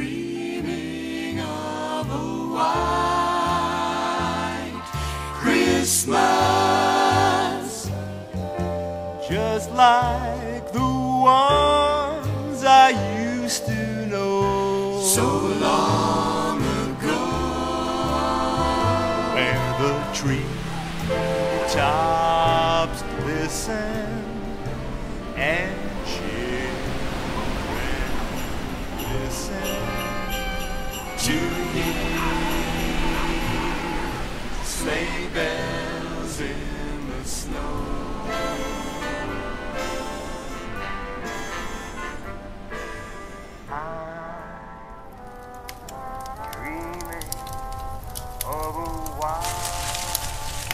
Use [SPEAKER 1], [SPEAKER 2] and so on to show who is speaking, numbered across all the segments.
[SPEAKER 1] dreaming of a white Christmas, just like the ones I used to know so long ago, where the tree tops glisten and children listen to hear sleigh bells in the snow.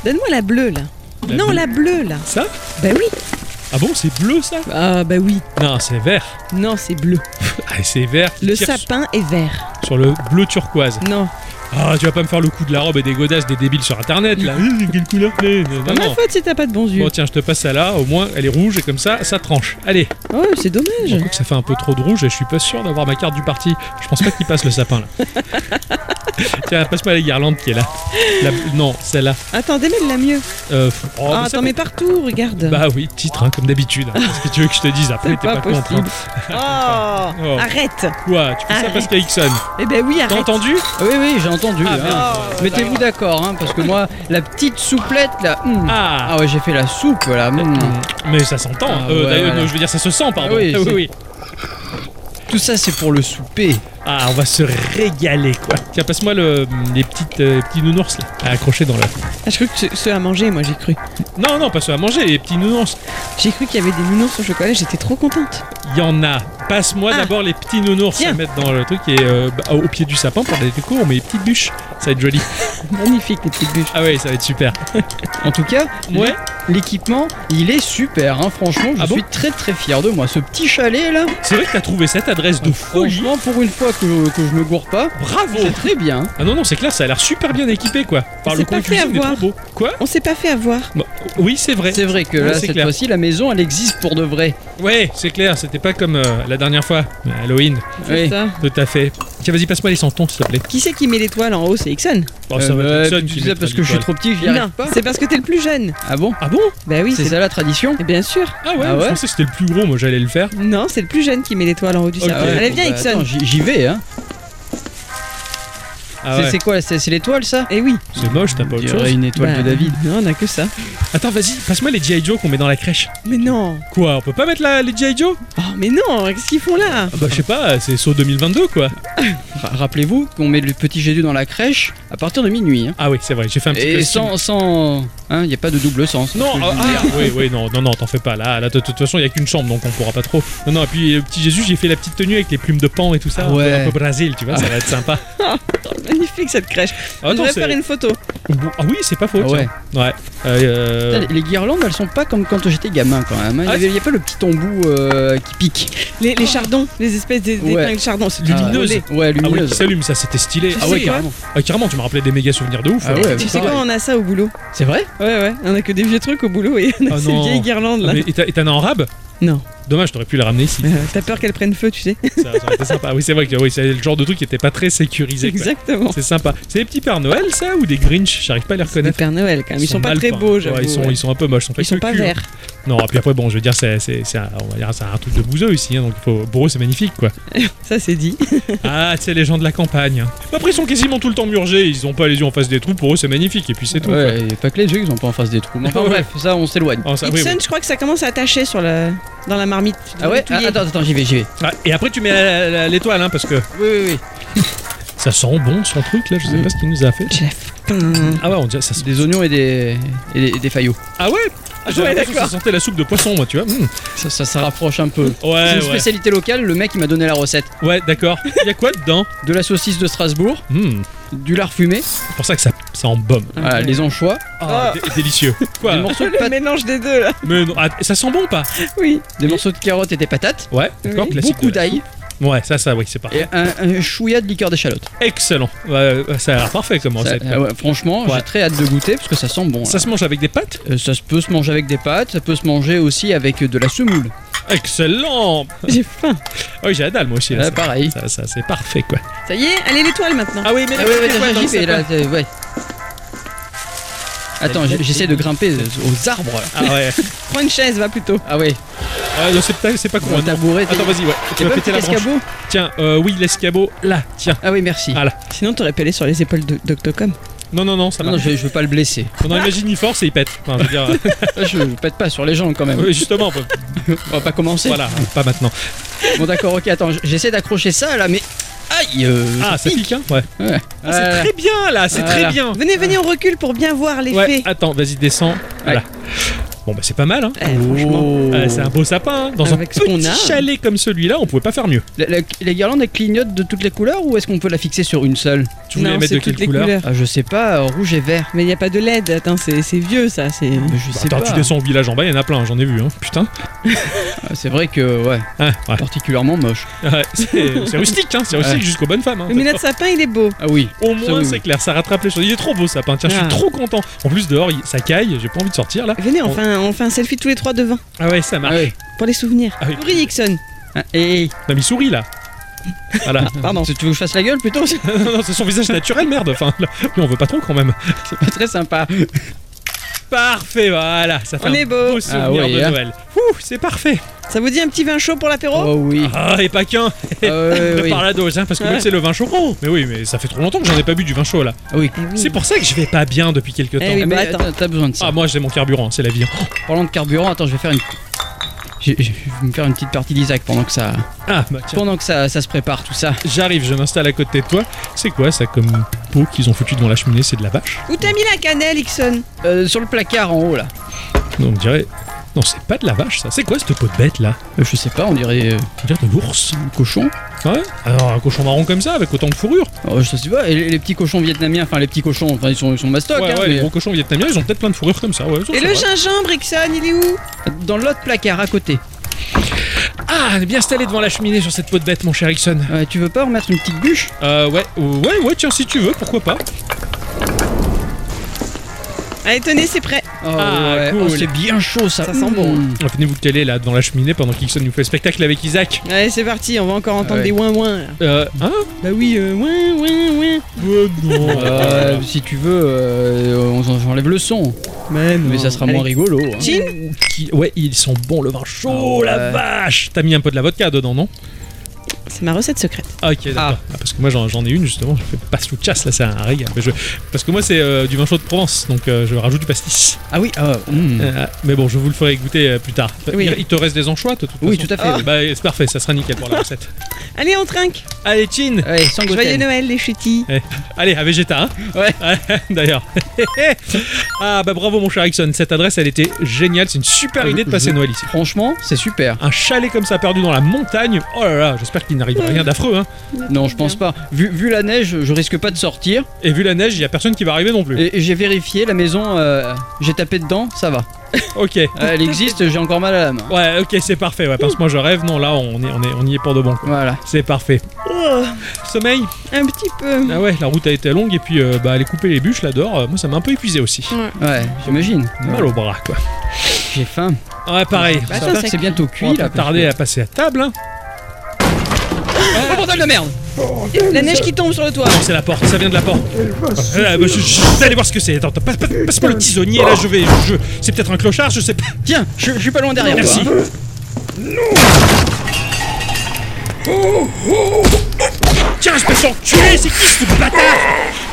[SPEAKER 2] Donne-moi la bleue, là.
[SPEAKER 3] La
[SPEAKER 2] non,
[SPEAKER 3] bleue.
[SPEAKER 2] la bleue, là.
[SPEAKER 3] Ça
[SPEAKER 2] Bah oui.
[SPEAKER 3] Ah bon, c'est bleu ça
[SPEAKER 2] Ah, bah oui.
[SPEAKER 3] Non, c'est vert.
[SPEAKER 2] Non, c'est bleu.
[SPEAKER 3] Ah, c'est vert. qui
[SPEAKER 2] Le
[SPEAKER 3] tire
[SPEAKER 2] sapin est vert.
[SPEAKER 3] Sur le bleu turquoise.
[SPEAKER 2] Non.
[SPEAKER 3] Ah, tu vas pas me faire le coup de la robe et des godasses des débiles sur internet là. Hum, Quelle couleur plaît Non,
[SPEAKER 2] Pas ma
[SPEAKER 3] non.
[SPEAKER 2] faute si t'as pas de bons yeux.
[SPEAKER 3] Bon, tiens, je te passe ça là. Au moins, elle est rouge et comme ça, ça tranche. Allez.
[SPEAKER 2] Oh, c'est dommage.
[SPEAKER 3] Encore que ça fait un peu trop de rouge et je suis pas sûr d'avoir ma carte du parti. Je pense pas qu'il passe le sapin là. Tiens, passe-moi la guirlande qui est là. La- Non, celle-là.
[SPEAKER 2] Attends, démêle-la mieux.
[SPEAKER 3] Euh, f- oh,
[SPEAKER 2] ah,
[SPEAKER 3] mais ça-
[SPEAKER 2] t'en mets partout, regarde.
[SPEAKER 3] Bah oui, titre, hein, comme d'habitude. Qu'est-ce que tu veux que je te dise Après,
[SPEAKER 2] c'est
[SPEAKER 3] t'es pas,
[SPEAKER 2] pas,
[SPEAKER 3] contre.
[SPEAKER 2] possible.
[SPEAKER 3] hein.
[SPEAKER 2] Oh,
[SPEAKER 3] Oh.
[SPEAKER 2] arrête.
[SPEAKER 3] Quoi Tu fais ça parce
[SPEAKER 2] Arrête.
[SPEAKER 3] qu'il y a Ixon.
[SPEAKER 2] Eh ben oui,
[SPEAKER 3] T'as
[SPEAKER 2] arrête. Oh.
[SPEAKER 3] entendu
[SPEAKER 4] Oui, oui, j'ai entendu.
[SPEAKER 3] Ah,
[SPEAKER 4] hein.
[SPEAKER 3] merde.
[SPEAKER 4] Mettez-vous d'accord, hein, parce que moi, la petite souplette là. hum.
[SPEAKER 3] Ah.
[SPEAKER 4] ouais, j'ai fait la soupe là. hum.
[SPEAKER 3] Euh,
[SPEAKER 2] Mm.
[SPEAKER 3] Mais ça s'entend.
[SPEAKER 4] Ah,
[SPEAKER 3] Euh,
[SPEAKER 4] ouais,
[SPEAKER 3] d'ailleurs,
[SPEAKER 4] voilà.
[SPEAKER 3] Je veux dire, ça se sent, pardon.
[SPEAKER 4] Ah oui,
[SPEAKER 3] Ah, oui,
[SPEAKER 4] c'est-
[SPEAKER 3] oui.
[SPEAKER 4] Tout ça, c'est pour le souper.
[SPEAKER 3] Ah, on va se régaler, quoi. Tiens, passe-moi le, les petites, euh, petits nounours, là, à accrocher dans le...
[SPEAKER 2] Ah, je cru que ce- ceux à manger, moi, j'ai cru.
[SPEAKER 3] Non, non, pas ceux à manger, les petits nounours.
[SPEAKER 2] J'ai cru qu'il y avait des nounours au chocolat, j'étais trop contente.
[SPEAKER 3] Il y en a. Passe-moi
[SPEAKER 2] Ah.
[SPEAKER 3] d'abord les petits nounours à
[SPEAKER 2] Tiens.
[SPEAKER 3] mettre dans le truc et euh, bah, au pied du sapin pour les déco, on met les petites bûches. Ça va être joli.
[SPEAKER 2] Magnifique, les petites bûches.
[SPEAKER 3] Ah ouais, ça va être super.
[SPEAKER 4] En tout cas,
[SPEAKER 3] Ouais.
[SPEAKER 4] l'équipement, il est super. hein. Franchement, je
[SPEAKER 3] Ah bon
[SPEAKER 4] suis très très fier de moi. Ce petit chalet là,
[SPEAKER 3] C'est vrai que t'as trouvé cette adresse de folie.
[SPEAKER 4] franchement, pour une fois que je, que je me gourre pas,
[SPEAKER 3] Bravo
[SPEAKER 4] c'est très bien.
[SPEAKER 3] Ah non, non, c'est clair, ça a l'air super bien équipé, quoi. Par
[SPEAKER 2] C'est
[SPEAKER 3] le coin
[SPEAKER 2] pas fait à
[SPEAKER 3] cuisine, il est trop
[SPEAKER 2] voir.
[SPEAKER 3] beau. Quoi
[SPEAKER 2] On s'est pas fait avoir.
[SPEAKER 3] Bah, Oui, c'est vrai.
[SPEAKER 4] C'est vrai que
[SPEAKER 3] Ouais,
[SPEAKER 4] là,
[SPEAKER 3] c'est
[SPEAKER 4] cette
[SPEAKER 3] clair.
[SPEAKER 4] fois-ci, la maison, elle existe pour de vrai.
[SPEAKER 3] Ouais, c'est clair, c'était pas comme euh, la dernière fois, à Halloween.
[SPEAKER 2] C'est
[SPEAKER 4] Oui. Euh,
[SPEAKER 2] ça.
[SPEAKER 3] Tout à fait. Tiens, vas-y, passe-moi les santons, s'il te plaît.
[SPEAKER 2] Qui c'est qui met l'étoile en haut C'est Ixon.
[SPEAKER 3] Bon, Oh, ça va être
[SPEAKER 4] Euh,
[SPEAKER 3] Hudson
[SPEAKER 4] tu
[SPEAKER 3] qui
[SPEAKER 4] disais
[SPEAKER 3] mettra
[SPEAKER 4] parce que je suis
[SPEAKER 3] l'étoile.
[SPEAKER 4] trop petit, j'y
[SPEAKER 2] Non,
[SPEAKER 4] arrive pas.
[SPEAKER 2] c'est parce que t'es le plus jeune.
[SPEAKER 4] Ah bon
[SPEAKER 3] Ah bon
[SPEAKER 2] Bah oui,
[SPEAKER 4] C'est
[SPEAKER 2] c'est
[SPEAKER 4] ça la tradition
[SPEAKER 2] Eh Bien sûr.
[SPEAKER 3] Ah ouais,
[SPEAKER 4] Ah
[SPEAKER 3] Je
[SPEAKER 4] ouais
[SPEAKER 3] pensais que c'était le plus gros, moi j'allais le faire.
[SPEAKER 2] Non, c'est le plus jeune qui met l'étoile en haut du
[SPEAKER 3] Ok.
[SPEAKER 2] sapin.
[SPEAKER 3] ouais,
[SPEAKER 2] Allez,
[SPEAKER 4] bon,
[SPEAKER 2] viens,
[SPEAKER 4] bah,
[SPEAKER 2] Ixon.
[SPEAKER 4] attends, j'y j'y vais, hein.
[SPEAKER 3] Ah
[SPEAKER 4] C'est-
[SPEAKER 3] ouais.
[SPEAKER 4] C'est quoi C'est c'est l'étoile, ça
[SPEAKER 2] Eh oui.
[SPEAKER 3] C'est moche, t'as pas
[SPEAKER 4] On
[SPEAKER 3] autre
[SPEAKER 4] dirait
[SPEAKER 3] chose.
[SPEAKER 4] une étoile
[SPEAKER 2] Bah,
[SPEAKER 4] de David.
[SPEAKER 2] Non, on a que ça.
[SPEAKER 3] Attends, vas-y, passe-moi les G.I. Joe qu'on met dans la crèche.
[SPEAKER 2] Mais non.
[SPEAKER 3] Quoi On peut pas mettre la- les G.I. Joe
[SPEAKER 2] Oh, mais non, qu'est-ce qu'ils font là
[SPEAKER 3] Ah Bah, je sais pas, c'est saut 2022 quoi.
[SPEAKER 4] Ra- Rappelez-vous qu'on met le petit Jésus dans la crèche à partir de minuit. hein.
[SPEAKER 3] Ah oui, c'est vrai, j'ai fait un petit peu.
[SPEAKER 4] Et
[SPEAKER 3] le film.
[SPEAKER 4] sans. sans hein, y a pas de double sens.
[SPEAKER 3] Non,
[SPEAKER 4] Je-
[SPEAKER 3] ah, ah, oui, oui, non, non, non, t'en fais pas. Là, là, de toute façon, il y a qu'une chambre, donc on pourra pas trop. Non, non, et puis le petit Jésus, j'ai fait la petite tenue avec les plumes de pan et tout ça.
[SPEAKER 4] Ah
[SPEAKER 3] un peu-
[SPEAKER 4] ouais.
[SPEAKER 3] Un peu Brésil, tu vois, ça va être sympa.
[SPEAKER 2] Magnifique cette crèche.
[SPEAKER 3] Ah,
[SPEAKER 2] On
[SPEAKER 3] attends,
[SPEAKER 2] devrait
[SPEAKER 3] c'est-
[SPEAKER 2] faire une photo.
[SPEAKER 3] Ah oui, c'est pas faux.
[SPEAKER 4] Ah ouais.
[SPEAKER 3] tiens. ouais. Euh,
[SPEAKER 4] Putain, Les guirlandes, elles sont pas comme quand j'étais gamin quand même. hein.
[SPEAKER 3] Ah,
[SPEAKER 4] Il y, a pas le petit embout euh, qui pique.
[SPEAKER 2] Les, les chardons, les espèces d'é-
[SPEAKER 4] Ouais.
[SPEAKER 2] d'épingles chardons. c'est
[SPEAKER 3] Lumineuse.
[SPEAKER 2] volé.
[SPEAKER 4] Ouais,
[SPEAKER 3] Ah oui,
[SPEAKER 4] lumineuse.
[SPEAKER 3] qui s'allume, ça, c'était stylé.
[SPEAKER 2] Tu
[SPEAKER 3] Ah
[SPEAKER 2] sais,
[SPEAKER 3] ouais,
[SPEAKER 2] ouais.
[SPEAKER 3] carrément. Ah, carrément, tu me rappelais des méga souvenirs de ouf.
[SPEAKER 4] Ah
[SPEAKER 3] là.
[SPEAKER 4] ouais,
[SPEAKER 2] Tu sais
[SPEAKER 4] pareil.
[SPEAKER 2] quand on a ça au boulot
[SPEAKER 4] C'est vrai
[SPEAKER 2] Ouais, ouais, on a que des vieux trucs au boulot et on a
[SPEAKER 3] Ah
[SPEAKER 2] ces
[SPEAKER 3] non.
[SPEAKER 2] vieilles guirlandes là.
[SPEAKER 3] Mais- et t'as- et t'en as en rab
[SPEAKER 2] Non.
[SPEAKER 3] Dommage, t'aurais pu la ramener ici.
[SPEAKER 2] Euh, T'as peur qu'elles prennent feu, tu sais
[SPEAKER 3] ça, ça aurait été sympa. Oui, c'est vrai que oui, c'est le genre de truc qui était pas très sécurisé. quoi.
[SPEAKER 2] Exactement.
[SPEAKER 3] C'est sympa. C'est des petits Pères Noël, ça, ou des Grinch J'arrive pas à les
[SPEAKER 2] Les
[SPEAKER 3] reconnaître.
[SPEAKER 2] Père Noël quand même. Ah, Ils sont pas
[SPEAKER 3] mal
[SPEAKER 2] très
[SPEAKER 3] peints.
[SPEAKER 2] beaux,
[SPEAKER 3] Ouais,
[SPEAKER 2] j'avoue.
[SPEAKER 3] ils, sont,
[SPEAKER 2] ouais.
[SPEAKER 3] ils sont un peu moches. Ils sont,
[SPEAKER 2] Ils sont pas verts.
[SPEAKER 3] hein. Non, et puis après, bon, je veux dire, c'est, c'est, c'est un, on va dire, c'est un truc de bouseux ici, hein, donc il faut, pour eux, c'est magnifique, quoi.
[SPEAKER 2] Ça, c'est dit.
[SPEAKER 3] Ah, tu sais, les gens de la campagne. hein. Après, ils sont quasiment tout le temps murgés, ils ont pas les yeux en face des trous, pour eux, c'est magnifique, et puis c'est tout.
[SPEAKER 4] Ouais, et pas que les yeux, ils sont pas en face des trous. Mais enfin
[SPEAKER 3] Ouais.
[SPEAKER 4] bref, ça on s'éloigne.
[SPEAKER 3] quoi. Ah, ça, oui,
[SPEAKER 2] Ixon,
[SPEAKER 3] oui.
[SPEAKER 2] je crois que ça commence à attacher sur la... dans la marmite. Tu
[SPEAKER 4] Ah ouais
[SPEAKER 2] devrais
[SPEAKER 4] Ah,
[SPEAKER 2] touiller.
[SPEAKER 4] Attends, attends, j'y vais, j'y vais.
[SPEAKER 3] Ah, et après, tu mets la- la- l'étoile, hein, parce que
[SPEAKER 4] Oui, oui, oui.
[SPEAKER 3] ça sent bon son truc, là, je sais
[SPEAKER 4] Oui.
[SPEAKER 3] pas ce qu'il nous a fait.
[SPEAKER 2] J'ai faim.
[SPEAKER 3] Ah ouais, on dirait, ça sent.
[SPEAKER 4] Des oignons et des, et des, et des faillots.
[SPEAKER 3] Ah ouais ah,
[SPEAKER 2] Ouais,
[SPEAKER 3] j'avais l'impression que Ça
[SPEAKER 2] d'accord.
[SPEAKER 3] sentait la soupe de poisson, moi, tu vois. Mm.
[SPEAKER 4] Ça, ça, ça rapproche un peu. C'est
[SPEAKER 3] Ouais,
[SPEAKER 4] une
[SPEAKER 3] ouais.
[SPEAKER 4] spécialité locale, le mec il m'a donné la recette.
[SPEAKER 3] Ouais, d'accord. Il y a quoi dedans
[SPEAKER 4] De la saucisse de Strasbourg,
[SPEAKER 3] Hmm,
[SPEAKER 4] du lard fumé,
[SPEAKER 3] C'est pour ça que ça, ça embaume.
[SPEAKER 4] voilà, les anchois,
[SPEAKER 3] Ah, dé- délicieux.
[SPEAKER 4] des
[SPEAKER 3] Ah, Quoi
[SPEAKER 4] morceaux de
[SPEAKER 2] Le
[SPEAKER 4] pâte,
[SPEAKER 2] mélange des deux là.
[SPEAKER 3] Mais non, ah, ça sent bon ou pas
[SPEAKER 2] Oui.
[SPEAKER 4] des morceaux de carottes et des patates,
[SPEAKER 3] Ouais, d'accord,
[SPEAKER 2] Oui.
[SPEAKER 3] classique.
[SPEAKER 4] beaucoup
[SPEAKER 3] de la
[SPEAKER 4] d'ail
[SPEAKER 3] soupe. Ouais, ça, ça, oui, c'est parfait.
[SPEAKER 4] et un, un chouïa de liqueur d'échalote.
[SPEAKER 3] Excellent. Ouais, ça a l'air parfait comme
[SPEAKER 4] Ça-
[SPEAKER 3] recette.
[SPEAKER 4] ah ouais, franchement,
[SPEAKER 3] Oh, Ouais.
[SPEAKER 4] j'ai très hâte de goûter parce que ça sent bon. hein. là.
[SPEAKER 3] Ça se mange avec des pâtes
[SPEAKER 4] Euh, Ça se peut se manger avec des pâtes, ça peut se manger aussi avec de la semoule.
[SPEAKER 3] Excellent
[SPEAKER 2] J'ai faim.
[SPEAKER 3] Ah oui, j'ai la dalle, moi aussi. Là,
[SPEAKER 4] Ouais,
[SPEAKER 3] ça-
[SPEAKER 4] pareil.
[SPEAKER 3] ça, ça, c'est parfait, quoi.
[SPEAKER 2] Ça y est, allez l'étoile maintenant.
[SPEAKER 3] bah. Ah oui, mais
[SPEAKER 4] Ah ouais, ouais, attends, j'y vais, là, c'est- ouais. Attends, j'- j'essaie de grimper aux arbres. là.
[SPEAKER 3] Ah ouais.
[SPEAKER 2] Prends une chaise, va plutôt.
[SPEAKER 4] Ah ouais,
[SPEAKER 3] Ah, non, c'est pas, c'est pas con.
[SPEAKER 4] un
[SPEAKER 3] non.
[SPEAKER 4] tabouret.
[SPEAKER 3] Attends, vas-y, ouais. Tu vas péter la branche.
[SPEAKER 4] l'escabeau
[SPEAKER 3] Tiens, euh, oui, l'escabeau. Là, tiens.
[SPEAKER 4] Ah oui, merci.
[SPEAKER 3] Ah,
[SPEAKER 2] Sinon, t'aurais pu aller sur les épaules de- d'Octocom.
[SPEAKER 3] Non, non, non, ça
[SPEAKER 4] non,
[SPEAKER 3] va.
[SPEAKER 4] non, je, je veux pas le blesser.
[SPEAKER 3] On en imagine, il force et il pète. Enfin, je veux dire,
[SPEAKER 4] Je, je pète pas sur les jambes quand même.
[SPEAKER 3] oui, justement, bah,
[SPEAKER 4] On va pas commencer.
[SPEAKER 3] voilà, pas maintenant.
[SPEAKER 4] Bon d'accord, ok, attends, j- j'essaie d'accrocher ça là, mais... Aïe euh,
[SPEAKER 3] Ah, ça pique, hein Ouais.
[SPEAKER 4] ouais.
[SPEAKER 3] Ah, c'est
[SPEAKER 4] Ouais.
[SPEAKER 3] très bien, là, c'est
[SPEAKER 4] Voilà.
[SPEAKER 3] très bien.
[SPEAKER 2] Venez, venez, on recule pour bien voir
[SPEAKER 3] Oh, ah. Ouais, Ah,
[SPEAKER 2] l'effet.
[SPEAKER 3] attends, vas-y, descends. Voilà. Bon, bah, c'est pas mal, hein.
[SPEAKER 2] Eh, franchement.
[SPEAKER 4] Oh.
[SPEAKER 3] Euh, c'est un beau sapin, hein. Dans
[SPEAKER 4] Avec
[SPEAKER 3] un
[SPEAKER 4] ce qu'on
[SPEAKER 3] petit
[SPEAKER 4] a.
[SPEAKER 3] chalet comme celui-là, on pouvait pas faire mieux.
[SPEAKER 4] La, la- la guirlande elle clignote de toutes les couleurs ou est-ce qu'on peut la fixer sur une seule
[SPEAKER 3] Tu voulais
[SPEAKER 2] Non,
[SPEAKER 3] la mettre
[SPEAKER 2] c'est
[SPEAKER 3] de quelle
[SPEAKER 2] toutes les
[SPEAKER 3] couleur
[SPEAKER 2] couleurs.
[SPEAKER 4] ah, Je sais pas, euh, rouge et vert.
[SPEAKER 2] Mais il n'y a pas de LED. Attends, c'est c'est vieux ça. C'est. hein.
[SPEAKER 4] Mais Je
[SPEAKER 3] Bah,
[SPEAKER 4] sais
[SPEAKER 3] Attends,
[SPEAKER 4] pas.
[SPEAKER 3] tu descends au village en bas, il y en a plein, j'en ai vu, hein. Putain.
[SPEAKER 4] Ah, C'est vrai que ouais,
[SPEAKER 3] Ah, ouais.
[SPEAKER 4] particulièrement moche.
[SPEAKER 3] Ouais, c'est c'est rustique, hein. C'est rustique
[SPEAKER 4] Ouais.
[SPEAKER 3] jusqu'aux bonnes femmes. hein.
[SPEAKER 2] Le milieu de sapin, il est beau.
[SPEAKER 4] Ah oui.
[SPEAKER 3] Au
[SPEAKER 4] Ça,
[SPEAKER 3] moins,
[SPEAKER 4] oui,
[SPEAKER 3] c'est
[SPEAKER 4] oui.
[SPEAKER 3] clair, ça rattrape les choses. Il est trop beau, sapin. Tiens, je
[SPEAKER 2] Ah.
[SPEAKER 3] suis trop content. En plus, dehors, il- ça caille, j'ai pas envie de sortir là.
[SPEAKER 2] Venez, on,
[SPEAKER 3] On-
[SPEAKER 2] Fait un, on fait un selfie tous les trois devant
[SPEAKER 3] Ah ouais, ça marche.
[SPEAKER 4] Ah oui.
[SPEAKER 2] pour les souvenirs.
[SPEAKER 3] Ah oui.
[SPEAKER 2] Souris, Nixon.
[SPEAKER 4] Ah, et- et-
[SPEAKER 3] Non, mais il sourit là. Voilà.
[SPEAKER 2] Pardon.
[SPEAKER 4] Tu veux que je fasse la gueule plutôt C'est
[SPEAKER 3] non, non, c'est son visage naturel, merde. Enfin, là, lui, on veut pas trop quand même.
[SPEAKER 4] pas très sympa.
[SPEAKER 3] Parfait, voilà. Ça fait
[SPEAKER 2] On
[SPEAKER 3] un
[SPEAKER 2] est beau.
[SPEAKER 3] beau souvenir
[SPEAKER 4] Ah ouais,
[SPEAKER 3] de
[SPEAKER 4] hein.
[SPEAKER 3] Noël. Ouh, c'est parfait.
[SPEAKER 2] Ça vous dit un petit vin chaud pour l'apéro
[SPEAKER 4] Oh oui.
[SPEAKER 3] Ah, et pas qu'un.
[SPEAKER 4] Ah ouais,
[SPEAKER 3] de
[SPEAKER 4] oui.
[SPEAKER 3] par la dose, hein, parce que
[SPEAKER 2] Ouais.
[SPEAKER 3] même c'est le vin chaud. Oh, mais oui, mais ça fait trop longtemps que j'en ai pas bu du vin chaud là.
[SPEAKER 4] Ah oui.
[SPEAKER 2] Eh oui.
[SPEAKER 3] C'est pour ça que je vais pas bien depuis quelques temps.
[SPEAKER 2] Eh oui.
[SPEAKER 4] Ah, mais
[SPEAKER 2] bah, attends.
[SPEAKER 4] attends, t'as besoin de ça.
[SPEAKER 3] Ah, moi, j'ai mon carburant, c'est la vie. hein.
[SPEAKER 4] Parlant de carburant, attends, je vais faire une. Je je- je vais me faire une petite partie d'Isaac pendant que ça,
[SPEAKER 3] Ah, bah tiens.
[SPEAKER 4] pendant que ça, ça se prépare tout ça.
[SPEAKER 3] J'arrive, je m'installe à côté de toi. C'est quoi ça comme peau qu'ils ont foutu devant la cheminée C'est de la vache
[SPEAKER 2] Où t'as mis la cannelle, Ixon
[SPEAKER 4] Euh, sur le placard en haut là.
[SPEAKER 3] Non, on dirait. Non, c'est pas de la vache ça. C'est quoi cette peau de bête là
[SPEAKER 4] Euh, je sais pas, on dirait euh,
[SPEAKER 3] On dirait de l'ours.
[SPEAKER 4] un cochon.
[SPEAKER 3] Ouais Alors, un cochon marron comme ça, avec autant de fourrure.
[SPEAKER 4] Oh, je sais pas. Et les, les petits cochons vietnamiens, enfin les petits cochons, enfin ils sont, ils sont mastoc.
[SPEAKER 3] ouais,
[SPEAKER 4] hein,
[SPEAKER 3] ouais, les
[SPEAKER 4] mais-
[SPEAKER 3] gros cochons vietnamiens, ils ont peut-être plein de fourrures comme ça. Ouais, Oh, ça,
[SPEAKER 2] Et
[SPEAKER 3] c'est
[SPEAKER 2] le
[SPEAKER 3] vrai.
[SPEAKER 2] gingembre, Ixon, il est où
[SPEAKER 4] Dans l'autre placard à côté.
[SPEAKER 3] Ah, on est bien installé devant la cheminée sur cette peau de bête, mon cher Ixon.
[SPEAKER 4] Ouais, tu veux pas remettre une petite bûche
[SPEAKER 3] Euh, ouais, ouais, ouais, tiens, si tu veux, pourquoi pas.
[SPEAKER 2] Allez, tenez, c'est prêt.
[SPEAKER 4] Oh,
[SPEAKER 3] Ah,
[SPEAKER 4] ouais.
[SPEAKER 3] cool.
[SPEAKER 4] Oh, c'est bien chaud ça.
[SPEAKER 2] Ça sent bon,
[SPEAKER 4] Mmh.
[SPEAKER 3] Ah, Venez vous caler là devant la cheminée pendant qu'Ixon nous fait le spectacle avec Isaac.
[SPEAKER 2] Allez, c'est parti, on va
[SPEAKER 3] Ah
[SPEAKER 2] encore entendre
[SPEAKER 4] Ouais.
[SPEAKER 2] des ouin ouin.
[SPEAKER 3] Euh, hein
[SPEAKER 2] Bah oui, euh, ouin ouin ouin.
[SPEAKER 3] Ouais, non.
[SPEAKER 4] Euh, si tu veux, euh, on en- j'enlève le son.
[SPEAKER 2] Mais
[SPEAKER 4] Mais ça sera moins rigolo. hein.
[SPEAKER 2] Chin
[SPEAKER 3] Qui- Ouais, ils sont bons le vin chaud,
[SPEAKER 4] Ah
[SPEAKER 3] la
[SPEAKER 4] ouais.
[SPEAKER 3] vache T'as mis un peu de la vodka dedans, non
[SPEAKER 2] C'est ma recette secrète.
[SPEAKER 3] Ah, ok, d'accord. Ah, parce que moi j'en j'en ai une justement, je fais pas sous chasse là, c'est un régal. Mais je- Parce que moi c'est euh, du vin chaud de Provence, donc euh, je rajoute du pastis.
[SPEAKER 4] Ah oui, ah, mmh.
[SPEAKER 3] Euh, mais bon, je vous le ferai goûter euh, plus tard.
[SPEAKER 2] Oui.
[SPEAKER 3] Il, il te reste des anchois, toi, de toute
[SPEAKER 4] Oui,
[SPEAKER 3] façon
[SPEAKER 4] tout à fait, oui.
[SPEAKER 3] Bah, c'est parfait, ça sera nickel pour la recette.
[SPEAKER 2] Allez, on trinque.
[SPEAKER 3] Allez, Chin
[SPEAKER 4] Ouais, sans
[SPEAKER 2] Joyeux
[SPEAKER 4] gluten.
[SPEAKER 2] Noël, les chutis.
[SPEAKER 3] Allez, à Vegeta, hein
[SPEAKER 4] Ouais.
[SPEAKER 3] D'ailleurs. ah, bah bravo, mon cher Erickson, cette adresse elle était géniale, c'est une super
[SPEAKER 4] Euh,
[SPEAKER 3] idée de passer
[SPEAKER 4] je-
[SPEAKER 3] Noël ici.
[SPEAKER 4] Franchement, c'est super.
[SPEAKER 3] Un chalet comme ça perdu dans la montagne. Oh là là, j'espère qu'il n'arrive rien d'affreux. Hein.
[SPEAKER 4] Non, je pense pas. Vu, vu la neige, je risque pas de sortir.
[SPEAKER 3] Et vu la neige, il y a personne qui va arriver non plus.
[SPEAKER 4] Et, et j'ai vérifié, la maison, euh, j'ai tapé dedans, ça va.
[SPEAKER 3] Ok.
[SPEAKER 4] Euh, Elle existe, j'ai encore mal à la main.
[SPEAKER 3] Ouais, ok, c'est parfait. Ouais, parce que moi je rêve. Non, là, on, est, on, est, on y est pour de bon. quoi.
[SPEAKER 4] Voilà.
[SPEAKER 3] C'est parfait.
[SPEAKER 2] Oh,
[SPEAKER 3] Sommeil
[SPEAKER 2] un petit peu.
[SPEAKER 3] Ah ouais, la route a été longue et puis euh, bah, aller couper les bûches là dehors, euh, moi ça m'a un peu épuisé aussi.
[SPEAKER 4] Ouais, j'imagine.
[SPEAKER 3] Mal au bras quoi.
[SPEAKER 4] J'ai faim.
[SPEAKER 3] Ouais, pareil.
[SPEAKER 2] Bah, attends,
[SPEAKER 4] J'espère que
[SPEAKER 2] ça
[SPEAKER 4] c'est bientôt
[SPEAKER 3] on
[SPEAKER 4] cuit
[SPEAKER 3] va
[SPEAKER 4] là.
[SPEAKER 3] pas tarder à passer à table. Hein.
[SPEAKER 4] Oh, bordel de merde
[SPEAKER 2] La neige qui tombe sur le toit.
[SPEAKER 3] Non, c'est la porte, ça vient de la porte. Ah, bah, je, je- je- allez voir ce que c'est. Attends, attends, passe- passe- passe-moi le tisonnier là, je vais. je- c'est peut-être un clochard, je sais pas.
[SPEAKER 4] Tiens, je, je suis pas loin derrière
[SPEAKER 3] Merci.
[SPEAKER 4] toi. hein.
[SPEAKER 3] Tiens, espèce d'enculé, c'est qui ce bâtard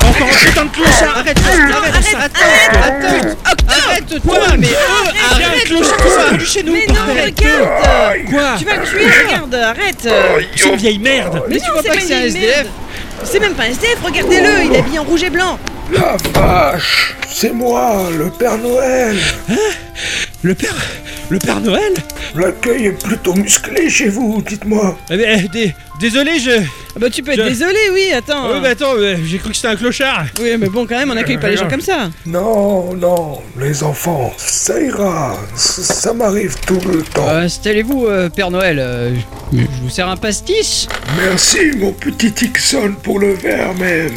[SPEAKER 3] Encore un putain de clochard
[SPEAKER 4] Arrête, arrête, arrête, attends, attends, arrête-toi, mais
[SPEAKER 3] Viens, un clochard, tout ça, du chez nous
[SPEAKER 2] Mais non, regarde
[SPEAKER 3] Quoi
[SPEAKER 2] Tu vas le tuer, regarde, arrête
[SPEAKER 3] C'est vieille merde
[SPEAKER 2] Mais
[SPEAKER 4] tu vois pas que c'est un
[SPEAKER 2] une
[SPEAKER 4] SDF?
[SPEAKER 2] merde. C'est même pas un SDF, regardez-le, il est habillé en rouge et blanc
[SPEAKER 5] La Ah, vache C'est moi, le Père Noël
[SPEAKER 3] Le père... Le père Noël
[SPEAKER 5] L'accueil est plutôt musclé chez vous, dites-moi.
[SPEAKER 3] Eh ben, euh, dé- Désolé, je...
[SPEAKER 2] Ah Bah tu peux être
[SPEAKER 3] Je-
[SPEAKER 2] désolé, oui,
[SPEAKER 4] Ah.
[SPEAKER 2] attends
[SPEAKER 3] Oui, bah attends, euh, j'ai cru que c'était un clochard
[SPEAKER 2] Oui, mais bon, quand même, on accueille pas les gens comme ça
[SPEAKER 5] Non, non, les enfants, ça ira. c- Ça m'arrive tout le temps.
[SPEAKER 4] Euh, Installez-vous, euh, Père Noël. euh, je je vous sers un pastis.
[SPEAKER 5] Merci, mon petit Tixon, pour le verre, mais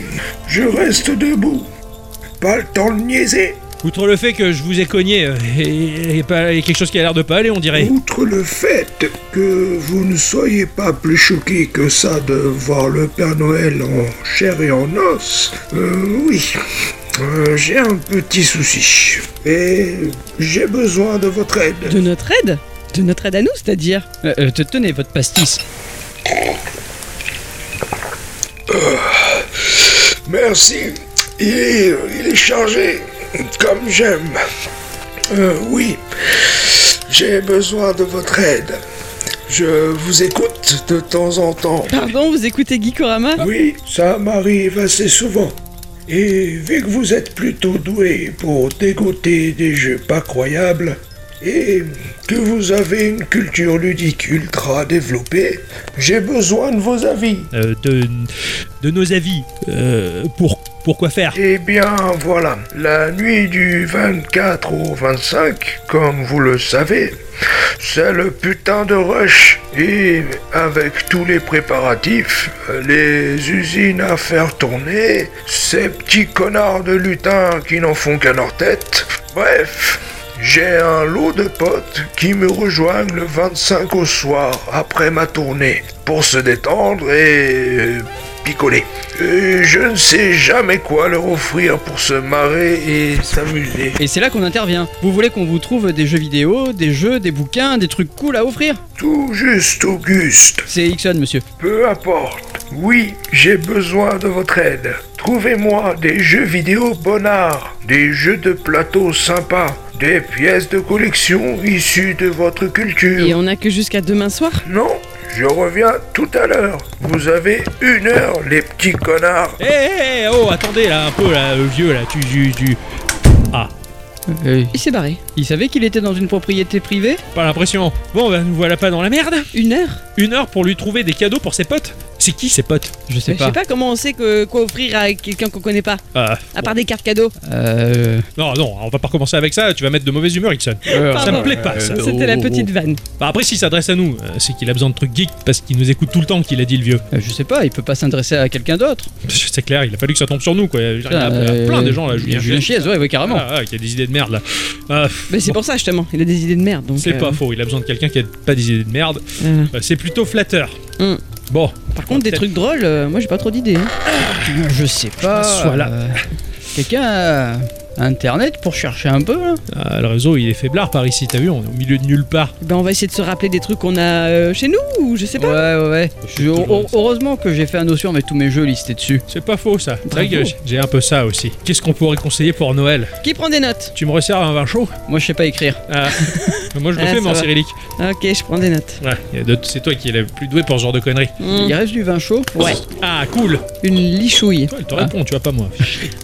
[SPEAKER 5] je reste debout. Pas le temps de niaiser.
[SPEAKER 3] Outre le fait que je vous ai cogné euh, et, et pas- et quelque chose qui a l'air de pas aller, on dirait.
[SPEAKER 5] Outre le fait que vous ne soyez pas plus choqué que ça de voir le Père Noël en chair et en os, euh, oui, euh, j'ai un petit souci. Et j'ai besoin de votre aide.
[SPEAKER 2] De notre aide De notre aide à nous, c'est-à-dire
[SPEAKER 4] Euh, euh, te- tenez votre pastis.
[SPEAKER 5] Merci. Il est, il est chargé, comme j'aime. Euh, oui, j'ai besoin de votre aide. Je vous écoute de temps en temps.
[SPEAKER 2] Pardon, vous écoutez Gikorama
[SPEAKER 4] Ah.
[SPEAKER 5] Oui, ça m'arrive assez souvent. Et vu que vous êtes plutôt doué pour dégoter des jeux pas croyables, et que vous avez une culture ludique ultra développée, j'ai besoin de vos avis.
[SPEAKER 3] Euh, de, de nos avis. Euh, pour, pour quoi faire
[SPEAKER 5] Eh bien voilà, la nuit du 24 au 25, comme vous le savez, c'est le putain de rush. Et avec tous les préparatifs, les usines à faire tourner, ces petits connards de lutins qui n'en font qu'à leur tête, bref. J'ai un lot de potes qui me rejoignent le 25 au soir après ma tournée pour se détendre et euh, picoler. Et Euh, je ne sais jamais quoi leur offrir pour se marrer et s'amuser.
[SPEAKER 4] Et c'est là qu'on intervient. Vous voulez qu'on vous trouve des jeux vidéo, des jeux, des bouquins, des trucs cool à offrir
[SPEAKER 5] Tout juste, Auguste.
[SPEAKER 4] C'est Ixon, monsieur.
[SPEAKER 5] Peu importe. Oui, j'ai besoin de votre aide. Trouvez-moi des jeux vidéo bonnards, des jeux de plateau sympas, des pièces de collection issues de votre culture.
[SPEAKER 2] Et on a que jusqu'à demain soir
[SPEAKER 5] Non, je reviens tout à l'heure. Vous avez une heure, les petits connards.
[SPEAKER 3] Hé, hé, hé, eh, oh, attendez là, un peu là, euh, vieux là, tu, tu, tu- Ah, Euh,
[SPEAKER 2] Il s'est barré.
[SPEAKER 4] il savait qu'il était dans une propriété privée
[SPEAKER 3] Pas l'impression. Bon, ben nous voilà pas dans la merde.
[SPEAKER 2] Une heure
[SPEAKER 3] Une heure pour lui trouver des cadeaux pour ses potes. C'est qui ses potes
[SPEAKER 4] Je sais
[SPEAKER 2] Je
[SPEAKER 4] pas.
[SPEAKER 2] sais pas comment on sait que, quoi offrir à quelqu'un qu'on connaît pas,
[SPEAKER 3] Ah,
[SPEAKER 2] à part des cartes cadeaux.
[SPEAKER 4] Euh,
[SPEAKER 3] Non, non, on va pas recommencer avec ça, tu vas mettre de mauvaise humeur, Ixon. Ça me plaît pas, ça.
[SPEAKER 4] Euh,
[SPEAKER 2] C'était la
[SPEAKER 4] oh,
[SPEAKER 2] petite
[SPEAKER 4] oh.
[SPEAKER 2] vanne.
[SPEAKER 3] Bah, après, s'il s'adresse à nous, euh, c'est qu'il a besoin de trucs geeks parce qu'il nous écoute tout le temps, qu'il a dit le vieux.
[SPEAKER 4] euh, Je sais pas, il peut pas s'intéresser à quelqu'un d'autre.
[SPEAKER 3] C'est clair, il a fallu que ça tombe sur nous, quoi. Il y en a
[SPEAKER 4] Euh,
[SPEAKER 3] plein de gens là, Julien.
[SPEAKER 4] Julien Chiez, ouais, ouais, carrément.
[SPEAKER 3] Ah, ah, qui a des idées de merde là. Ah, pff,
[SPEAKER 2] Mais Bah, c'est pour ça justement, il a des idées de merde. donc,
[SPEAKER 3] c'est
[SPEAKER 2] euh,
[SPEAKER 3] pas faux, il a besoin de quelqu'un qui a pas des idées de merde.
[SPEAKER 2] euh,
[SPEAKER 3] Euh, C'est plutôt flatteur.
[SPEAKER 2] Mm.
[SPEAKER 3] Bon,
[SPEAKER 2] Par contre, des
[SPEAKER 3] Peut-être-
[SPEAKER 2] trucs drôles, euh, moi j'ai pas trop d'idées. hein.
[SPEAKER 4] Je sais pas.
[SPEAKER 3] m'assois là.
[SPEAKER 4] euh, quelqu'un a internet pour chercher un peu hein là
[SPEAKER 3] Ah, le réseau il est faiblard par ici, t'as vu, on est au milieu de nulle part.
[SPEAKER 2] Ben on va essayer de se rappeler des trucs qu'on a euh, chez nous ou je sais pas.
[SPEAKER 4] Ouais, ouais, ouais. Je-
[SPEAKER 3] toujours
[SPEAKER 4] heure-
[SPEAKER 3] ça.
[SPEAKER 4] heureusement que j'ai fait un dossier avec tous mes jeux listés dessus.
[SPEAKER 3] C'est pas faux ça. C'est vrai
[SPEAKER 2] Bravo.
[SPEAKER 3] que j'ai- j'ai un peu ça aussi. Qu'est-ce qu'on pourrait conseiller pour Noël
[SPEAKER 2] Qui prend des notes
[SPEAKER 3] Tu me resserres un vin chaud
[SPEAKER 4] Moi, je sais pas écrire.
[SPEAKER 3] Ah, Moi je le
[SPEAKER 2] Ah,
[SPEAKER 3] fais mais
[SPEAKER 2] ça
[SPEAKER 3] en
[SPEAKER 2] va.
[SPEAKER 3] cyrillique.
[SPEAKER 2] Ok, je prends des notes.
[SPEAKER 3] Ouais, y a d'autres- c'est toi qui es la plus douée pour ce genre de conneries.
[SPEAKER 2] Hmm,
[SPEAKER 4] Il reste du vin chaud
[SPEAKER 3] Ah cool
[SPEAKER 2] Une lichouille.
[SPEAKER 3] Toi elle te
[SPEAKER 4] Ah.
[SPEAKER 3] répond, tu vois pas moi.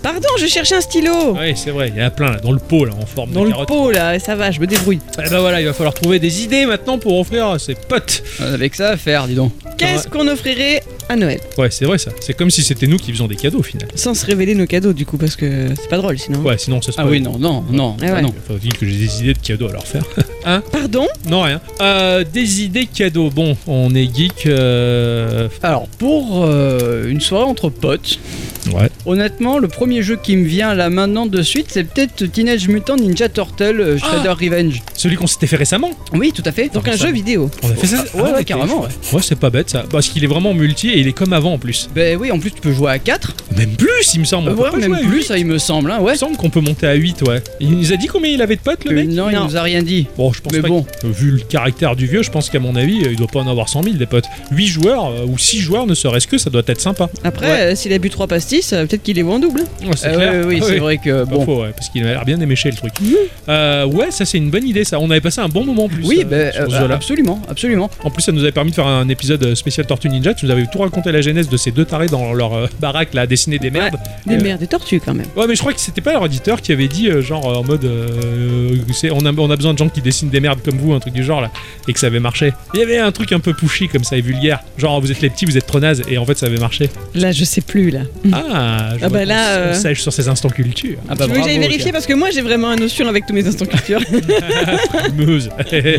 [SPEAKER 2] Pardon, je cherchais un stylo.
[SPEAKER 3] Ouais c'est vrai, Ah, il y en a plein là, dans le pot là, en forme
[SPEAKER 2] Dans
[SPEAKER 3] de
[SPEAKER 2] le
[SPEAKER 3] carotte.
[SPEAKER 2] pot là, ça va, je me débrouille.
[SPEAKER 3] Eh ben voilà, il va falloir trouver des idées maintenant pour offrir à ses potes.
[SPEAKER 4] Euh, Avec ça à faire, dis donc.
[SPEAKER 2] Qu'est-ce qu'on offrirait à Noël
[SPEAKER 3] Ouais c'est vrai ça, c'est comme si c'était nous qui faisions des cadeaux au final.
[SPEAKER 2] Sans se révéler nos cadeaux du coup, parce que c'est pas drôle sinon.
[SPEAKER 3] Ouais sinon ça se
[SPEAKER 4] Ah oui, non, non, non,
[SPEAKER 3] Eh
[SPEAKER 2] Ah
[SPEAKER 4] ah
[SPEAKER 2] ouais.
[SPEAKER 4] non.
[SPEAKER 3] Faut dire que j'ai des idées de cadeaux à leur faire.
[SPEAKER 2] Pardon
[SPEAKER 3] Hein Non rien. Euh, des idées cadeaux. Bon, on est geek. euh,
[SPEAKER 4] Alors, pour euh, une soirée entre potes,
[SPEAKER 3] Ouais.
[SPEAKER 4] honnêtement, le premier jeu qui me vient là maintenant de suite, c'est peut-être Teenage Mutant Ninja Turtle euh,
[SPEAKER 3] Ah.
[SPEAKER 4] Shredder Revenge.
[SPEAKER 3] Celui qu'on s'était fait récemment.
[SPEAKER 4] Oui, tout à fait.
[SPEAKER 2] Donc
[SPEAKER 3] Ah,
[SPEAKER 2] un
[SPEAKER 3] ça
[SPEAKER 2] jeu
[SPEAKER 3] va.
[SPEAKER 2] vidéo.
[SPEAKER 3] On a fait ça.
[SPEAKER 4] ouais, ouais, Ah, carrément, ouais.
[SPEAKER 3] Ouais, c'est pas bête ça. Parce qu'il est vraiment multi et il est comme avant en plus.
[SPEAKER 4] Ben oui, en plus, tu peux jouer à 4.
[SPEAKER 3] Même plus, il me semble. On peut pas
[SPEAKER 4] même
[SPEAKER 3] jouer à
[SPEAKER 4] plus,
[SPEAKER 3] huit.
[SPEAKER 4] ça, il me semble. Hein,
[SPEAKER 3] Il
[SPEAKER 4] ouais.
[SPEAKER 3] me semble qu'on peut monter à 8, ouais. Il nous a dit combien il avait de potes, le
[SPEAKER 4] Euh,
[SPEAKER 3] mec
[SPEAKER 4] non, il
[SPEAKER 2] Non.
[SPEAKER 4] nous a rien dit.
[SPEAKER 3] Bon, je pense
[SPEAKER 4] Mais
[SPEAKER 3] pas
[SPEAKER 4] bon.
[SPEAKER 3] que- euh, vu le caractère du vieux, je pense qu'à mon avis, euh, il doit pas en avoir 100 000 des potes. 8 joueurs euh, ou 6 joueurs, ne serait-ce que, ça doit être sympa.
[SPEAKER 2] Après, euh, s'il a bu trois pastis, euh, peut-être qu'il est bon en double.
[SPEAKER 3] Ouais, c'est
[SPEAKER 4] Euh,
[SPEAKER 3] clair.
[SPEAKER 4] ouais, oui,
[SPEAKER 3] Ah
[SPEAKER 4] c'est
[SPEAKER 3] oui.
[SPEAKER 4] vrai que
[SPEAKER 3] Pas
[SPEAKER 4] bon.
[SPEAKER 3] faux, ouais, parce qu'il a l'air bien éméché le truc. Euh, ouais, ça c'est une bonne idée ça. On avait passé un bon moment en plus.
[SPEAKER 4] Oui,
[SPEAKER 3] euh,
[SPEAKER 4] ben,
[SPEAKER 3] sur ce
[SPEAKER 4] euh,
[SPEAKER 3] jeu-là.
[SPEAKER 4] absolument, absolument.
[SPEAKER 3] En plus, ça nous avait permis de faire un épisode euh, spécial Tortue Ninja. Tu nous avais tout raconté la genèse de ces deux tarés dans leur euh, baraque là, à dessiner des merdes.
[SPEAKER 2] Des
[SPEAKER 3] Euh,
[SPEAKER 2] merdes, des tortues quand même.
[SPEAKER 3] Ouais, mais je crois que c'était pas leur éditeur qui avait dit, euh, genre euh, en mode euh, c'est- on, a, on a besoin de gens qui dessinent des merdes comme vous, un truc du genre là, et que ça avait marché. Il y avait un truc un peu pushy comme ça et vulgaire. Genre, vous êtes les petits, vous êtes trop nazes, et en fait ça avait marché.
[SPEAKER 2] Là, je sais plus là.
[SPEAKER 3] Ah, Ah, je
[SPEAKER 2] Ah
[SPEAKER 3] vois
[SPEAKER 2] bah là,
[SPEAKER 3] qu'on s-
[SPEAKER 2] euh,
[SPEAKER 3] sèche sur ces instants culture.
[SPEAKER 4] Ah bah
[SPEAKER 2] tu veux que
[SPEAKER 4] bravo,
[SPEAKER 2] j'aille vérifier
[SPEAKER 4] Jacques.
[SPEAKER 2] parce que moi j'ai vraiment un notion avec tous mes instants culture.
[SPEAKER 3] Ah, Meuse.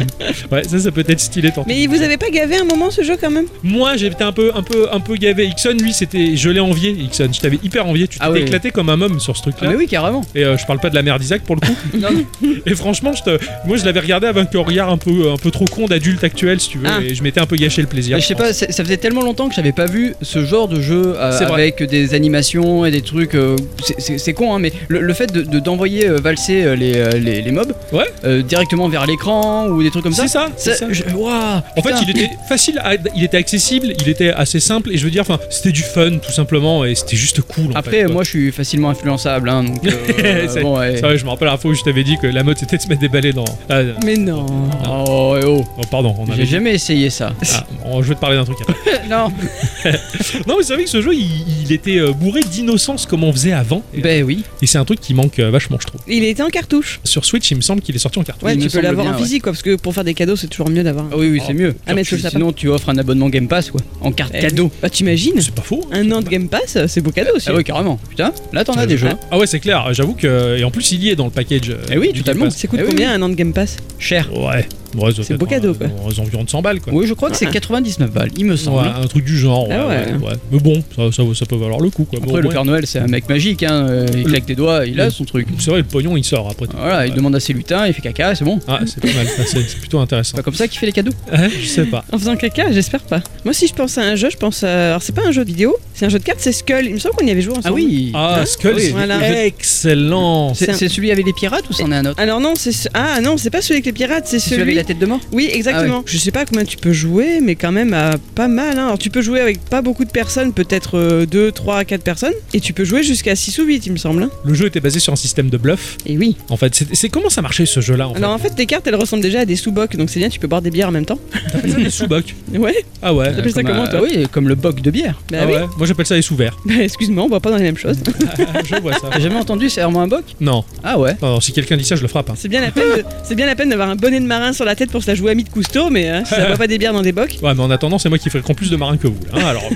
[SPEAKER 3] ouais, ça, ça peut être stylé pour
[SPEAKER 2] Mais vous avez pas gavé un moment ce jeu quand même
[SPEAKER 3] Moi, j'étais un peu, un peu, un peu gavé. Ixon, lui, c'était, je l'ai envié. Ixon, je t'avais hyper envié. Tu t'es
[SPEAKER 4] Ah oui.
[SPEAKER 3] éclaté comme un homme sur ce
[SPEAKER 4] Ah
[SPEAKER 3] truc-là.
[SPEAKER 4] mais oui, carrément.
[SPEAKER 3] Et euh, je parle pas de la mère d'Isaac pour le coup. et franchement, je te- moi, je l'avais regardé avec un regard un peu, euh, un peu trop con d'adulte actuel, si tu veux.
[SPEAKER 2] Ah.
[SPEAKER 3] Et je m'étais un peu gâché le plaisir.
[SPEAKER 4] Mais je sais
[SPEAKER 3] pense.
[SPEAKER 4] pas, c'est- ça faisait tellement longtemps que j'avais pas vu ce genre de jeu euh,
[SPEAKER 3] C'est vrai.
[SPEAKER 4] avec des animations et des trucs. euh, c'est- c'est c'est con, hein, mais le, le fait de- de- d'envoyer euh, valser euh, les, euh, les, les mobs
[SPEAKER 3] Ouais.
[SPEAKER 4] euh, directement vers l'écran ou des trucs comme ça.
[SPEAKER 3] C'est ça.
[SPEAKER 4] ça,
[SPEAKER 3] c'est ça.
[SPEAKER 4] je- Ouah,
[SPEAKER 3] En fait,
[SPEAKER 4] putain.
[SPEAKER 3] il était facile, à- il était accessible, il était assez simple, et je veux dire, enfin, c'était du fun tout simplement, et c'était juste cool. en fait,
[SPEAKER 4] Après,
[SPEAKER 3] quoi.
[SPEAKER 4] moi, je suis facilement influençable, hein, donc. euh,
[SPEAKER 3] C'est-
[SPEAKER 4] bon, ouais.
[SPEAKER 3] C'est vrai, je me rappelle la fois où je t'avais dit que la mode c'était de se mettre des balais dans. Ah, euh,
[SPEAKER 2] Mais non.
[SPEAKER 4] Oh, eh oh.
[SPEAKER 3] oh, pardon, on
[SPEAKER 4] J'ai
[SPEAKER 3] avait.
[SPEAKER 4] jamais essayé ça.
[SPEAKER 3] Ah, bon, je vais te parler d'un truc après.
[SPEAKER 4] non.
[SPEAKER 3] non, mais c'est vrai que ce jeu, il, il était euh, bourré d'innocence comme on faisait avant. Et,
[SPEAKER 4] Ben oui.
[SPEAKER 3] et c'est un truc qui manque euh, vachement, je trouve.
[SPEAKER 2] Il était en cartouche.
[SPEAKER 3] Sur Switch, il me semble qu'il est sorti en cartouche.
[SPEAKER 2] Ouais,
[SPEAKER 4] Il me
[SPEAKER 2] tu peux
[SPEAKER 4] semble
[SPEAKER 2] l'avoir
[SPEAKER 4] bien,
[SPEAKER 2] en
[SPEAKER 4] ouais.
[SPEAKER 2] physique quoi, parce que pour faire des cadeaux c'est toujours mieux d'avoir.
[SPEAKER 4] Ah oui, oui, c'est mieux.
[SPEAKER 2] Ah, mais tu le
[SPEAKER 4] Sinon,
[SPEAKER 2] sais pas.
[SPEAKER 4] tu offres un abonnement Game Pass, quoi. En carte
[SPEAKER 2] Eh,
[SPEAKER 4] cadeau.
[SPEAKER 2] Bah t'imagines
[SPEAKER 3] C'est pas faux. hein.
[SPEAKER 2] Un an de Game Pass, euh, c'est beau cadeau aussi.
[SPEAKER 4] Ah oui, carrément. Putain, là, t'en as des jeux.
[SPEAKER 3] Ah ouais, c'est clair. J'avoue que et en plus, il y est dans le package. euh,
[SPEAKER 4] Eh oui,
[SPEAKER 3] du
[SPEAKER 4] totalement.
[SPEAKER 3] Game
[SPEAKER 2] Ça coûte
[SPEAKER 4] Eh oui,
[SPEAKER 2] combien un an de Game Pass
[SPEAKER 4] Cher.
[SPEAKER 3] Pass. Ouais. Ouais, ça doit
[SPEAKER 2] C'est
[SPEAKER 3] être
[SPEAKER 2] beau
[SPEAKER 3] dans-
[SPEAKER 2] cadeau, quoi.
[SPEAKER 3] dans les environs de 100 balles, quoi.
[SPEAKER 4] Oui, je crois que c'est 99 balles, il me semble.
[SPEAKER 3] Ouais, un truc du genre. Ouais,
[SPEAKER 2] Ah ouais.
[SPEAKER 3] ouais, ouais. Mais bon, ça, ça, ça peut valoir le coup. Quoi. Bon,
[SPEAKER 4] Après,
[SPEAKER 3] au
[SPEAKER 4] le
[SPEAKER 3] moins,
[SPEAKER 4] Père Noël, c'est un mec magique, hein. euh, Il
[SPEAKER 3] Le-
[SPEAKER 4] claque des doigts, il
[SPEAKER 3] le-
[SPEAKER 4] a son truc.
[SPEAKER 3] c'est vrai, le pognon il sort après. tout.
[SPEAKER 4] Voilà, il
[SPEAKER 3] Ouais.
[SPEAKER 4] demande à ses lutins, il fait caca, c'est bon.
[SPEAKER 3] Ah, c'est pas mal. ça, C'est c'est plutôt
[SPEAKER 4] C'est
[SPEAKER 3] intéressant.
[SPEAKER 4] pas comme ça qu'il fait les cadeaux.
[SPEAKER 2] Ah
[SPEAKER 3] Ouais, je sais pas.
[SPEAKER 2] En faisant caca, j'espère pas. Moi si je pense à un jeu, je pense à... Alors c'est pas un jeu vidéo, c'est un jeu de cartes, c'est Skull. Il me semble qu'on y avait joué ensemble.
[SPEAKER 4] Ah oui
[SPEAKER 3] Ah,
[SPEAKER 2] Hein
[SPEAKER 3] Skull,
[SPEAKER 2] Oui,
[SPEAKER 3] c'est
[SPEAKER 2] voilà.
[SPEAKER 3] excellent.
[SPEAKER 4] C'est c'est celui avec les pirates ou c'en est un autre
[SPEAKER 2] Alors non, c'est ce- ah non, c'est pas celui avec les pirates, c'est
[SPEAKER 4] Celui
[SPEAKER 2] Ah,
[SPEAKER 4] avec
[SPEAKER 2] celui.
[SPEAKER 4] la Ah tête de mort
[SPEAKER 2] Oui, exactement. Je sais pas combien tu peux jouer, mais quand même à pas mal. hein. Alors tu peux jouer avec pas beaucoup de personnes, peut-être euh, 2, 3, 4 personnes, et tu peux jouer jusqu'à 6 ou 8, il me semble. hein.
[SPEAKER 3] Le jeu était basé sur un système de bluff.
[SPEAKER 2] Et oui.
[SPEAKER 3] En fait, c'est c'est- comment ça marchait ce jeu-là en
[SPEAKER 2] Alors en fait, tes cartes, elles ressemblent déjà à des sous-bocs, donc c'est bien, tu peux boire des bières en même temps.
[SPEAKER 3] fait T'appelles ça des sous-bocs
[SPEAKER 2] Ouais,
[SPEAKER 3] Ah ouais.
[SPEAKER 2] T'appelles ça
[SPEAKER 4] Comme
[SPEAKER 2] comment,
[SPEAKER 4] un-
[SPEAKER 2] toi
[SPEAKER 4] Oui, comme le boc de bière.
[SPEAKER 2] bah
[SPEAKER 3] Ah
[SPEAKER 2] oui.
[SPEAKER 3] ouais. Moi j'appelle ça les sous-verts.
[SPEAKER 2] Bah excuse-moi, on boit pas dans les mêmes choses.
[SPEAKER 3] je vois ça.
[SPEAKER 4] T'as jamais entendu, c'est vraiment un boc
[SPEAKER 3] Non,
[SPEAKER 4] Ah ouais
[SPEAKER 3] non, non, si quelqu'un dit ça, je le frappe. hein.
[SPEAKER 2] C'est bien la peine, de- c'est bien la peine d'avoir un bonnet de marin sur la tête pour se la jouer à mi de cousteau, mais hein, si ça boit pas des bières dans des bocs.
[SPEAKER 3] Ouais, mais en attendant, c'est moi qui fréquente plus de marins que vous. là, hein, alors,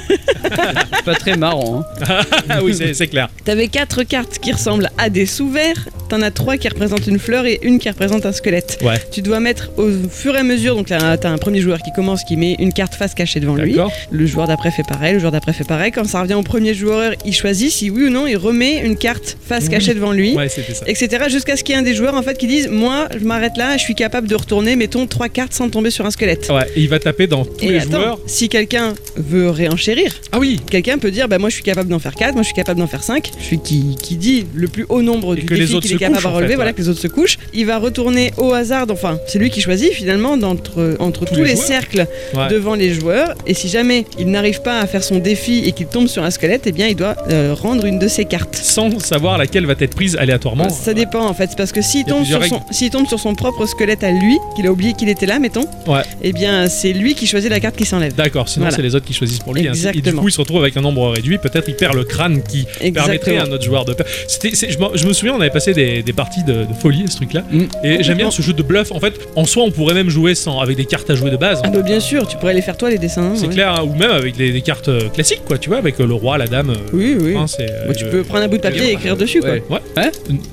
[SPEAKER 4] C'est pas très marrant. hein.
[SPEAKER 3] ah oui, c'est c'est clair.
[SPEAKER 2] T'avais quatre cartes qui ressemblent à des sous-verts, t'en as trois qui représentent une fleur et une qui représente un squelette.
[SPEAKER 3] Ouais.
[SPEAKER 2] Tu dois mettre au fur et à mesure, donc là t'as un premier joueur qui commence, qui met une carte face cachée devant lui.
[SPEAKER 3] D'accord.
[SPEAKER 2] Le joueur d'après fait pareil, le joueur d'après fait pareil. Quand ça revient au premier joueur, il choisit si oui ou non il remet une carte face
[SPEAKER 3] Mmh.
[SPEAKER 2] cachée devant lui.
[SPEAKER 3] Ouais, c'était ça.
[SPEAKER 2] Etc. Jusqu'à ce qu'il y ait un des joueurs en fait qui dise Moi, je m'arrête là, je suis capable de retourner, mettons, trois cartes sans tomber sur un squelette.
[SPEAKER 3] Ouais, et il va taper dans tous
[SPEAKER 2] Et
[SPEAKER 3] les
[SPEAKER 2] attends,
[SPEAKER 3] joueurs.
[SPEAKER 2] si quelqu'un veut réenchérir,
[SPEAKER 3] Ah oui,
[SPEAKER 2] quelqu'un peut dire bah moi je suis capable d'en faire 4, moi je suis capable d'en faire 5. Celui qui, qui dit le plus haut nombre
[SPEAKER 3] Et
[SPEAKER 2] du
[SPEAKER 3] que les
[SPEAKER 2] défi
[SPEAKER 3] autres
[SPEAKER 2] qu'il
[SPEAKER 3] se
[SPEAKER 2] est capable
[SPEAKER 3] couchent,
[SPEAKER 2] à
[SPEAKER 3] en
[SPEAKER 2] relever,
[SPEAKER 3] fait,
[SPEAKER 2] voilà
[SPEAKER 3] ouais.
[SPEAKER 2] que les autres se couchent, il va retourner au hasard, enfin c'est lui qui choisit finalement d'entre, entre tous,
[SPEAKER 3] les
[SPEAKER 2] les,
[SPEAKER 3] joueurs.
[SPEAKER 2] cercles
[SPEAKER 3] Ouais.
[SPEAKER 2] devant les joueurs. Et si jamais il n'arrive pas à faire son défi et qu'il tombe sur un squelette, eh bien il doit euh, rendre une de ses cartes.
[SPEAKER 3] sans savoir laquelle va être prise aléatoirement.
[SPEAKER 2] Ça dépend en fait, c'est parce que s'il
[SPEAKER 3] Il y a
[SPEAKER 2] tombe,
[SPEAKER 3] plusieurs
[SPEAKER 2] sur son, s'il tombe sur son propre squelette à lui, qu'il a oublié qu'il était là, mettons,
[SPEAKER 3] Ouais.
[SPEAKER 2] eh bien c'est lui qui choisit la carte qui s'enlève.
[SPEAKER 3] D'accord, sinon
[SPEAKER 2] Voilà.
[SPEAKER 3] c'est les autres qui choisissent pour lui. hein. Et du
[SPEAKER 2] Exactement.
[SPEAKER 3] coup, il se retrouve avec un nombre réduit. Peut-être il perd le crâne qui permettrait à un autre joueur de. per- C'était, c'est- je, me, je me souviens, on avait passé des, des parties de, de folie à ce truc-là.
[SPEAKER 4] Mm.
[SPEAKER 3] Et j'aime bien ce jeu de bluff. En fait, en soi, on pourrait même jouer sans avec des cartes à jouer de base.
[SPEAKER 2] Ah bah bien sûr, tu pourrais les faire toi les dessins.
[SPEAKER 3] C'est
[SPEAKER 2] ouais.
[SPEAKER 3] clair, hein, ou même avec des, des cartes euh, classiques, quoi, tu vois, avec euh, le roi, la dame, euh,
[SPEAKER 2] Oui,
[SPEAKER 3] le
[SPEAKER 2] oui.
[SPEAKER 3] prince et, euh,
[SPEAKER 2] Bah, tu
[SPEAKER 3] le-
[SPEAKER 2] peux prendre un bout de papier et écrire dessus, quoi.
[SPEAKER 4] Ouais.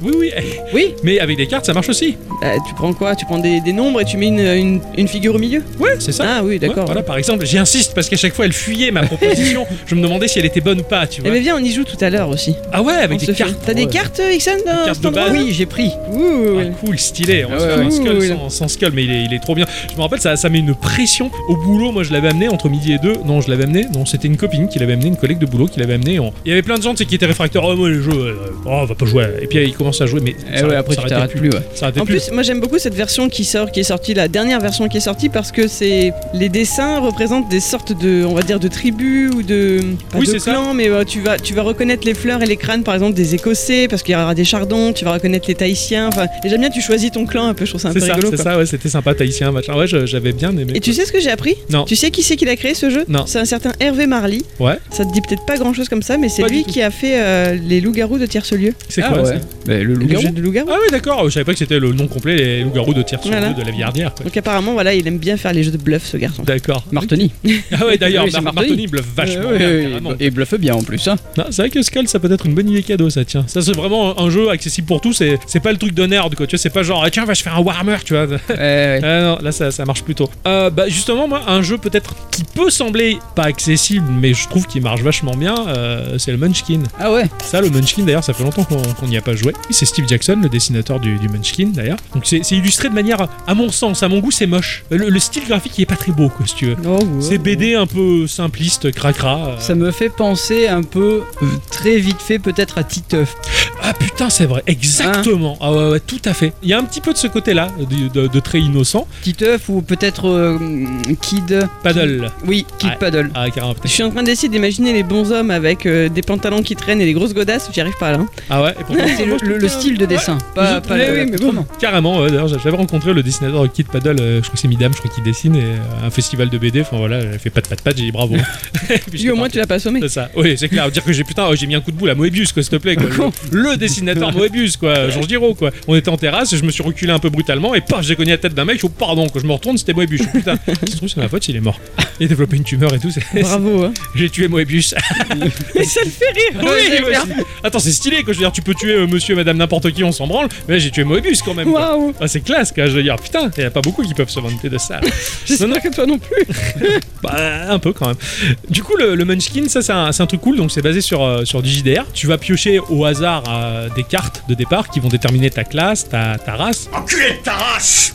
[SPEAKER 3] Oui, oui,
[SPEAKER 2] Oui.
[SPEAKER 3] mais avec des cartes, ça marche aussi.
[SPEAKER 2] Bah, tu prends quoi Tu prends des, des nombres et tu mets une, une, une figure au milieu
[SPEAKER 3] Ouais, c'est ça.
[SPEAKER 2] Ah oui,
[SPEAKER 3] Ouais,
[SPEAKER 2] d'accord.
[SPEAKER 3] voilà, par exemple, j'insiste parce qu'à chaque fois, elle fuyait ma proposition. je me demandais si elle était bonne ou pas, tu
[SPEAKER 2] Eh
[SPEAKER 3] vois.
[SPEAKER 2] mais viens, on y joue tout à l'heure aussi.
[SPEAKER 3] Ah ouais, avec
[SPEAKER 2] On se
[SPEAKER 3] des
[SPEAKER 2] fait-
[SPEAKER 3] cartes.
[SPEAKER 2] T'as des
[SPEAKER 4] ouais.
[SPEAKER 2] cartes, euh, Ixon, dans
[SPEAKER 3] cartes
[SPEAKER 2] cet
[SPEAKER 3] de
[SPEAKER 2] endroit
[SPEAKER 3] base.
[SPEAKER 4] Oui, j'ai pris.
[SPEAKER 2] Ouh, ouh, ouh.
[SPEAKER 3] Ah, cool, stylé. On
[SPEAKER 4] Ah
[SPEAKER 3] se fait
[SPEAKER 4] ouais,
[SPEAKER 3] un
[SPEAKER 4] ouais.
[SPEAKER 3] skull
[SPEAKER 2] Cool.
[SPEAKER 3] sans, sans skull, mais il est, il est trop bien. Je me rappelle, ça, ça met une pression au boulot. Moi, je l'avais amené entre midi et deux. Non, je l'avais amené. Non, c'était une copine qui l'avait amené, une collègue de boulot qui l'avait amené. On- Il y avait plein de gens tu sais, qui étaient réfractaires. Oh, moi, les jeux, euh, oh, on va pas jouer. Et puis, ils commencent à jouer, mais
[SPEAKER 4] Eh ouais, après, tu
[SPEAKER 3] s'arrêtait
[SPEAKER 4] t'arrêtes plus, ouais.
[SPEAKER 3] Ça arrêtait
[SPEAKER 2] En
[SPEAKER 3] plus.
[SPEAKER 2] plus, moi j'aime beaucoup cette version qui sort, qui est sortie, la dernière version qui est sortie, parce que c'est les dessins représentent des sortes de, on va dire, de tribus ou de, pas
[SPEAKER 3] Oui,
[SPEAKER 2] de
[SPEAKER 3] c'est ça.
[SPEAKER 2] clans, mais euh, tu vas, tu vas reconnaître les fleurs et les crânes, par exemple, des Écossais, parce qu'il y aura des chardons, tu vas à connaître les Tahitiens. Enfin, et j'aime bien, tu choisis ton clan un peu, je trouve ça un peu
[SPEAKER 3] C'est ça,
[SPEAKER 2] rigolo.
[SPEAKER 3] c'est
[SPEAKER 2] quoi.
[SPEAKER 3] ça, ouais, c'était sympa, Tahitien, machin. Ouais, je- j'avais bien aimé.
[SPEAKER 2] Et tu sais ce que j'ai appris
[SPEAKER 3] Non.
[SPEAKER 2] Tu sais qui c'est qui l'a créé ce jeu
[SPEAKER 3] Non.
[SPEAKER 2] C'est un certain Hervé Marly.
[SPEAKER 3] Ouais.
[SPEAKER 2] Ça te dit peut-être pas grand chose comme ça, mais c'est
[SPEAKER 3] Pas
[SPEAKER 2] lui
[SPEAKER 3] du tout.
[SPEAKER 2] qui a fait euh, les loups-garous de Tierce-Lieu.
[SPEAKER 3] C'est
[SPEAKER 4] Ah
[SPEAKER 3] quoi
[SPEAKER 4] ouais.
[SPEAKER 3] ça
[SPEAKER 4] Mais
[SPEAKER 2] Le
[SPEAKER 4] le loup-garou
[SPEAKER 2] jeu de loups-garous.
[SPEAKER 3] Ah ouais, d'accord, je savais pas que c'était le nom complet, les loups-garous de tir sur
[SPEAKER 2] Voilà.
[SPEAKER 3] de la Villardière. quoi.
[SPEAKER 2] Donc apparemment, voilà, il aime bien faire les jeux de bluff, ce garçon.
[SPEAKER 3] D'accord.
[SPEAKER 4] Martoni.
[SPEAKER 3] Ah ouais, d'ailleurs,
[SPEAKER 4] Oui, c'est
[SPEAKER 3] Mar-
[SPEAKER 4] Martoni.
[SPEAKER 3] Martoni bluffe vachement
[SPEAKER 4] Euh,
[SPEAKER 3] bien,
[SPEAKER 4] oui, oui,
[SPEAKER 3] carrément.
[SPEAKER 4] et bluffe bien en plus. Hein.
[SPEAKER 3] Non, Ah, c'est vrai que Skull, ça peut être une bonne idée cadeau, ça, tiens. Ça, c'est vraiment un jeu accessible pour tous, et c'est pas le truc de nerd, quoi. Tu vois, c'est pas genre, ah, tiens, va, je faire un Warhammer, tu vois.
[SPEAKER 4] Ouais, ouais.
[SPEAKER 3] Ah non, là ça, ça marche plutôt. Euh, bah justement, moi, un jeu peut-être qui peut sembler pas accessible, mais je trouve qu'il marche vachement bien, euh, c'est le Munchkin.
[SPEAKER 4] Ah ouais.
[SPEAKER 3] Ça, le Munchkin, d'ailleurs, ça fait longtemps qu'on qu'on n'y a pas joué. C'est Steve Jackson, le dessinateur du, du Munchkin, d'ailleurs. Donc c'est c'est illustré de manière, à mon sens, à mon goût, c'est moche. Euh, Le, le style graphique, il est pas très beau, quoi, si tu veux.
[SPEAKER 2] Oh, ouais.
[SPEAKER 3] C'est BD un peu simpliste, cracra. euh.
[SPEAKER 4] Ça me fait penser un peu, euh, très vite fait peut-être à Titeuf.
[SPEAKER 3] Ah putain, c'est vrai,
[SPEAKER 4] Hein
[SPEAKER 3] exactement. ah ouais, ouais, tout à fait. Il y a un petit peu de ce côté-là, de, de- de très innocent.
[SPEAKER 4] Titeuf ou peut-être euh, hum, Kid.
[SPEAKER 3] Paddle.
[SPEAKER 4] Oui, Kid
[SPEAKER 3] Ouais.
[SPEAKER 4] Paddle.
[SPEAKER 3] Ah carrément,
[SPEAKER 2] Je
[SPEAKER 3] putain.
[SPEAKER 2] suis en train d'essayer d'imaginer les bons hommes avec euh, des pantalons qui traînent et des grosses godasses, j'y arrive pas là. hein.
[SPEAKER 3] Ah ouais. Et pourtant,
[SPEAKER 4] C'est le, le- le style de dessin, pas, pas
[SPEAKER 3] Mais
[SPEAKER 4] le-
[SPEAKER 3] oui, mais bon.
[SPEAKER 4] autrement.
[SPEAKER 3] Carrément, ouais, d'ailleurs j'avais rencontré le dessinateur de Kid Paddle, euh, je crois que c'est Midam, je crois qu'il dessine, et, euh, un festival de BD, enfin voilà, j'ai fait pas de pat pat, j'ai dit bravo. Et puis,
[SPEAKER 2] Lui, au moins, tu l'as pas sommé.
[SPEAKER 3] C'est ça, oui, c'est clair. Dire que j'ai putain, oh, j'ai mis un coup de boule à Moebius, quoi, s'il te plaît, quoi. Le, le dessinateur Moebius, quoi, Georges Giraud, quoi. On était en terrasse, je me suis reculé un peu brutalement, et paf, j'ai cogné la tête d'un mec, je dis, oh, pardon, quand je me retourne, c'était Moebius. Je dis, putain, si se trouve, c'est ma faute, il est mort. Il a développé une tumeur et tout, c'est-
[SPEAKER 2] Bravo. hein.
[SPEAKER 3] j'ai tué Moebius.
[SPEAKER 2] Mais ça le fait rire.
[SPEAKER 3] Oui,
[SPEAKER 2] c'est
[SPEAKER 3] ouais,
[SPEAKER 2] clair.
[SPEAKER 3] c'est- Attends, c'est stylé, quoi. Je veux dire, tu peux tuer euh, monsieur, madame, n'importe qui, on s'en branle, mais là, j'ai tué Moebius quand même, quoi.
[SPEAKER 2] Waouh.
[SPEAKER 3] Ah, c'est classe, quoi. Je veux dire, putain, il a pas beaucoup qui peuvent se vanter de ça. là. Non, non,
[SPEAKER 2] J'espère que toi non plus.
[SPEAKER 3] bah, un peu quand même. Du coup, le, le Munchkin, ça, c'est un, c'est un truc cool. Donc, c'est basé sur, euh, sur DigiDR. Tu vas piocher au hasard euh, des cartes de départ qui vont déterminer ta classe, ta, ta race.
[SPEAKER 1] Enculé de ta race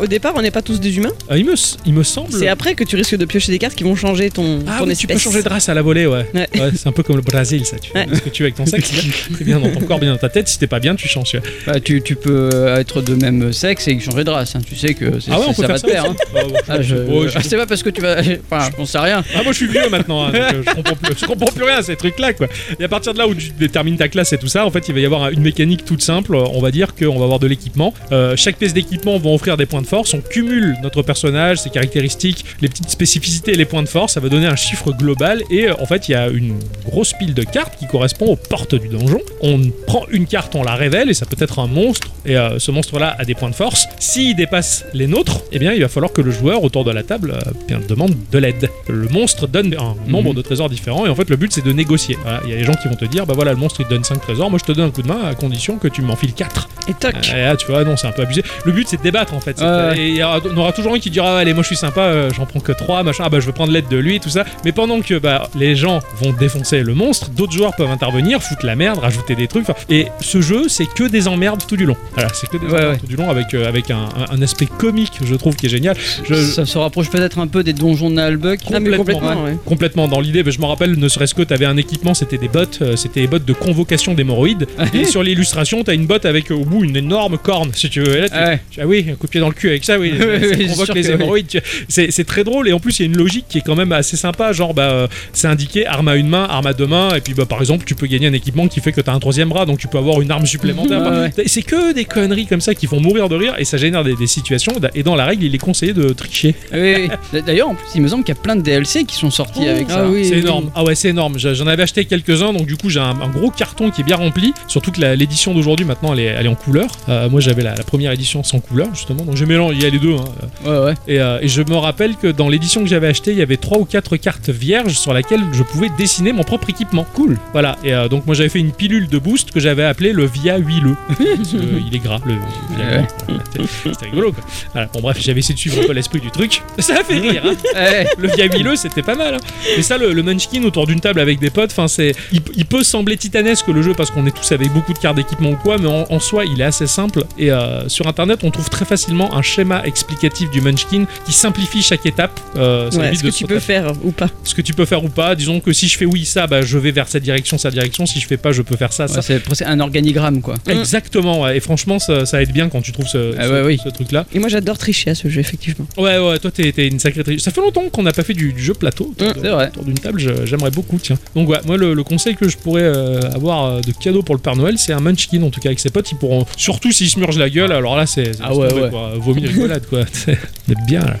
[SPEAKER 2] Au départ, on n'est pas tous des humains.
[SPEAKER 3] Euh, il, me, s- il me semble.
[SPEAKER 2] C'est après que tu risques de piocher des cartes qui vont changer ton,
[SPEAKER 3] Ah,
[SPEAKER 2] ton
[SPEAKER 3] oui,
[SPEAKER 2] espèce.
[SPEAKER 3] tu peux changer de race à la volée, ouais.
[SPEAKER 2] Ouais.
[SPEAKER 3] c'est un peu comme le Brésil, ça. Tu fais
[SPEAKER 2] Ouais.
[SPEAKER 3] ce que tu veux avec ton sac. C'est bien. C'est bien dans ton corps, bien dans ta tête. Si t'es pas bien, tu changes. tu vois.
[SPEAKER 4] Bah, tu, tu peux être de même sexe et changer de race. hein. Tu sais que c'est-
[SPEAKER 3] Ah ouais,
[SPEAKER 4] c'est-
[SPEAKER 3] on peut
[SPEAKER 4] ça va
[SPEAKER 3] faire
[SPEAKER 4] te faire.
[SPEAKER 3] ça. aussi.
[SPEAKER 4] hein.
[SPEAKER 3] Ah, bon,
[SPEAKER 4] Ah, je-
[SPEAKER 3] oh, je-
[SPEAKER 4] ah, c'est pas parce que tu vas. Enfin, je pense à rien.
[SPEAKER 3] Ah, moi je suis vieux maintenant, hein, donc, euh, je, comprends plus, je comprends plus rien à ces trucs-là. quoi. Et à partir de là où tu détermines ta classe et tout ça, en fait, il va y avoir une mécanique toute simple. On va dire qu'on va avoir de l'équipement. Euh, chaque pièce d'équipement va offrir des points de force. On cumule notre personnage, ses caractéristiques, les petites spécificités et les points de force. Ça va donner un chiffre global. Et euh, en fait, il y a une grosse pile de cartes qui correspond aux portes du donjon. On prend une carte, on la révèle et ça peut être un monstre. Et euh, ce monstre-là a des points de force. S'il dépasse les nôtres, eh bien, il va falloir que le joueur autour de la table euh, bien, demande de l'aide. Le monstre donne un nombre de trésors différents et en fait, le but c'est de négocier. Voilà, Il y a des gens qui vont te dire bah voilà, le monstre il te donne 5 trésors, moi je te donne un coup de main à condition que tu m'enfiles 4.
[SPEAKER 2] Et toc.
[SPEAKER 3] Et là, ah, tu vois, non, c'est un peu abusé. Le but c'est de débattre en fait. C'est-
[SPEAKER 4] Ouais.
[SPEAKER 3] Et il y aura- on aura toujours un qui dira ah, allez, moi je suis sympa, euh, j'en prends que 3, machin, ah bah je veux prendre l'aide de lui, tout ça. Mais pendant que bah, les gens vont défoncer le monstre, d'autres joueurs peuvent intervenir, foutre la merde, rajouter des trucs. Enfin, Et ce jeu, c'est que des emmerdes tout du long. Voilà, c'est que des
[SPEAKER 4] Ouais,
[SPEAKER 3] emmerdes
[SPEAKER 4] ouais.
[SPEAKER 3] tout du long avec, euh, avec un, un- un aspect comique, je trouve, qui est génial. Je-
[SPEAKER 4] Ça se rapproche peut-être un peu des donjons de Nalbuck.
[SPEAKER 2] Ah, mais
[SPEAKER 3] complètement.
[SPEAKER 2] complètement, ouais.
[SPEAKER 3] complètement dans l'idée. Je me rappelle, ne serait-ce que t'avais un équipement, c'était des bottes, euh, c'était des bottes de convocation d'hémorroïdes. et sur l'illustration, t'as une botte avec euh, au bout une énorme corne, si tu veux. Et là, tu-
[SPEAKER 4] Ah ouais.
[SPEAKER 3] tu- Ah oui, un coup de pied dans le cul avec ça, oui.
[SPEAKER 4] Oui, oui,
[SPEAKER 3] ça
[SPEAKER 4] c'est
[SPEAKER 3] convoque
[SPEAKER 4] sûr
[SPEAKER 3] les
[SPEAKER 4] que oui.
[SPEAKER 3] hémorroïdes. tu- C'est c'est très drôle et en plus, il y a une logique qui est quand même assez sympa. Genre, bah, euh, c'est indiqué arme à une main, arme à deux mains. Et puis, bah, par exemple, tu peux gagner un équipement qui fait que t'as un troisième bras, donc tu peux avoir une arme supplémentaire.
[SPEAKER 4] Ouais,
[SPEAKER 3] Enfin,
[SPEAKER 4] ouais.
[SPEAKER 3] t'as- C'est que des conneries comme ça qui font mourir de rire et ça génère des, des situations. Et dans la règle, il est conseillé de tricher.
[SPEAKER 4] Oui, oui. D'ailleurs, en plus, il me semble qu'il y a plein de DLC qui sont sortis avec ça.
[SPEAKER 2] Ah oui.
[SPEAKER 3] C'est énorme. Ah ouais, c'est énorme. Je- J'en avais acheté quelques-uns, donc du coup j'ai un, un gros carton qui est bien rempli. Surtout que la- l'édition d'aujourd'hui maintenant elle est, elle est en couleur. Euh, moi j'avais la, la première édition sans couleur justement, donc j'ai mélangé. Il y a les deux. hein.
[SPEAKER 4] Ouais, ouais.
[SPEAKER 3] Et, euh, et je me rappelle que dans l'édition que j'avais achetée, il y avait trois ou quatre cartes vierges sur laquelle je pouvais dessiner mon propre équipement. Cool. Voilà. Et euh, donc moi j'avais fait une pilule de boost que j'avais appelée le Via huileux. Parce que euh, il est gras le. Via
[SPEAKER 4] Ouais.
[SPEAKER 3] Huileux. C'était- C'était rigolo quoi. Voilà. Bon bref, j'avais essayé de suivre un peu l'esprit du truc. Ça a fait rire. hein
[SPEAKER 4] Eh,
[SPEAKER 3] le via huileux c'était pas mal hein. mais ça le, le munchkin autour d'une table avec des potes enfin c'est il, il peut sembler titanesque le jeu parce qu'on est tous avec beaucoup de cartes d'équipement ou quoi mais en, en soi il est assez simple et euh, sur internet on trouve très facilement un schéma explicatif du munchkin qui simplifie chaque étape euh, ça
[SPEAKER 2] Ouais,
[SPEAKER 3] évite
[SPEAKER 2] ce que
[SPEAKER 3] de
[SPEAKER 2] tu
[SPEAKER 3] se
[SPEAKER 2] peux faire ou pas.
[SPEAKER 3] ce que tu peux faire ou pas disons que si je fais oui ça bah je vais vers cette direction sa direction si je fais pas je peux faire ça ça
[SPEAKER 4] ouais, c'est c'est un organigramme, quoi.
[SPEAKER 3] Exactement, ouais. et franchement, ça, ça aide bien quand tu trouves ce,
[SPEAKER 4] Ah
[SPEAKER 3] ce-
[SPEAKER 4] ouais, oui.
[SPEAKER 3] ce truc-là.
[SPEAKER 2] Et moi, j'adore tricher à ce jeu, effectivement.
[SPEAKER 3] Ouais, ouais, toi, t'es t'es une sacrée. tri- Ça fait longtemps qu'on n'a pas fait du, du jeu plateau.
[SPEAKER 4] Mm, C'est vrai.
[SPEAKER 3] autour d'une table, je- j'aimerais beaucoup, tiens. Donc ouais, moi le, le conseil que je pourrais euh, avoir euh, de cadeau pour le Père Noël, c'est un Munchkin en tout cas avec ses potes. Ils pourront, surtout s'ils se murgent la gueule, alors là c'est. c'est euh,
[SPEAKER 4] Ah ouais,
[SPEAKER 3] tombé,
[SPEAKER 4] ouais.
[SPEAKER 3] quoi. Vomi rigolade quoi. On est bien là.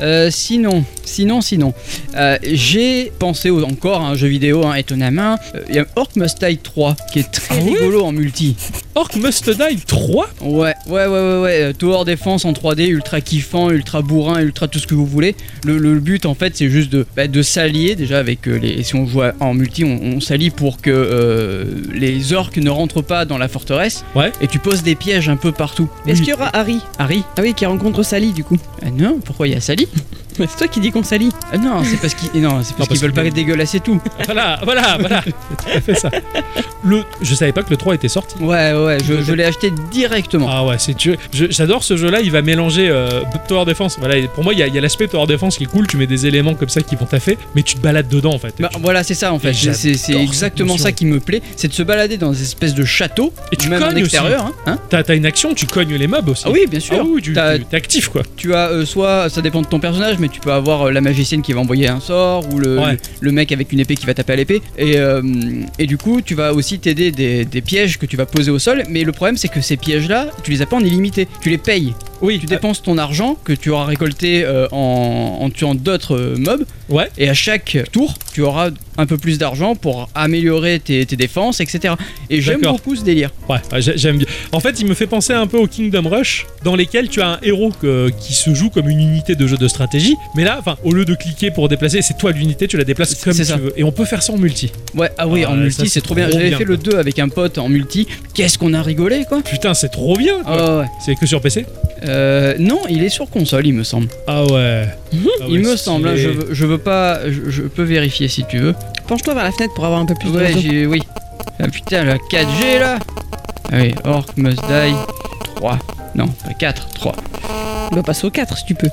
[SPEAKER 4] Euh, sinon, sinon, sinon, euh, j'ai pensé au- encore à un jeu vidéo, hein, étonnamment. Euh, Il y a Orc Must Die 3 qui est très
[SPEAKER 3] Ah ouais
[SPEAKER 4] rigolo en multi.
[SPEAKER 3] Orc Must Die 3
[SPEAKER 4] Ouais, ouais, ouais, ouais, ouais. euh, Tower Defense en 3D, ultra kiffant, ultra bourrin, ultra tout ce que vous voulez. Le, le but en fait, c'est juste de, bah, de s'allier déjà avec euh, les. Si on joue à- en multi, on, on s'allie pour que euh, les orques ne rentrent pas dans la forteresse.
[SPEAKER 3] Ouais.
[SPEAKER 4] Et tu poses des pièges un peu partout.
[SPEAKER 2] Est-ce qu'il y aura Harry
[SPEAKER 4] Harry
[SPEAKER 2] Ah oui, qui rencontre Sally du coup.
[SPEAKER 4] Ah Non, pourquoi il y a Sally
[SPEAKER 2] C'est toi qui dis qu'on s'allie.
[SPEAKER 4] Ah Non, c'est parce qu'ils non,
[SPEAKER 3] parce
[SPEAKER 4] c'est parce qu'ils veulent
[SPEAKER 3] que-
[SPEAKER 4] pas dégueulasser tout.
[SPEAKER 3] Voilà, voilà, voilà. C'est tout à fait ça. Le, je savais pas que le 3 était sorti.
[SPEAKER 4] Ouais, ouais, je, je l'ai acheté directement.
[SPEAKER 3] Ah ouais, c'est tu. je- J'adore ce jeu-là. Il va mélanger euh, Tower Defense. Voilà, et pour moi, il y a, il y a l'aspect Tower Defense qui est cool. Tu mets des éléments comme ça qui vont taffer, mais tu te balades dedans en fait.
[SPEAKER 4] Bah, voilà, c'est ça en fait.
[SPEAKER 3] Et
[SPEAKER 4] C'est- C'est c'est
[SPEAKER 3] j'adore cette
[SPEAKER 4] exactement
[SPEAKER 3] notion.
[SPEAKER 4] ça qui me plaît, c'est de se balader dans des espèces de châteaux,
[SPEAKER 3] Et tu
[SPEAKER 4] même en
[SPEAKER 3] cognes aussi.
[SPEAKER 4] extérieur. hein, hein.
[SPEAKER 3] T'as t'as une action, tu cognes les mobs aussi.
[SPEAKER 4] ah oui, bien sûr.
[SPEAKER 3] Ah oui, tu
[SPEAKER 4] T'as-
[SPEAKER 3] tu- t'es actif quoi.
[SPEAKER 4] Tu as euh, soit, ça dépend de ton personnage, mais tu peux avoir euh, la magicienne qui va envoyer un sort ou le,
[SPEAKER 3] Ouais.
[SPEAKER 4] le, le mec avec une épée qui va taper à l'épée. Et, euh, et du coup, tu vas aussi t'aider des, des pièges que tu vas poser au sol. Mais le problème, c'est que ces pièges-là, tu les as pas en illimité. Tu les payes.
[SPEAKER 3] Oui,
[SPEAKER 4] Tu dépenses ton argent que tu auras récolté euh, en, en tuant d'autres euh, mobs.
[SPEAKER 3] Ouais.
[SPEAKER 4] Et à chaque tour, tu auras un peu plus d'argent pour améliorer tes, tes défenses, etc. Et j'aime
[SPEAKER 3] D'accord.
[SPEAKER 4] beaucoup ce délire.
[SPEAKER 3] Ouais, ouais, j'ai- j'aime bien. En fait, il me fait penser un peu au Kingdom Rush, dans lesquels tu as un héros que- qui se joue comme une unité de jeu de stratégie. Mais là, enfin, au lieu de cliquer pour déplacer, c'est toi l'unité, tu la déplaces
[SPEAKER 4] C'est-
[SPEAKER 3] comme
[SPEAKER 4] c'est
[SPEAKER 3] tu
[SPEAKER 4] ça.
[SPEAKER 3] veux. Et on peut faire ça en multi.
[SPEAKER 4] Ouais, ah oui,
[SPEAKER 3] Ah,
[SPEAKER 4] en
[SPEAKER 3] ça,
[SPEAKER 4] multi, c'est trop bien. J'avais
[SPEAKER 3] bien,
[SPEAKER 4] fait le 2 avec un pote en multi. Qu'est-ce qu'on a rigolé, quoi.
[SPEAKER 3] Putain, c'est trop bien. quoi.
[SPEAKER 4] Ah ouais.
[SPEAKER 3] C'est que sur PC.
[SPEAKER 4] Euh, non, il est sur console, il me semble.
[SPEAKER 3] Ah ouais. Ah ouais,
[SPEAKER 4] il me
[SPEAKER 3] stylé.
[SPEAKER 4] semble, hein, je, veux- je veux pas. Je, je peux vérifier si tu veux.
[SPEAKER 2] Penche-toi vers la fenêtre pour avoir un peu plus de
[SPEAKER 4] Ouais,
[SPEAKER 2] réseau.
[SPEAKER 4] j'ai. Oui. Ah putain, la 4G là Ah oui, Orc Must Die 3. Non, pas 4, 3.
[SPEAKER 2] Bah passe au 4 si tu peux.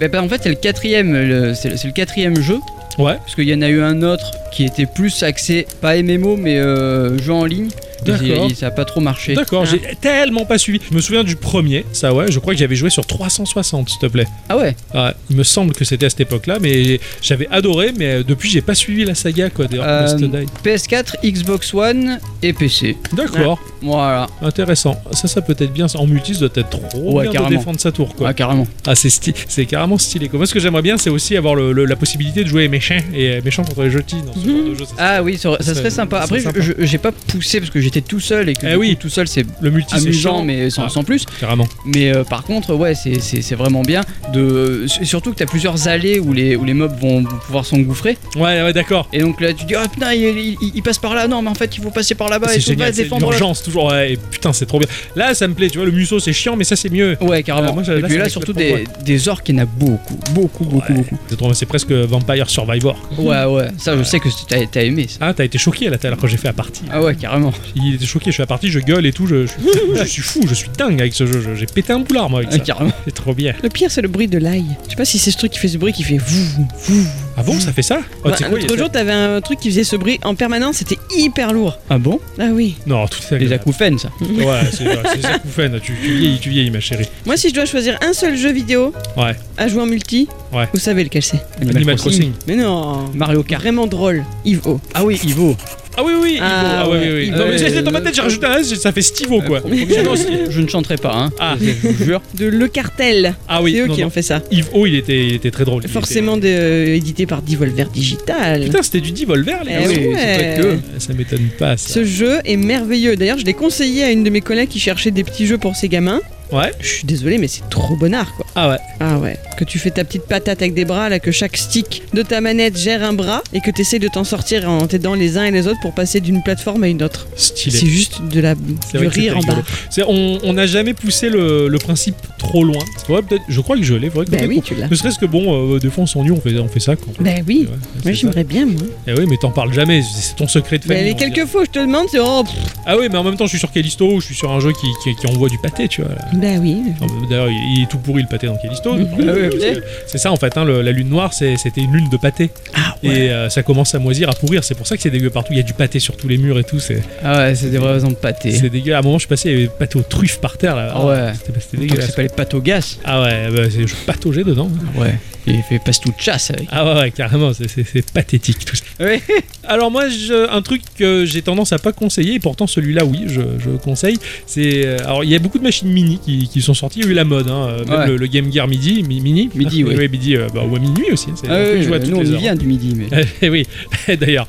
[SPEAKER 4] Bah, bah, en fait, c'est le quatrième, le- c'est le, c'est le quatrième jeu.
[SPEAKER 3] Ouais.
[SPEAKER 4] Parce qu'il y en a eu un autre qui était plus axé, pas MMO, mais euh, jeu en ligne. Et
[SPEAKER 3] D'accord.
[SPEAKER 4] il- Ça a pas trop marché.
[SPEAKER 3] D'accord,
[SPEAKER 4] Hein.
[SPEAKER 3] j'ai tellement pas suivi. Je me souviens du premier, ça ouais, je crois que j'avais joué sur 360, s'il te plaît.
[SPEAKER 4] Ah ouais
[SPEAKER 3] Ah, il me semble que c'était à cette époque-là, mais j'avais adoré, mais euh, depuis j'ai pas suivi la saga quoi. des Orc
[SPEAKER 4] Euh,
[SPEAKER 3] Must Die.
[SPEAKER 4] PS4, Xbox One et PC.
[SPEAKER 3] D'accord,
[SPEAKER 4] Voilà.
[SPEAKER 3] intéressant. Ça, ça peut être bien. En multi, ça doit être trop
[SPEAKER 4] Ouais,
[SPEAKER 3] bien
[SPEAKER 4] carrément.
[SPEAKER 3] de défendre sa tour quoi.
[SPEAKER 4] Ah, carrément.
[SPEAKER 3] Ah, c'est sti- c'est carrément stylé. Quoi. Moi, ce que j'aimerais bien, c'est aussi avoir le- le- la possibilité de jouer méchant et euh, méchant contre les jetis dans ce genre de jeu. ça, c'est-
[SPEAKER 4] Ah oui, ça, aurait-
[SPEAKER 3] Ça,
[SPEAKER 4] ça serait sympa.
[SPEAKER 3] ça
[SPEAKER 4] Après,
[SPEAKER 3] serait
[SPEAKER 4] je- je- j'ai pas poussé parce que j'étais tout seul et que
[SPEAKER 3] Eh
[SPEAKER 4] du coup,
[SPEAKER 3] oui.
[SPEAKER 4] tout seul c'est
[SPEAKER 3] le multi, c'est
[SPEAKER 4] Ah, amusant
[SPEAKER 3] chiant,
[SPEAKER 4] mais sans,
[SPEAKER 3] Ah.
[SPEAKER 4] sans plus.
[SPEAKER 3] carrément.
[SPEAKER 4] Mais euh, par contre, ouais, c'est- c'est c'est vraiment bien. De, s- surtout que t'as plusieurs allées où les, où les mobs vont pouvoir s'engouffrer.
[SPEAKER 3] Ouais, ouais, d'accord.
[SPEAKER 4] Et donc là, tu dis, ah putain, il, il- il passe par là. Non, mais en fait, Bah, il faut passer par là-bas
[SPEAKER 3] C'est
[SPEAKER 4] et tout va
[SPEAKER 3] génial,
[SPEAKER 4] se
[SPEAKER 3] c'est
[SPEAKER 4] défendre. là.
[SPEAKER 3] l'urgence toujours. Ouais, et putain, c'est trop bien. Là, ça me plaît. Tu vois, le museau, c'est chiant, mais ça, c'est mieux.
[SPEAKER 4] Ouais, carrément.
[SPEAKER 3] Ah, moi, j'avais-
[SPEAKER 4] et
[SPEAKER 3] là,
[SPEAKER 4] puis
[SPEAKER 3] ça
[SPEAKER 4] là,
[SPEAKER 3] m'éclate
[SPEAKER 4] surtout
[SPEAKER 3] pas,
[SPEAKER 4] des, des orques, il y en a beaucoup, beaucoup, beaucoup,
[SPEAKER 3] Ouais.
[SPEAKER 4] beaucoup.
[SPEAKER 3] C'est trop- C'est presque Vampire Survivor.
[SPEAKER 4] Ouais, ouais, ça, je sais que t'as t'as aimé ça.
[SPEAKER 3] Ah, t'as été choqué là, t'as- alors quand j'ai fait à partie.
[SPEAKER 4] Ah ouais, carrément.
[SPEAKER 3] Il était choqué, je suis à partie, je gueule et tout. Je, je suis, je suis fou, je suis dingue avec ce jeu. je- J'ai pété un boulard moi avec
[SPEAKER 4] Ah,
[SPEAKER 3] ça.
[SPEAKER 4] carrément.
[SPEAKER 3] C'est trop bien.
[SPEAKER 2] Le pire c'est le bruit de l'ail. Je sais pas si c'est ce truc qui fait ce bruit qui fait vous vous.
[SPEAKER 3] Ah bon, ça fait ça Oh, tu sais quoi, il y a
[SPEAKER 2] L'autre
[SPEAKER 3] ça-
[SPEAKER 2] jour t'avais Bah, un truc qui faisait ce bruit en permanence, c'était hyper lourd.
[SPEAKER 4] Ah bon
[SPEAKER 2] Ah oui.
[SPEAKER 3] Non, tout est
[SPEAKER 4] Les
[SPEAKER 3] agréable.
[SPEAKER 4] acouphènes, ça.
[SPEAKER 3] Ouais, c'est ouais, c'est acouphènes. Tu, tu vieillis, tu vieillis, ma chérie.
[SPEAKER 2] Moi si je dois choisir un seul jeu vidéo
[SPEAKER 3] Ouais.
[SPEAKER 2] à jouer en multi,
[SPEAKER 3] Ouais.
[SPEAKER 2] vous savez lequel c'est.
[SPEAKER 4] Animal
[SPEAKER 3] Animal Crossing.
[SPEAKER 4] Crossing.
[SPEAKER 2] Mais non.
[SPEAKER 4] Mario Kart.
[SPEAKER 2] Vraiment drôle, Yves O.
[SPEAKER 4] Ah oui, Ivo.
[SPEAKER 3] Ah oui, oui, Ivo.
[SPEAKER 2] Ah
[SPEAKER 3] Ah, oui, oui,
[SPEAKER 2] ouais,
[SPEAKER 3] oui.
[SPEAKER 2] Ivo.
[SPEAKER 3] Non, mais
[SPEAKER 4] Euh,
[SPEAKER 3] j'ai- dans ma tête, j'ai rajouté un S, ça fait Stivo, Ah, quoi.
[SPEAKER 4] Je ne chanterai pas, hein.
[SPEAKER 3] Ah,
[SPEAKER 4] Je vous jure.
[SPEAKER 2] De Le Cartel.
[SPEAKER 3] ah oui,
[SPEAKER 2] c'est eux
[SPEAKER 3] non,
[SPEAKER 2] qui ont
[SPEAKER 3] non.
[SPEAKER 2] fait ça.
[SPEAKER 3] Yves O, il était, il était très drôle. il
[SPEAKER 2] Forcément de- euh, édité par Devolver Digital.
[SPEAKER 3] était- Putain, c'était du Divolver, les
[SPEAKER 2] Eh
[SPEAKER 3] gars.
[SPEAKER 2] oui,
[SPEAKER 3] ça doit être
[SPEAKER 2] ouais.
[SPEAKER 3] que- Ça m'étonne pas, ça.
[SPEAKER 2] Ce jeu est merveilleux. D'ailleurs, je l'ai conseillé à une de mes collègues qui cherchait des petits jeux pour ses gamins.
[SPEAKER 3] Ouais.
[SPEAKER 2] Je suis désolée, mais c'est trop bonnard, quoi.
[SPEAKER 3] Ah ouais.
[SPEAKER 2] Ah ouais. Que tu fais ta petite patate avec des bras, là, que chaque stick de ta manette gère un bras et que tu essayes de t'en sortir en t'aidant les uns et les autres pour passer d'une plateforme à une autre.
[SPEAKER 3] Stylé.
[SPEAKER 2] C'est juste de la,
[SPEAKER 3] C'est
[SPEAKER 2] du
[SPEAKER 3] vrai que
[SPEAKER 2] rire en
[SPEAKER 3] c'était
[SPEAKER 2] bas.
[SPEAKER 3] C'est- on on n'a jamais poussé le, le principe trop loin. C'est vrai, peut-être- je crois que je l'ai. faudrait que
[SPEAKER 2] Bah
[SPEAKER 3] peut-être
[SPEAKER 2] oui, tu l'as.
[SPEAKER 3] qu'on- Ne serait-ce que bon, euh, des fois on s'ennuie, on fait, on fait ça. Quoi.
[SPEAKER 2] Bah oui.
[SPEAKER 3] Ouais,
[SPEAKER 2] Moi,
[SPEAKER 3] c'est ça.
[SPEAKER 2] j'aimerais bien, moi.
[SPEAKER 3] Eh oui, mais t'en parles jamais, c'est c'est ton secret de
[SPEAKER 2] Mais
[SPEAKER 3] famille.
[SPEAKER 2] les
[SPEAKER 3] on dirait.
[SPEAKER 2] quelques fois où je te demande, c'est oh, pff,
[SPEAKER 3] Ah oui, mais en même temps, je suis sur Callisto, je suis sur un jeu qui, qui, qui envoie du pâté, tu vois. là.
[SPEAKER 2] bah oui.
[SPEAKER 3] Non, mais D'ailleurs, il, il est tout pourri le pâté dans Callisto.
[SPEAKER 2] Ah
[SPEAKER 3] euh,
[SPEAKER 4] ouais, ouais.
[SPEAKER 3] c'est ça en fait, hein, le- la lune noire, c'est- c'était une lune de pâté.
[SPEAKER 2] Ah
[SPEAKER 3] Et euh, ça commence à moisir, à pourrir. C'est pour ça que c'est dégueu partout. Il y a du pâté sur tous les murs et tout. C'est
[SPEAKER 4] Ah ouais, c'est des vrais empâtés.
[SPEAKER 3] c'est dégueu. À un moment, je suis passé, il y avait pâté aux truffes par terre. Là.
[SPEAKER 4] Ah ouais.
[SPEAKER 3] C'était c'était
[SPEAKER 4] Tant que c'est
[SPEAKER 3] dégueulasse.
[SPEAKER 4] pas les pâtes au gaz.
[SPEAKER 3] Ah ouais, bah, c'est- je pataugeais dedans. hein.
[SPEAKER 4] Ouais. Il fait passe tout de chasse avec.
[SPEAKER 3] Ah ouais, ouais, carrément, c'est- c'est c'est pathétique tout ça.
[SPEAKER 4] Ouais.
[SPEAKER 3] Alors moi, je- un truc que j'ai tendance à pas conseiller, et pourtant celui-là, oui, je, je conseille. C'est euh, alors il y a beaucoup de machines mini qui, qui sont sorties, il y a eu la mode, hein, euh, même
[SPEAKER 4] Ouais.
[SPEAKER 3] le, le Game Gear midi, mi- mini,
[SPEAKER 4] Midi, oui.
[SPEAKER 3] ouais, midi, euh, bah, ou à minuit aussi. C'est un
[SPEAKER 4] Ah
[SPEAKER 3] truc
[SPEAKER 4] oui,
[SPEAKER 3] joué à
[SPEAKER 4] euh,
[SPEAKER 3] toutes
[SPEAKER 4] nous on
[SPEAKER 3] les
[SPEAKER 4] y
[SPEAKER 3] heures.
[SPEAKER 4] vient du midi, mais.
[SPEAKER 3] Eh oui, d'ailleurs.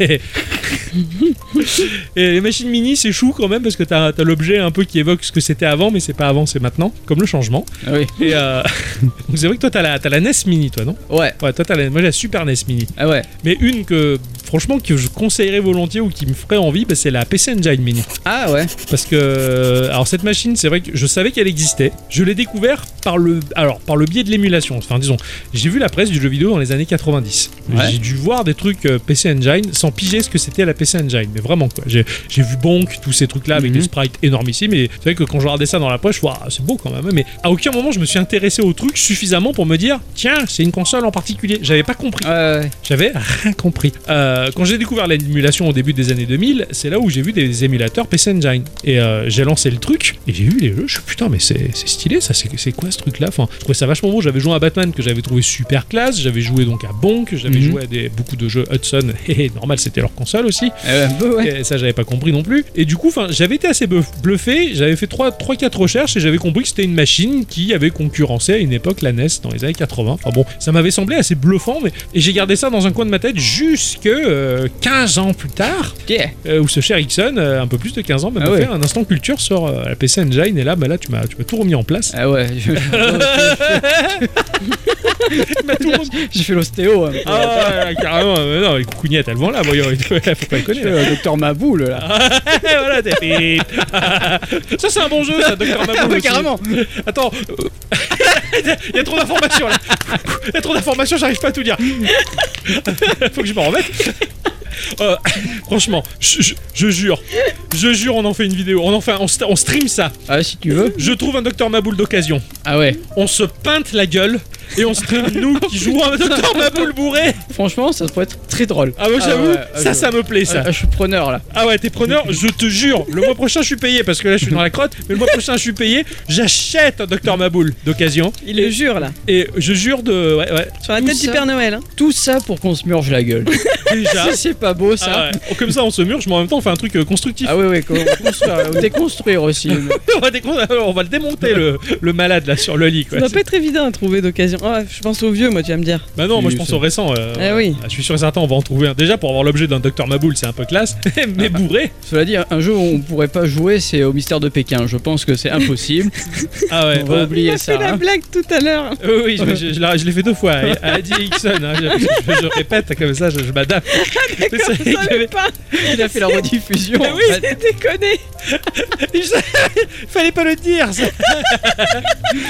[SPEAKER 3] Et les machines mini, c'est chou quand même parce que t'as as, l'objet un peu qui évoque ce que c'était avant, mais c'est pas avant, c'est maintenant, comme le changement.
[SPEAKER 4] Ah oui.
[SPEAKER 3] Et euh, donc c'est vrai que toi, t'as la, t'as la NES mini, toi, non
[SPEAKER 4] Ouais,
[SPEAKER 3] Ouais, toi, t'as la, moi, j'ai la Super NES mini.
[SPEAKER 4] ah ouais.
[SPEAKER 3] Mais une que, franchement, que je conseillerais volontiers ou qui me ferait envie, bah, c'est la PC Engine mini.
[SPEAKER 4] Ah ouais.
[SPEAKER 3] Parce que, euh, alors cette machine, c'est vrai que je savais qu'elle existait. Je l'ai découvert par le, alors par le biais de l'émulation. Enfin, disons, j'ai vu la presse du jeu vidéo dans les années 90.
[SPEAKER 4] Ouais.
[SPEAKER 3] J'ai dû voir des trucs euh, PC Engine sans piger ce que c'était la PC Engine. Mais vraiment quoi. J'ai j'ai vu Bonk, tous ces trucs là avec
[SPEAKER 4] Mhm.
[SPEAKER 3] des sprites énormissimes. Et c'est vrai que quand je regardais ça dans la presse, je vois, ah, c'est beau quand même. Mais à aucun moment je me suis intéressé au truc suffisamment pour me dire, tiens, c'est une console en particulier. J'avais pas compris.
[SPEAKER 4] Ouais, ouais.
[SPEAKER 3] J'avais rien compris. Euh, quand j'ai découvert l'émulation au début des années 2000, c'est là où j'ai vu des émulateurs PC Engine. Et euh, j'ai lancé le truc, et j'ai vu les jeux, je suis putain, mais c'est c'est stylé ça, c'est c'est quoi ce truc là enfin, Je trouvais ça vachement beau. J'avais joué à Batman que j'avais trouvé super classe, j'avais joué donc à Bonk, j'avais
[SPEAKER 4] Mhm.
[SPEAKER 3] joué à des, beaucoup de jeux Hudson, et normal c'était leur console aussi.
[SPEAKER 4] Euh, un peu, ouais.
[SPEAKER 3] Et ça, j'avais pas compris non plus. Et du coup, 'fin, j'avais été assez beuf- bluffé. J'avais fait 3-4 recherches et j'avais compris que c'était une machine qui avait concurrencé à une époque la NES dans les années 80. Enfin bon, ça m'avait semblé assez bluffant, mais et j'ai gardé ça dans un coin de ma tête jusque euh, 15 ans plus tard,
[SPEAKER 4] Tiens.
[SPEAKER 3] euh, où ce cher Ixon, euh, un peu plus de 15 ans, m'a
[SPEAKER 4] Ah
[SPEAKER 3] fait
[SPEAKER 4] ouais.
[SPEAKER 3] un instant culture sur euh, la PC Engine. Et là, bah là, tu m'as tu m'as tout remis en place.
[SPEAKER 4] Ah ouais. Je,
[SPEAKER 3] Tu m'as tout remis-
[SPEAKER 4] j'ai fait l'ostéo. hein.
[SPEAKER 3] Ah, ouais, carrément, mais non, les coucougnettes, elles vont là, voyons, faut pas les
[SPEAKER 4] Je
[SPEAKER 3] connaître.
[SPEAKER 4] fais le docteur Maboule là.
[SPEAKER 3] Ah. voilà, t'es fait. ça, c'est un bon jeu, ça, Docteur Maboule.
[SPEAKER 4] Ah ouais,
[SPEAKER 3] aussi.
[SPEAKER 4] carrément.
[SPEAKER 3] Attends, euh, il y a trop d'informations là. Il y a trop d'informations, j'arrive pas à tout dire. Faut que je m'en remette. Euh, franchement, je, je- je jure, je jure, on en fait une vidéo, on en fait, un- on, sta- on stream ça.
[SPEAKER 4] Ah si tu veux.
[SPEAKER 3] Je trouve un docteur Maboule d'occasion.
[SPEAKER 4] Ah ouais.
[SPEAKER 3] On se peinte la gueule et on stream nous
[SPEAKER 4] Ah
[SPEAKER 3] qui jouons un docteur Maboule bourré.
[SPEAKER 4] Franchement, ça pourrait être très drôle.
[SPEAKER 3] Ah ouais,
[SPEAKER 4] Ah
[SPEAKER 3] j'avoue,
[SPEAKER 4] ouais, ah,
[SPEAKER 3] ça,
[SPEAKER 4] je-
[SPEAKER 3] ça me plaît ça.
[SPEAKER 4] Ah, je suis preneur là.
[SPEAKER 3] Ah ouais, t'es preneur, je te jure, le mois prochain je suis payé parce que là je suis dans la crotte, mais le mois prochain je suis payé, j'achète un docteur Maboule d'occasion
[SPEAKER 2] Il le jure là,
[SPEAKER 3] et je jure de ouais ouais
[SPEAKER 2] sur la
[SPEAKER 4] Tout
[SPEAKER 2] tête du
[SPEAKER 4] ça.
[SPEAKER 2] Père Noël. hein.
[SPEAKER 4] Tout ça pour qu'on se murge la gueule.
[SPEAKER 3] déjà.
[SPEAKER 4] Si c'est pas beau
[SPEAKER 3] Ah
[SPEAKER 4] ça.
[SPEAKER 3] ouais. Comme ça, on se murge, mais en même temps, on fait un truc euh, constructif.
[SPEAKER 4] Ah ouais ouais. Comment on construire, là, on déconstruire aussi.
[SPEAKER 3] on, va décon- on va le démonter, le, le malade, là, sur le lit.
[SPEAKER 2] Ça
[SPEAKER 3] Quoi.
[SPEAKER 2] doit pas être évident à trouver d'occasion. Oh, je pense aux vieux, moi, tu vas me dire.
[SPEAKER 3] Bah non, moi,
[SPEAKER 4] Oui,
[SPEAKER 3] je pense
[SPEAKER 4] ça.
[SPEAKER 3] au récent. euh,
[SPEAKER 2] Eh oui.
[SPEAKER 3] ah, Je suis sûr et certain, on va en trouver un. Déjà, pour avoir l'objet d'un docteur Maboul, c'est un peu classe, mais bourré.
[SPEAKER 4] Cela dit, un- un jeu où on pourrait pas jouer, c'est au mystère de Pékin. Je pense que c'est impossible.
[SPEAKER 3] Ah ouais,
[SPEAKER 4] on
[SPEAKER 3] bah,
[SPEAKER 4] va
[SPEAKER 2] Il
[SPEAKER 4] oublier
[SPEAKER 2] a
[SPEAKER 4] ça.
[SPEAKER 2] fait la
[SPEAKER 4] hein.
[SPEAKER 2] blague tout à l'heure.
[SPEAKER 3] euh, oui, je, je- je la- je l'ai fait deux fois. Elle a dit Ixon. hein, je, je- je répète, comme ça, je, je m'adapte. Mais c'est vrai
[SPEAKER 2] Comme
[SPEAKER 3] qu'il y
[SPEAKER 2] ça,
[SPEAKER 3] avait-
[SPEAKER 2] mais pas.
[SPEAKER 4] Il a fait la rediffusion.
[SPEAKER 3] Ah
[SPEAKER 4] Bah,
[SPEAKER 2] Mais
[SPEAKER 4] en
[SPEAKER 2] oui,
[SPEAKER 4] fait.
[SPEAKER 2] c'est déconné.
[SPEAKER 3] Je- Fallait pas le dire ça.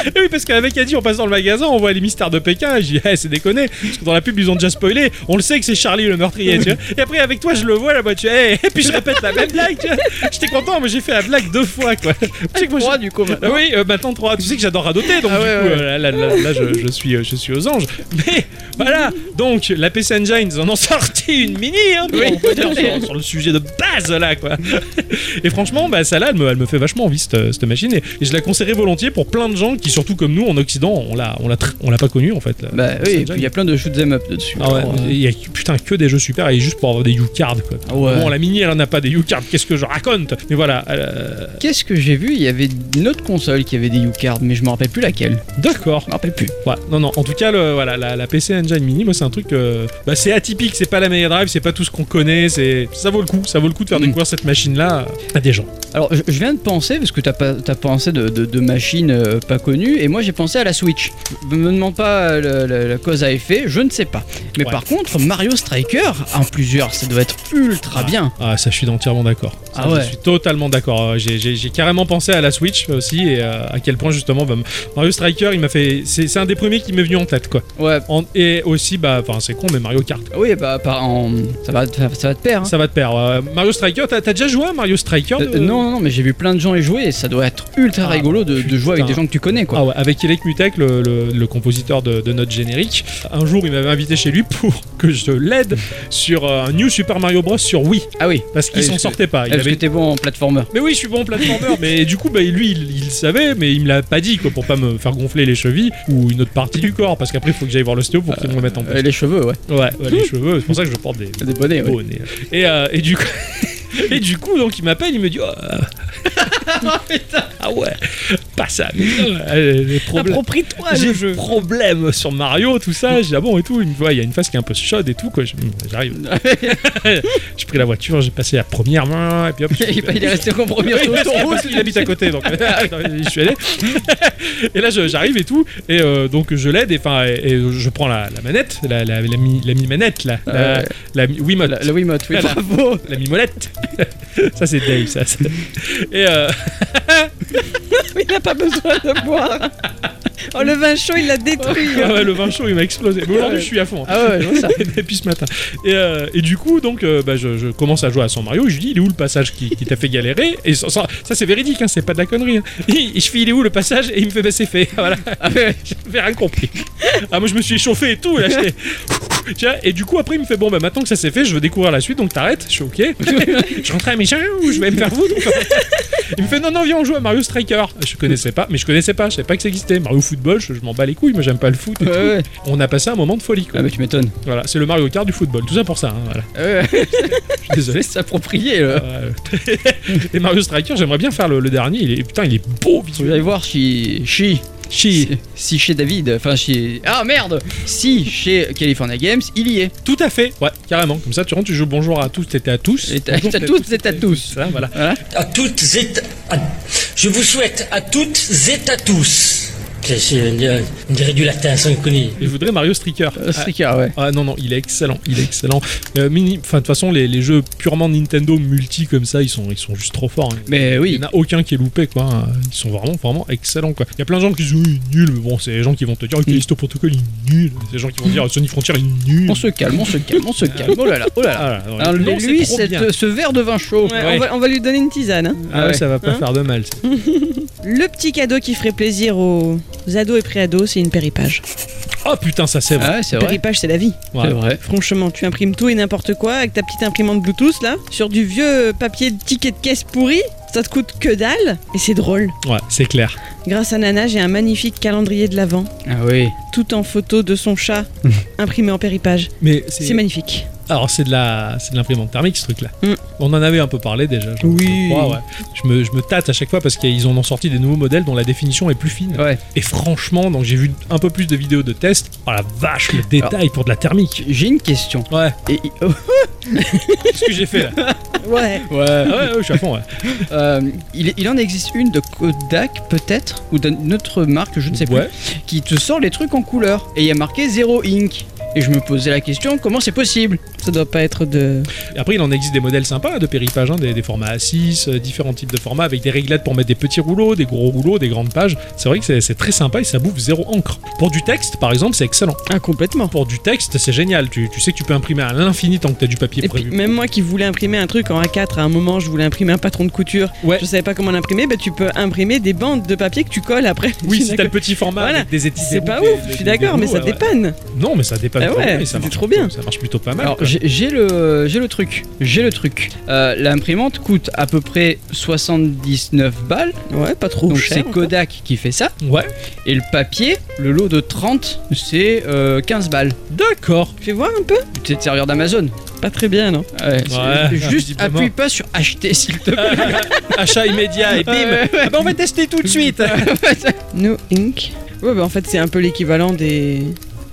[SPEAKER 3] Et oui parce que la mec a dit on passe dans le magasin on voit les mystères de Pékin et j'ai dit Eh, c'est déconné parce que dans la pub ils ont déjà spoilé on le sait que c'est Charlie le meurtrier tu vois et après avec toi je le vois là-bas tu vois, Eh, et puis je répète la même blague tu vois j'étais content mais j'ai fait la blague deux fois quoi tu sais que moi, je-
[SPEAKER 4] Trois, du coup. maintenant.
[SPEAKER 3] Ah oui, euh, maintenant 3. Tu sais que j'adore radoter, donc
[SPEAKER 4] Ah
[SPEAKER 3] du
[SPEAKER 4] ouais,
[SPEAKER 3] coup,
[SPEAKER 4] ouais.
[SPEAKER 3] euh, là, là- là- là, je, je suis, euh, je suis aux anges. Mais voilà, donc la PC Engine, ils en ont sorti une mini, hein, pour-
[SPEAKER 4] Oui.
[SPEAKER 3] on peut dire, sur, sur le sujet de base là, quoi. Et franchement, bah, ça là, elle me, elle me fait vachement envie cette, cette machine, et, et je la conseillerais volontiers pour plein de gens qui, surtout comme nous en Occident, on l'a, on l'a, tr- on l'a pas connue en fait. la
[SPEAKER 4] Bah
[SPEAKER 3] PC
[SPEAKER 4] oui, et
[SPEAKER 3] Engine.
[SPEAKER 4] puis il y a Oh. plein de shoot 'em up dessus.
[SPEAKER 3] Ah ouais,
[SPEAKER 4] Alors,
[SPEAKER 3] il y a putain que des jeux super et juste pour avoir des U-cards quoi.
[SPEAKER 4] Ah ouais.
[SPEAKER 3] Bon, la mini elle en a pas des U-cards, qu'est-ce que je raconte Mais voilà, euh,
[SPEAKER 4] euh, Qu'est-ce que j'ai vu Il y avait une autre console qui avait des U-Cards, mais je me rappelle plus laquelle.
[SPEAKER 3] d'accord.
[SPEAKER 4] Je me rappelle plus.
[SPEAKER 3] Ouais, non, non. En tout cas, le, voilà, la, la PC Engine Mini, moi, c'est un truc. euh, bah, c'est atypique, c'est pas la Mega Drive, c'est pas tout ce qu'on connaît. C'est, ça vaut le coup, ça vaut le coup de faire
[SPEAKER 4] Mm.
[SPEAKER 3] découvrir cette machine-là à des gens.
[SPEAKER 4] Alors je, je viens de penser, parce que t'as pas- t'as pensé de, de, de machines euh, pas connues, et moi j'ai pensé à la Switch. Ne me demande pas euh, le- le- la cause à effet, je ne sais pas. Mais
[SPEAKER 3] Ouais.
[SPEAKER 4] par contre, Mario Striker, en plusieurs, ça doit être ultra bien.
[SPEAKER 3] Ah, ça, je suis entièrement d'accord. Ça,
[SPEAKER 4] Ah ouais.
[SPEAKER 3] Je suis totalement d'accord. Euh, J'ai, j'ai- j'ai carrément pensé à la Switch aussi et euh, à quel point justement bah, Mario Striker, il m'a fait. C'est, c'est un des premiers qui m'est venu en tête, quoi.
[SPEAKER 4] Ouais.
[SPEAKER 3] En- et aussi, bah, enfin, c'est con, mais Mario Kart.
[SPEAKER 4] Oui, bah, par- en... ça, va, ça, ça va te hein. perdre.
[SPEAKER 3] Ça va te perdre. Euh, Mario Striker, t'as, t'as déjà joué à Mario Striker euh, de-
[SPEAKER 4] Euh, non, non, non, mais j'ai vu plein de gens y jouer, et ça doit être ultra
[SPEAKER 3] Ah,
[SPEAKER 4] rigolo de, de jouer avec des
[SPEAKER 3] putain.
[SPEAKER 4] gens que tu connais, quoi.
[SPEAKER 3] Ah ouais, avec Elec Mutek, le, le- le compositeur de, de notre générique. Un jour, il m'avait invité chez lui pour que je l'aide sur euh, un New Super Mario Bros. sur Wii,
[SPEAKER 4] Ah oui,
[SPEAKER 3] parce qu'il
[SPEAKER 4] Ah,
[SPEAKER 3] s'en
[SPEAKER 4] parce que-
[SPEAKER 3] sortait pas. Il
[SPEAKER 4] parce
[SPEAKER 3] avait-
[SPEAKER 4] que t'es bon en platformer.
[SPEAKER 3] Mais oui, je suis bon en platformer, mais du coup, bah, lui, il, il savait, mais il me l'a pas dit, quoi, pour pas me faire gonfler les chevilles ou une autre partie du corps, parce qu'après, il faut que j'aille voir l'ostéo pour qu'il me remette en place.
[SPEAKER 4] Et les cheveux, ouais.
[SPEAKER 3] Ouais, ouais, les cheveux, c'est pour ça que je porte des,
[SPEAKER 4] Des bonnets, Euh, ouais.
[SPEAKER 3] bonnets. Et, euh, et du coup. Et du coup, donc, il m'appelle, il me dit oh, euh, Ah ouais, pas ça, mais euh, les problèmes.
[SPEAKER 4] Ah,
[SPEAKER 2] Approprie-toi
[SPEAKER 3] J'ai
[SPEAKER 2] le
[SPEAKER 3] des
[SPEAKER 2] jeu.
[SPEAKER 3] problèmes sur Mario, tout ça. J'ai dit, ah bon et tout. Une fois, il y a une phase qui est un peu chaude et tout. quoi. Je- J'arrive. j'ai pris la voiture, j'ai passé la première main, et puis hop. je suis-
[SPEAKER 4] Il est resté au compromis
[SPEAKER 3] oui,
[SPEAKER 4] sur
[SPEAKER 3] parce que-
[SPEAKER 4] l'autoroute.
[SPEAKER 3] parce qu'il habite à côté, donc Ah, je suis allé. et là, je- j'arrive et tout, et euh, donc je l'aide, et, enfin, et, et je prends la, la manette, la, la, la, mi, la mi-manette, la, la,
[SPEAKER 4] Ouais.
[SPEAKER 3] la mi- Wiimote.
[SPEAKER 4] La, la Wiimote, oui,
[SPEAKER 3] Voilà.
[SPEAKER 4] bravo.
[SPEAKER 3] La mimolette Ça c'est Dave ça. c'est- Et euh,
[SPEAKER 2] Il n'a pas besoin de boire. Oh, le vin chaud, il l'a détruit. hein.
[SPEAKER 3] ah ouais, le vin chaud il m'a explosé. Mais aujourd'hui je suis à fond.
[SPEAKER 4] Ah ouais, je vois ça.
[SPEAKER 3] Depuis ce matin. Et, euh, et du coup donc euh, bah, je, je commence à jouer à San Mario. Je lui dis il est où le passage qui, qui t'a fait galérer Et ça, ça- ça, c'est véridique, hein, c'est pas de la connerie. hein. Il- je fais il est où le passage Et il me fait bah c'est fait. Voilà.
[SPEAKER 4] Ah ouais.
[SPEAKER 3] J'avais rien compris. Ah, moi, je me suis échauffé et tout. Là, j'étais- Tiens, et du coup, après, il me fait Bon, bah maintenant que ça s'est fait, je veux découvrir la suite, donc t'arrêtes. Je suis OK. je rentre à mes chiens ou je vais me faire foutre. il me fait Non, non, viens, on joue à Mario Striker. Je connaissais pas, mais je connaissais pas, je savais pas que ça existait. Mario Football, je, je m'en bats les couilles, moi, j'aime pas le foot. et
[SPEAKER 4] Ouais,
[SPEAKER 3] tout.
[SPEAKER 4] ouais.
[SPEAKER 3] On a passé un moment de folie, quoi.
[SPEAKER 4] Ah bah tu m'étonnes.
[SPEAKER 3] Voilà, c'est le Mario Kart du football, tout ça pour ça. hein, voilà.
[SPEAKER 4] Ouais,
[SPEAKER 3] Je suis désolé.
[SPEAKER 4] s'approprier. là.
[SPEAKER 3] Euh, et Mario Striker, j'aimerais bien faire le, le dernier. Il est, putain, il est beau
[SPEAKER 4] Faut que j'aille
[SPEAKER 3] visuel.
[SPEAKER 4] voir si si si si chez David, enfin chez ah merde, si chez California Games, il y est.
[SPEAKER 3] Tout à fait, ouais, carrément. Comme ça, tu rentres, tu joues bonjour à tous, t'étais à tous.
[SPEAKER 4] Et t'as-
[SPEAKER 3] Bonjour,
[SPEAKER 4] t'as
[SPEAKER 3] t'es-
[SPEAKER 4] tous, t'es à tous. Hein,
[SPEAKER 3] Ça, voilà.
[SPEAKER 6] à toutes et à- je vous souhaite à toutes et à tous. C'est- c'est- on dirait- on dirait du latin sans connu.
[SPEAKER 3] Et je voudrais Mario Striker.
[SPEAKER 4] Euh, Stricard, ouais.
[SPEAKER 3] Ah non non, il est excellent, il est excellent. Euh, mini, enfin de toute façon les, les jeux purement Nintendo multi comme ça, ils sont ils sont juste trop forts. hein.
[SPEAKER 4] Mais
[SPEAKER 3] Il
[SPEAKER 4] oui.
[SPEAKER 3] n'y en a aucun qui est loupé quoi. hein. Ils sont vraiment vraiment excellents quoi. Il y a plein de gens qui disent oui, il est nul, mais bon c'est les gens qui vont te dire
[SPEAKER 4] Mm.
[SPEAKER 3] que Callisto Protocol il est nul, c'est les gens qui vont dire Sony Frontier il est nul.
[SPEAKER 4] On se calme, on se calme, on se calme. Oh là là, oh là là.
[SPEAKER 3] Ah, ouais.
[SPEAKER 4] Alors,
[SPEAKER 3] Non, c'est
[SPEAKER 4] lui,
[SPEAKER 3] trop
[SPEAKER 4] cette-
[SPEAKER 3] bien.
[SPEAKER 4] ce verre de vin chaud.
[SPEAKER 2] Ouais,
[SPEAKER 3] Ouais.
[SPEAKER 2] On, va, on va lui donner une tisane. hein.
[SPEAKER 3] Ah ouais, ça va pas
[SPEAKER 2] Hein
[SPEAKER 3] faire de mal. ça.
[SPEAKER 2] Le petit cadeau qui ferait plaisir aux ados et pré-ados, c'est une péripage.
[SPEAKER 3] Oh putain ça c'est vrai.
[SPEAKER 4] Ah ouais, c'est vrai.
[SPEAKER 2] Péripage, c'est la vie.
[SPEAKER 3] Ouais.
[SPEAKER 4] C'est vrai.
[SPEAKER 2] Franchement, tu imprimes tout et n'importe quoi avec ta petite imprimante Bluetooth là, sur du vieux papier de ticket de caisse pourri. Ça te coûte que dalle et c'est drôle.
[SPEAKER 3] Ouais, c'est clair.
[SPEAKER 2] Grâce à Nana, j'ai un magnifique calendrier de l'Avent,
[SPEAKER 4] Ah oui.
[SPEAKER 2] tout en photo de son chat, imprimé en péripage.
[SPEAKER 3] Mais
[SPEAKER 2] C'est
[SPEAKER 3] c'est
[SPEAKER 2] magnifique.
[SPEAKER 3] Alors c'est de la c'est de l'imprimante thermique ce truc là.
[SPEAKER 2] Mm.
[SPEAKER 3] On en avait un peu parlé déjà. Je,
[SPEAKER 4] Oui.
[SPEAKER 3] je crois, ouais. je, me, je me tâte à chaque fois parce qu'ils en ont sorti des nouveaux modèles dont la définition est plus fine.
[SPEAKER 4] Ouais.
[SPEAKER 3] Et franchement, donc j'ai vu un peu plus de vidéos de tests. Oh la vache, le détail pour de la thermique.
[SPEAKER 4] J'ai une question.
[SPEAKER 3] Ouais,
[SPEAKER 4] Et, oh,
[SPEAKER 3] qu'est-ce que j'ai fait là
[SPEAKER 2] Ouais.
[SPEAKER 3] Ah ouais, ouais, je suis à fond, ouais.
[SPEAKER 4] Euh, il, il en existe une de Kodak peut-être ou d'une autre marque, je ne sais plus,
[SPEAKER 3] Ouais.
[SPEAKER 4] qui te sort les trucs en couleur et il y a marqué 0 ink. Et je me posais la question, comment c'est possible
[SPEAKER 2] Ça doit pas être de.
[SPEAKER 3] Et Après, il en existe des modèles sympas de péripage, hein, des, des formats A6, euh, différents types de formats avec des réglades pour mettre des petits rouleaux, des gros rouleaux, des grandes pages. C'est vrai que c'est- c'est très sympa et ça bouffe zéro encre. Pour du texte, par exemple, c'est excellent.
[SPEAKER 2] Ah, complètement.
[SPEAKER 3] Pour du texte, c'est génial. Tu, tu sais que tu peux imprimer à l'infini tant que t'as du papier
[SPEAKER 2] Et puis,
[SPEAKER 3] prévu.
[SPEAKER 2] même moi qui voulais imprimer un truc en A4, à un moment, je voulais imprimer un patron de couture.
[SPEAKER 3] Ouais.
[SPEAKER 2] Je savais pas comment l'imprimer. Bah, tu peux imprimer des bandes de papier que tu colles après.
[SPEAKER 3] Oui,
[SPEAKER 2] Tu
[SPEAKER 3] si
[SPEAKER 2] n'as
[SPEAKER 3] t'as le
[SPEAKER 2] que-
[SPEAKER 3] petit format
[SPEAKER 2] Voilà.
[SPEAKER 3] avec des étiquettes.
[SPEAKER 2] C'est pas
[SPEAKER 3] des-
[SPEAKER 2] ouf,
[SPEAKER 3] des-
[SPEAKER 2] je suis
[SPEAKER 3] des-
[SPEAKER 2] d'accord,
[SPEAKER 3] des
[SPEAKER 2] mais
[SPEAKER 3] mots,
[SPEAKER 2] ça
[SPEAKER 3] ouais, ouais.
[SPEAKER 2] dépanne.
[SPEAKER 3] Non, mais ça dépanne.
[SPEAKER 2] Ah
[SPEAKER 3] trop
[SPEAKER 2] ouais,
[SPEAKER 3] bien et ça
[SPEAKER 2] c'est
[SPEAKER 3] marche
[SPEAKER 2] trop bien.
[SPEAKER 3] Ça marche plutôt pas mal.
[SPEAKER 4] Alors
[SPEAKER 3] quoi.
[SPEAKER 4] j'ai j'ai le, j'ai le truc, j'ai le truc. Euh, L'imprimante coûte à peu près 79 balles,
[SPEAKER 2] Ouais, pas trop
[SPEAKER 4] donc
[SPEAKER 2] cher.
[SPEAKER 4] c'est
[SPEAKER 2] encore.
[SPEAKER 4] Kodak qui fait ça.
[SPEAKER 3] Ouais,
[SPEAKER 4] Et le papier, le lot de 30, c'est euh, 15 balles.
[SPEAKER 3] d'accord.
[SPEAKER 2] Fais voir un peu.
[SPEAKER 4] Tu peux te servir d'Amazon.
[SPEAKER 2] Pas très bien, non
[SPEAKER 4] Ouais, c'est-
[SPEAKER 3] Ouais,
[SPEAKER 4] juste
[SPEAKER 3] visiblement.
[SPEAKER 4] appuie pas sur acheter s'il te plaît.
[SPEAKER 3] Achat immédiat et bim.
[SPEAKER 4] Ouais,
[SPEAKER 3] Ah bah, on va tester tout de suite.
[SPEAKER 2] No Ink. Ouais, bah en fait, c'est un peu l'équivalent des...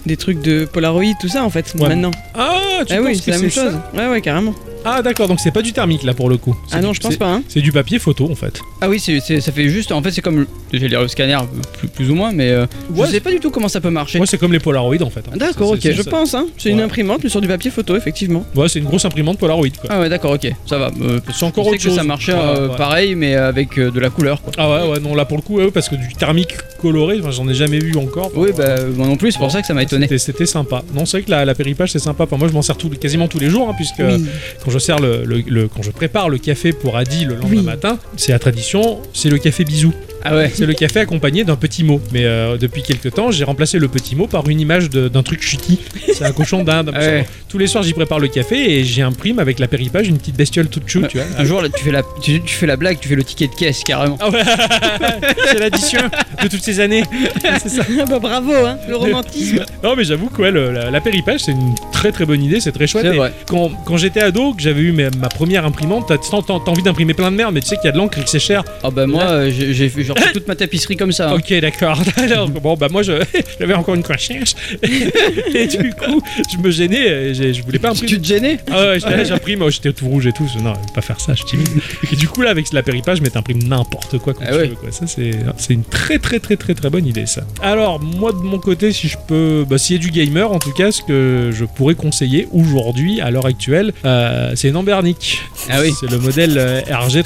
[SPEAKER 2] des trucs de Polaroid, tout ça, en fait,
[SPEAKER 3] Ouais.
[SPEAKER 2] maintenant.
[SPEAKER 3] Ah, tu
[SPEAKER 2] ah
[SPEAKER 3] penses
[SPEAKER 2] oui,
[SPEAKER 3] que
[SPEAKER 2] c'est la même
[SPEAKER 3] ça
[SPEAKER 2] chose. Ouais, ouais, carrément.
[SPEAKER 3] Ah d'accord, donc c'est pas du thermique là pour le coup. C'est
[SPEAKER 2] Ah
[SPEAKER 3] du-
[SPEAKER 2] non, je pense
[SPEAKER 3] c'est-
[SPEAKER 2] pas, hein.
[SPEAKER 3] C'est du papier photo en fait.
[SPEAKER 4] Ah oui, c'est c'est- ça fait juste. En fait, c'est comme. J'allais dire le scanner, plus, plus ou moins, mais euh,
[SPEAKER 3] Ouais,
[SPEAKER 4] je sais pas du tout comment ça peut marcher.
[SPEAKER 3] Ouais, c'est comme les Polaroid en fait. hein.
[SPEAKER 4] D'accord,
[SPEAKER 3] C'est-
[SPEAKER 4] ok,
[SPEAKER 3] c'est-
[SPEAKER 2] Je
[SPEAKER 3] c'est-
[SPEAKER 2] pense, hein. C'est
[SPEAKER 3] Ouais.
[SPEAKER 2] une imprimante, mais sur du papier photo, effectivement.
[SPEAKER 3] Ouais, c'est une grosse imprimante Polaroid quoi.
[SPEAKER 4] Ah ouais, d'accord, ok, ça va. euh,
[SPEAKER 3] C'est encore
[SPEAKER 4] je sais
[SPEAKER 3] autre
[SPEAKER 4] que
[SPEAKER 3] chose.
[SPEAKER 4] ça marchait
[SPEAKER 3] Ouais,
[SPEAKER 4] euh,
[SPEAKER 3] ouais.
[SPEAKER 4] pareil, mais avec euh, de la couleur, quoi.
[SPEAKER 3] Ah ouais, ouais, non là pour le coup, ouais, parce que du thermique coloré, enfin, j'en ai jamais vu encore.
[SPEAKER 4] Oui, bah euh, moi non plus, c'est pour ça que ça m'a étonné.
[SPEAKER 3] C'était- C'était sympa. Non, c'est vrai que la, la péripage c'est sympa. Enfin, moi, je m'en sers tous les- quasiment tous les jours, hein, puisque
[SPEAKER 2] Oui.
[SPEAKER 3] quand je sers le, le- le- quand je prépare le café pour Adi le lendemain
[SPEAKER 2] Oui.
[SPEAKER 3] matin, c'est la tradition, c'est le café bisou.
[SPEAKER 4] Ah ouais.
[SPEAKER 3] C'est le café accompagné d'un petit mot. Mais euh, depuis quelques temps, j'ai remplacé le petit mot par une image de- d'un truc chutty. C'est un cochon d'Inde.
[SPEAKER 4] Ah ouais.
[SPEAKER 3] Tous les soirs, j'y prépare le café et j'imprime avec la péripage une petite bestiole toute chou, tu vois.
[SPEAKER 4] Un jour, là, tu fais, la, tu, tu fais la blague, tu fais le ticket de caisse carrément.
[SPEAKER 3] Ah ouais C'est l'addition de toutes ces années. C'est ça.
[SPEAKER 2] Ah bah bravo, hein, le romantisme.
[SPEAKER 3] Non, mais j'avoue que ouais, le- la, la péripage, c'est une très très bonne idée, c'est très chouette.
[SPEAKER 4] C'est
[SPEAKER 3] Et
[SPEAKER 4] vrai.
[SPEAKER 3] Quand, quand j'étais ado, que j'avais eu ma, ma première imprimante, t'as t'as- t'as envie d'imprimer plein de merde, mais tu sais qu'il y a de l'encre et que c'est cher.
[SPEAKER 4] Ah bah moi, euh, j'ai j'ai fait- j'ai refait toute ma tapisserie comme ça. hein.
[SPEAKER 3] Ok, d'accord. Alors, bon, bah moi, je- j'avais encore une conscience. et du coup, je me gênais, et j'ai- je voulais pas imprimer.
[SPEAKER 4] Tu te gênais
[SPEAKER 3] Ah ouais, j'étais là, j'imprime, oh, j'étais tout rouge et tout. je- Non, je vais pas faire ça, je suis timide. Et du coup, là, avec la péripage, mais t'imprimes n'importe quoi quand
[SPEAKER 4] Ah
[SPEAKER 3] tu
[SPEAKER 4] ouais.
[SPEAKER 3] veux. Quoi. Ça, c'est c'est une très, très, très, très, très bonne idée, ça. Alors, moi, de mon côté, si je peux. Bah, s'il y a du gamer, en tout cas, ce que je pourrais conseiller aujourd'hui, à l'heure actuelle, euh, c'est une Ambernic.
[SPEAKER 4] Ah oui.
[SPEAKER 3] C'est le modèle euh,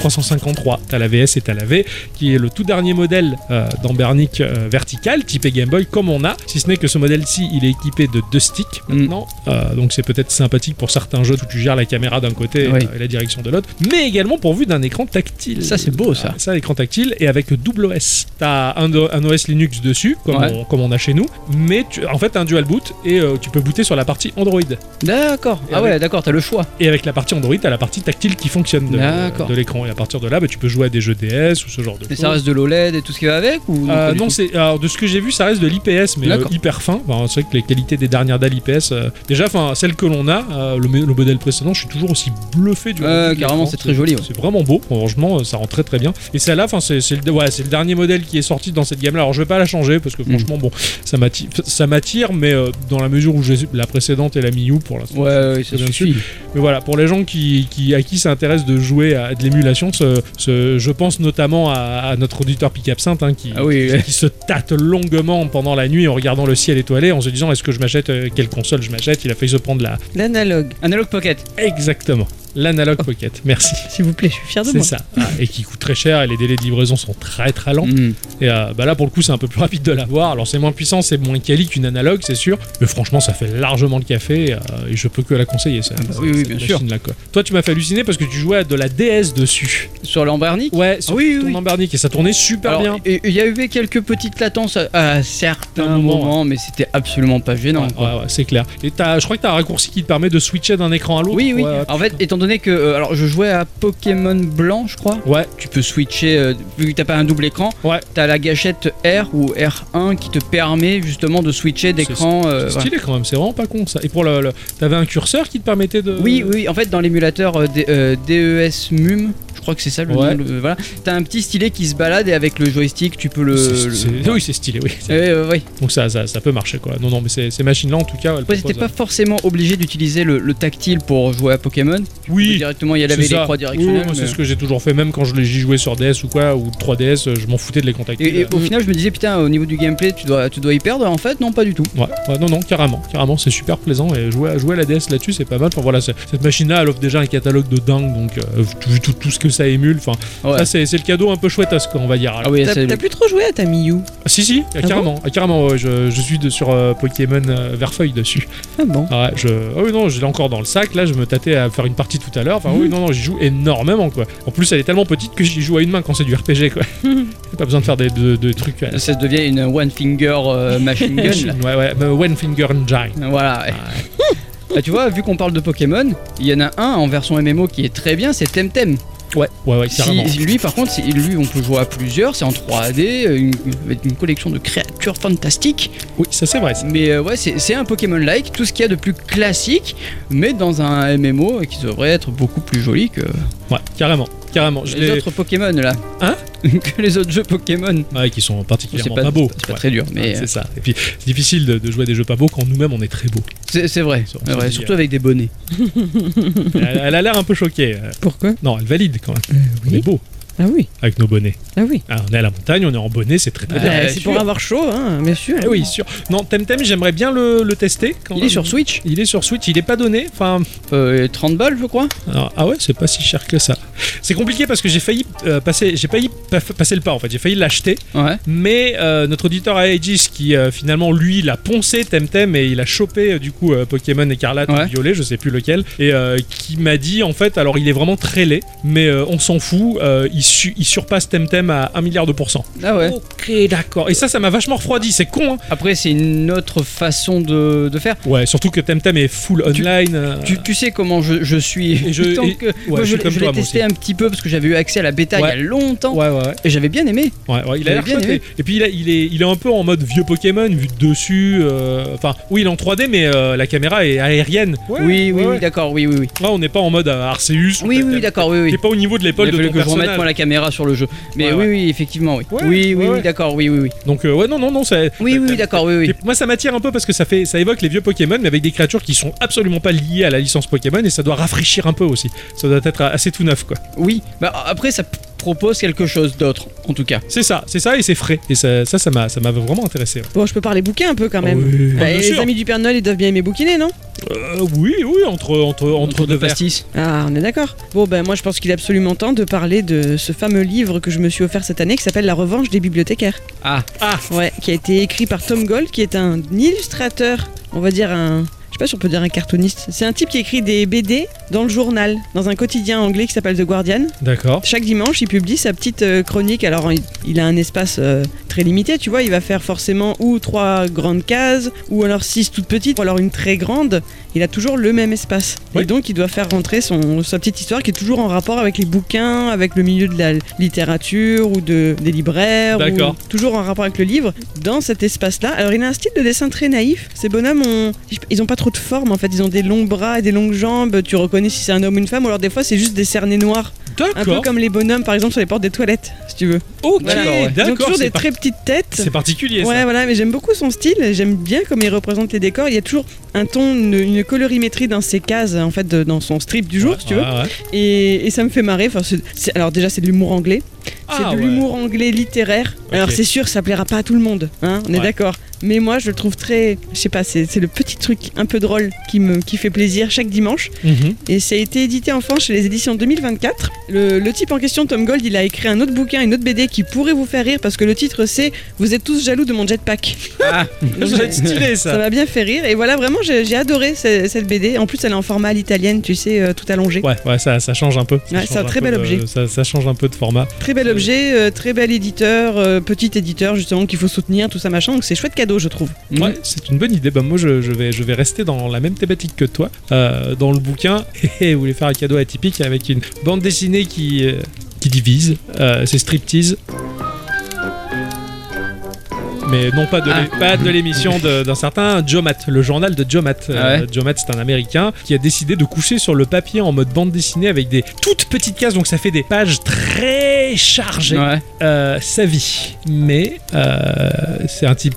[SPEAKER 3] RG353. T'as la VS et t'as la V, qui est le tout dernier modèle euh, d'Ambernic euh, vertical, typé Game Boy, comme on a. Si ce n'est que ce modèle-ci, il est équipé de deux sticks
[SPEAKER 4] Mm.
[SPEAKER 3] maintenant. Euh, donc c'est peut-être sympathique pour certains jeux où tu gères la caméra d'un côté
[SPEAKER 4] Oui.
[SPEAKER 3] euh, et la direction de l'autre, mais également pourvu d'un écran tactile.
[SPEAKER 4] Ça, c'est beau, ça.
[SPEAKER 3] Ah, Ça, écran tactile et avec double OS. T'as un, do- un OS Linux dessus, comme,
[SPEAKER 4] Ouais.
[SPEAKER 3] on, comme on a chez nous, mais tu, en fait, t'as un dual boot et euh, tu peux booter sur la partie Android.
[SPEAKER 4] D'accord.
[SPEAKER 3] Et
[SPEAKER 4] Ah
[SPEAKER 3] avec-
[SPEAKER 4] ouais, d'accord, t'as le choix.
[SPEAKER 3] Et avec la partie Android, t'as la partie tactile qui fonctionne de,
[SPEAKER 4] D'accord.
[SPEAKER 3] de l'écran. Et à partir de là, bah, tu peux jouer à des jeux DS ou ce genre de
[SPEAKER 4] Mais
[SPEAKER 3] choses.
[SPEAKER 4] ça reste de l'OLED et tout ce qui va avec ou
[SPEAKER 3] Euh,
[SPEAKER 4] pas du
[SPEAKER 3] non,
[SPEAKER 4] tout
[SPEAKER 3] c'est alors de ce que j'ai vu, ça reste de l'IPS, mais euh,
[SPEAKER 4] D'accord.
[SPEAKER 3] hyper fin. Enfin, c'est vrai que les qualités des dernières dalles IPS, euh, déjà, enfin, celle que l'on a, euh, le, le modèle précédent, je suis toujours aussi bluffé du.
[SPEAKER 4] Ouais,
[SPEAKER 3] rendu de
[SPEAKER 4] carrément,
[SPEAKER 3] l'écran.
[SPEAKER 4] c'est très joli, ouais.
[SPEAKER 3] C'est vraiment beau. Franchement, euh, ça rend très très bien. Et celle-là, enfin, c'est c'est le, ouais, c'est le dernier modèle qui est sorti dans cette gamme-là. Alors, je vais pas la changer parce
[SPEAKER 4] Mm.
[SPEAKER 3] que franchement, bon, ça m'attire, ça m'attire, mais euh, dans la mesure où j'ai la précédente et la Miu pour l'instant.
[SPEAKER 4] Ouais, ouais, ça
[SPEAKER 3] Bien
[SPEAKER 4] suffit.
[SPEAKER 3] Mais voilà, pour les gens qui, qui- à qui ça intéresse de jouer à de l'émulation, ce- ce- je pense notamment à, à notre auditeur Pic Absinthe hein, qui,
[SPEAKER 4] Ah oui, ouais.
[SPEAKER 3] qui se tâte longuement pendant la nuit en regardant le ciel étoilé, en se disant est-ce que je m'achète, euh, quelle console je m'achète Il a failli se prendre la.
[SPEAKER 2] L'analogue,
[SPEAKER 4] Analog Pocket,
[SPEAKER 3] Exactement, l'Analog Pocket. Merci.
[SPEAKER 2] s'il vous plaît, je suis fier de
[SPEAKER 3] C'est
[SPEAKER 2] moi.
[SPEAKER 3] ça. Ah, et qui coûte très cher et les délais de livraison sont très très lents.
[SPEAKER 4] Mm.
[SPEAKER 3] Et euh, bah là pour le coup c'est un peu plus rapide de l'avoir. Alors c'est moins puissant, c'est moins quali qu'une analogue c'est sûr. Mais franchement ça fait largement le café euh, et je peux que la conseiller ça.
[SPEAKER 4] bah oui, oui, bien sûr.
[SPEAKER 3] Là, quoi. Toi tu m'as fait halluciner parce que tu jouais à de la DS dessus. Ah
[SPEAKER 4] sur l'Ambernic.
[SPEAKER 3] Ouais, sur
[SPEAKER 4] oui, oui,
[SPEAKER 3] ton
[SPEAKER 4] oui.
[SPEAKER 3] Ambernic et ça tournait super
[SPEAKER 4] Alors,
[SPEAKER 3] bien.
[SPEAKER 4] et- et Il y a eu quelques petites latences à, à certains
[SPEAKER 3] Un moment,
[SPEAKER 4] moments, mais c'était absolument pas gênant.
[SPEAKER 3] Ouais,
[SPEAKER 4] quoi.
[SPEAKER 3] ouais, ouais, c'est clair. Et t'as- je crois que t'as un raccourci qui te permet de switcher d'un écran à l'autre.
[SPEAKER 4] Oui, oui.
[SPEAKER 3] Ouais, ah, ouais.
[SPEAKER 4] en fait, étant donné que. euh, alors, je jouais à Pokémon Blanc, je crois.
[SPEAKER 3] Ouais,
[SPEAKER 4] Tu peux switcher, euh, vu que t'as pas un double écran,
[SPEAKER 3] Ouais.
[SPEAKER 4] t'as la gâchette R ou R1 qui te permet justement de switcher d'écran. euh,
[SPEAKER 3] c'est
[SPEAKER 4] voilà.
[SPEAKER 3] stylé quand même, c'est vraiment pas con ça. Et pour le, le- t'avais un curseur qui te permettait de.
[SPEAKER 4] Oui, oui, en fait, dans l'émulateur euh, D- euh, DES MUM, je crois que c'est ça le
[SPEAKER 3] Ouais.
[SPEAKER 4] nom, le- voilà, t'as un petit stylet qui se balade et avec le joystick, tu peux le.
[SPEAKER 3] C'est-
[SPEAKER 4] le- Euh.
[SPEAKER 3] c'est- Oui, c'est stylé, oui.
[SPEAKER 4] Ouais, ouais, ouais.
[SPEAKER 3] Donc ça, ça, ça peut marcher quoi. Non, non, mais ces, ces machines-là en tout cas, elles
[SPEAKER 4] Après, t'étais
[SPEAKER 3] proposent-
[SPEAKER 4] pas forcément obligé d'utiliser le, le tactile pour jouer à Pokémon. Tu peux
[SPEAKER 3] Oui,
[SPEAKER 4] Directement, il y a
[SPEAKER 3] C'est
[SPEAKER 4] les
[SPEAKER 3] ça.
[SPEAKER 4] trois
[SPEAKER 3] Oui,
[SPEAKER 4] directionnels.
[SPEAKER 3] moi, c'est
[SPEAKER 4] mais-
[SPEAKER 3] ce que j'ai toujours fait, même quand je les j'y jouais sur DS ou quoi, ou 3DS, euh, je m'en foutais de les contacter.
[SPEAKER 4] Et, et
[SPEAKER 3] Euh,
[SPEAKER 4] au final, je me disais, putain, au niveau du gameplay, tu dois, tu dois y perdre. En fait, non, pas du tout.
[SPEAKER 3] Ouais, ouais, non, non, carrément, carrément, c'est super plaisant. Et jouer, à- jouer à la DS là-dessus, c'est pas mal. Enfin voilà, c'est- cette machine-là, elle offre déjà un catalogue de dingue, donc euh, tout, tout, tout ce que ça émule. Enfin,
[SPEAKER 4] Ouais.
[SPEAKER 3] ça, c'est c'est le cadeau un peu chouette à ce qu'on va dire. alors.
[SPEAKER 4] Ah oui,
[SPEAKER 2] T'as
[SPEAKER 4] c'est-
[SPEAKER 2] t'as plus trop joué à ta Miu
[SPEAKER 3] Ah, si, si, ah,
[SPEAKER 2] bon
[SPEAKER 3] carrément, ah, carrément. ouais, je, je suis de, sur euh, Pokémon euh, Verfeuille dessus.
[SPEAKER 2] Ah bon
[SPEAKER 3] Ah ouais, je, ah oui, non, je l'ai encore dans le sac. Là, je me tâtais à faire une partie tout à l'heure. Enfin, oh
[SPEAKER 4] Mhm.
[SPEAKER 3] oui, non, non, j'y joue énormément, quoi. En plus, elle est tellement petite que j'y joue à une main quand c'est du RPG, quoi. pas besoin de faire des, de, de trucs. à la
[SPEAKER 4] ça devient une one finger euh, machine gun. là.
[SPEAKER 3] machine. Ouais, ouais, mais One Finger Engine.
[SPEAKER 4] Voilà. Ah, tu vois, vu qu'on parle de Pokémon, il y en a un en version MMO qui est très bien, c'est Temtem.
[SPEAKER 3] Ouais, ouais, ouais, carrément.
[SPEAKER 4] Si, lui, par contre, c'est- lui, on peut jouer à plusieurs, c'est en 3D, euh, une, avec une collection de créatures fantastiques.
[SPEAKER 3] Oui, ça c'est vrai. ça.
[SPEAKER 4] Mais euh, ouais, c'est c'est un Pokémon-like, tout ce qu'il y a de plus classique, mais dans un MMO qui devrait être beaucoup plus joli que
[SPEAKER 3] Ouais, carrément, carrément. Je
[SPEAKER 4] les
[SPEAKER 3] l'ai.
[SPEAKER 4] autres Pokémon là.
[SPEAKER 3] Hein
[SPEAKER 4] Que les autres jeux Pokémon.
[SPEAKER 3] Ouais, qui sont
[SPEAKER 4] C'est
[SPEAKER 3] particulièrement
[SPEAKER 4] pas,
[SPEAKER 3] pas, beaux.
[SPEAKER 4] c'est pas
[SPEAKER 3] Ouais.
[SPEAKER 4] très dur, mais euh.
[SPEAKER 3] Ouais, c'est ça. Et puis, c'est difficile de, de jouer à des jeux pas beaux quand nous-mêmes on est très beaux.
[SPEAKER 4] c'est c'est vrai.
[SPEAKER 3] Ça, on
[SPEAKER 4] C'est
[SPEAKER 3] se
[SPEAKER 4] vrai,
[SPEAKER 3] dit,
[SPEAKER 4] surtout avec des bonnets.
[SPEAKER 3] elle, elle a l'air un peu choquée. euh.
[SPEAKER 2] Pourquoi
[SPEAKER 3] Non, elle valide quand même.
[SPEAKER 4] Euh,
[SPEAKER 3] On est beau
[SPEAKER 2] Ah oui,
[SPEAKER 3] avec nos bonnets.
[SPEAKER 2] ah oui.
[SPEAKER 3] Ah, on est à la montagne, on est en bonnet, c'est très très
[SPEAKER 4] Ah,
[SPEAKER 3] bien.
[SPEAKER 2] Bah,
[SPEAKER 4] bien
[SPEAKER 2] c'est
[SPEAKER 4] sûr.
[SPEAKER 2] pour avoir chaud, hein, bien sûr.
[SPEAKER 3] Ah oui, sûr. Non, Temtem, j'aimerais bien le, le tester. Quand
[SPEAKER 4] Il
[SPEAKER 3] même.
[SPEAKER 4] est sur Switch
[SPEAKER 3] Il est sur Switch, il est pas donné. Enfin,
[SPEAKER 4] Euh, 30 balles, je crois.
[SPEAKER 3] alors, ah ouais, c'est pas si cher que ça. C'est compliqué parce que j'ai failli euh, passer, j'ai failli pa- passer le pas en fait. J'ai failli l'acheter,
[SPEAKER 4] Ouais.
[SPEAKER 3] mais euh, notre auditeur Aegis qui euh, finalement lui il a poncé Temtem et il a chopé euh, du coup euh, Pokémon Écarlate
[SPEAKER 4] Ouais.
[SPEAKER 3] ou Violet, je sais plus lequel, et euh, qui m'a dit en fait, alors il est vraiment très laid, mais euh, on s'en fout, euh, il, su- il surpasse Temtem à 1 milliard de pourcents.
[SPEAKER 4] Ah ouais.
[SPEAKER 3] Ok, d'accord. Et ça, ça m'a vachement refroidi, c'est con. Hein.
[SPEAKER 4] Oh. Après, c'est une autre façon de, de faire.
[SPEAKER 3] Ouais, surtout que Temtem est full online. euh,
[SPEAKER 4] Tu, tu sais comment je, je suis.
[SPEAKER 3] Et je-
[SPEAKER 4] tant
[SPEAKER 3] et-
[SPEAKER 4] que- moi,
[SPEAKER 3] je
[SPEAKER 4] je,
[SPEAKER 3] suis
[SPEAKER 4] l'ai-
[SPEAKER 3] comme
[SPEAKER 4] je
[SPEAKER 3] toi,
[SPEAKER 4] l'ai
[SPEAKER 3] moi
[SPEAKER 4] testé un petit peu parce que j'avais eu accès à la bêta
[SPEAKER 3] Ouais.
[SPEAKER 4] il y a longtemps.
[SPEAKER 3] Ouais, ouais, ouais.
[SPEAKER 4] Et j'avais bien aimé.
[SPEAKER 3] Ouais, ouais, il a
[SPEAKER 4] J'avais
[SPEAKER 3] l'air
[SPEAKER 4] bien
[SPEAKER 3] chouette,
[SPEAKER 4] aimé.
[SPEAKER 3] Et, et puis il, a- il est, il est un peu en mode vieux Pokémon, vu de dessus. euh, Enfin, oui, il est en 3D, mais euh, la caméra est aérienne.
[SPEAKER 4] oui, oui,
[SPEAKER 3] ouais,
[SPEAKER 4] oui,
[SPEAKER 3] ouais.
[SPEAKER 4] d'accord, oui, oui, oui.
[SPEAKER 3] Ouais, on n'est pas en mode euh, Arceus. ou
[SPEAKER 4] Oui,
[SPEAKER 3] tel-
[SPEAKER 4] oui,
[SPEAKER 3] tel.
[SPEAKER 4] oui, d'accord, oui,
[SPEAKER 3] T'es
[SPEAKER 4] oui.
[SPEAKER 3] pas au niveau de
[SPEAKER 4] Il
[SPEAKER 3] l'épaule
[SPEAKER 4] a
[SPEAKER 3] de
[SPEAKER 4] fallu
[SPEAKER 3] ton
[SPEAKER 4] que je remette
[SPEAKER 3] personnage.
[SPEAKER 4] moi la caméra sur le jeu. Mais
[SPEAKER 3] Ouais, ouais.
[SPEAKER 4] oui, oui, effectivement, oui.
[SPEAKER 3] Ouais,
[SPEAKER 4] oui, oui,
[SPEAKER 3] ouais,
[SPEAKER 4] oui,
[SPEAKER 3] ouais.
[SPEAKER 4] d'accord, oui, oui, oui.
[SPEAKER 3] Donc, euh, ouais, non, non, non, ça.
[SPEAKER 4] Oui, oui, oui, d'accord, oui, oui.
[SPEAKER 3] Et Moi, ça m'attire un peu parce que ça fait, ça évoque les vieux Pokémon, mais avec des créatures qui sont absolument pas liées à la licence Pokémon, et ça doit rafraîchir un peu aussi. Ça doit être assez tout neuf, quoi.
[SPEAKER 4] Oui, bah après ça p- propose quelque chose d'autre, en tout cas.
[SPEAKER 3] C'est ça, c'est ça, et c'est frais. Et ça, ça, ça m'a, ça m'a vraiment intéressé. ouais.
[SPEAKER 2] Bon, je peux parler bouquin un peu quand même.
[SPEAKER 3] Oui.
[SPEAKER 2] Bah,
[SPEAKER 3] Bah, bien
[SPEAKER 2] les
[SPEAKER 3] sûr.
[SPEAKER 2] amis du Père Noël, ils doivent bien aimer bouquiner, non
[SPEAKER 3] Euh, oui, oui, entre, entre, entre, deux verres.
[SPEAKER 4] pastis.
[SPEAKER 2] Ah, on est d'accord. Bon, ben moi, je pense qu'il est absolument temps de parler de ce fameux livre que je me suis offert cette année qui s'appelle La Revanche des bibliothécaires.
[SPEAKER 4] Ah,
[SPEAKER 2] Ouais, qui a été écrit par Tom Gold, qui est un illustrateur, on va dire un. Je sais pas si on peut dire un cartooniste. C'est un type qui écrit des BD dans le journal, dans un quotidien anglais qui s'appelle The Guardian.
[SPEAKER 3] D'accord.
[SPEAKER 2] Chaque dimanche, il publie sa petite euh, chronique. Alors, il- il a un espace euh, très limité, tu vois. Il va faire forcément ou trois grandes cases, ou alors six toutes petites, ou alors une très grande. Il a toujours le même espace.
[SPEAKER 3] Oui.
[SPEAKER 2] Et donc, il doit faire rentrer son, sa petite histoire qui est toujours en rapport avec les bouquins, avec le milieu de la littérature ou de, des libraires, ou
[SPEAKER 3] D'accord.
[SPEAKER 2] toujours en rapport avec le livre, dans cet espace-là. Alors, il a un style de dessin très naïf. Ces bonhommes, ont, ils ont pas trop de forme, en fait. Ils ont des longs bras et des longues jambes. Tu reconnais si c'est un homme ou une femme, ou alors des fois, c'est juste des cernets noirs. Un peu
[SPEAKER 3] D'accord.
[SPEAKER 2] comme les bonhommes par exemple sur les portes des toilettes, si tu veux.
[SPEAKER 3] Ok,
[SPEAKER 4] Voilà, ouais.
[SPEAKER 2] Ils ont
[SPEAKER 3] d'accord.
[SPEAKER 2] toujours
[SPEAKER 3] c'est
[SPEAKER 2] des
[SPEAKER 3] par-
[SPEAKER 2] très petites têtes.
[SPEAKER 3] C'est particulier,
[SPEAKER 2] Ouais,
[SPEAKER 3] ça.
[SPEAKER 2] voilà, mais j'aime beaucoup son style, et j'aime bien comme il représente les décors. Il y a toujours un ton, une, une colorimétrie dans ses cases, en fait, de- dans son strip du jour, si tu veux.
[SPEAKER 3] Ah, ouais.
[SPEAKER 2] Et, et ça me fait marrer. Enfin, c'est- c'est- alors, déjà, c'est de l'humour anglais. C'est
[SPEAKER 3] Ah,
[SPEAKER 2] de
[SPEAKER 3] ouais.
[SPEAKER 2] l'humour anglais littéraire.
[SPEAKER 3] Ok.
[SPEAKER 2] Alors c'est sûr, ça plaira pas à tout le monde, hein, on est
[SPEAKER 3] Ouais.
[SPEAKER 2] d'accord. Mais moi, je le trouve très, je sais pas, c'est c'est le petit truc un peu drôle qui me, qui fait plaisir chaque dimanche.
[SPEAKER 3] Mhm.
[SPEAKER 2] Et ça a été édité en France chez les éditions 2024. Le, le type en question, Tom Gold, il a écrit un autre bouquin, une autre BD qui pourrait vous faire rire parce que le titre c'est Vous êtes tous jaloux de mon jetpack.
[SPEAKER 4] ah,
[SPEAKER 2] Donc,
[SPEAKER 3] Ça doit être stylé,
[SPEAKER 2] ça
[SPEAKER 3] ça.
[SPEAKER 2] m'a bien fait rire. Et voilà, vraiment, j'ai j'ai adoré ce- cette BD. En plus, elle est en format à l'italienne, tu sais, euh, tout allongé.
[SPEAKER 3] Ouais, ouais, ça, ça change un peu. Ça
[SPEAKER 2] Ouais,
[SPEAKER 3] change
[SPEAKER 2] c'est un très
[SPEAKER 3] peu
[SPEAKER 2] bel
[SPEAKER 3] de-
[SPEAKER 2] objet.
[SPEAKER 3] ça, ça change un peu de format.
[SPEAKER 2] Très bel objet, euh, très bel éditeur, euh, petit éditeur justement qu'il faut soutenir, tout ça machin. Donc c'est chouette cadeau, je trouve.
[SPEAKER 4] Mhm.
[SPEAKER 3] Ouais, c'est une bonne idée. Bah, moi, je, je vais, je vais rester dans la même thématique que toi, euh, dans le bouquin. Et vous voulez faire un cadeau atypique avec une bande dessinée qui, euh, qui divise. Euh, c'est Striptease. Mais non pas de,
[SPEAKER 4] Ah.
[SPEAKER 3] l'é- pas de l'émission de- d'un certain Joe Matt, le journal de Joe Matt.
[SPEAKER 4] Ah ouais
[SPEAKER 3] Joe Matt, c'est un Américain qui a décidé de coucher sur le papier en mode bande dessinée avec des toutes petites cases, donc ça fait des pages très chargées
[SPEAKER 4] ouais.
[SPEAKER 3] euh, sa vie. Mais euh, c'est un type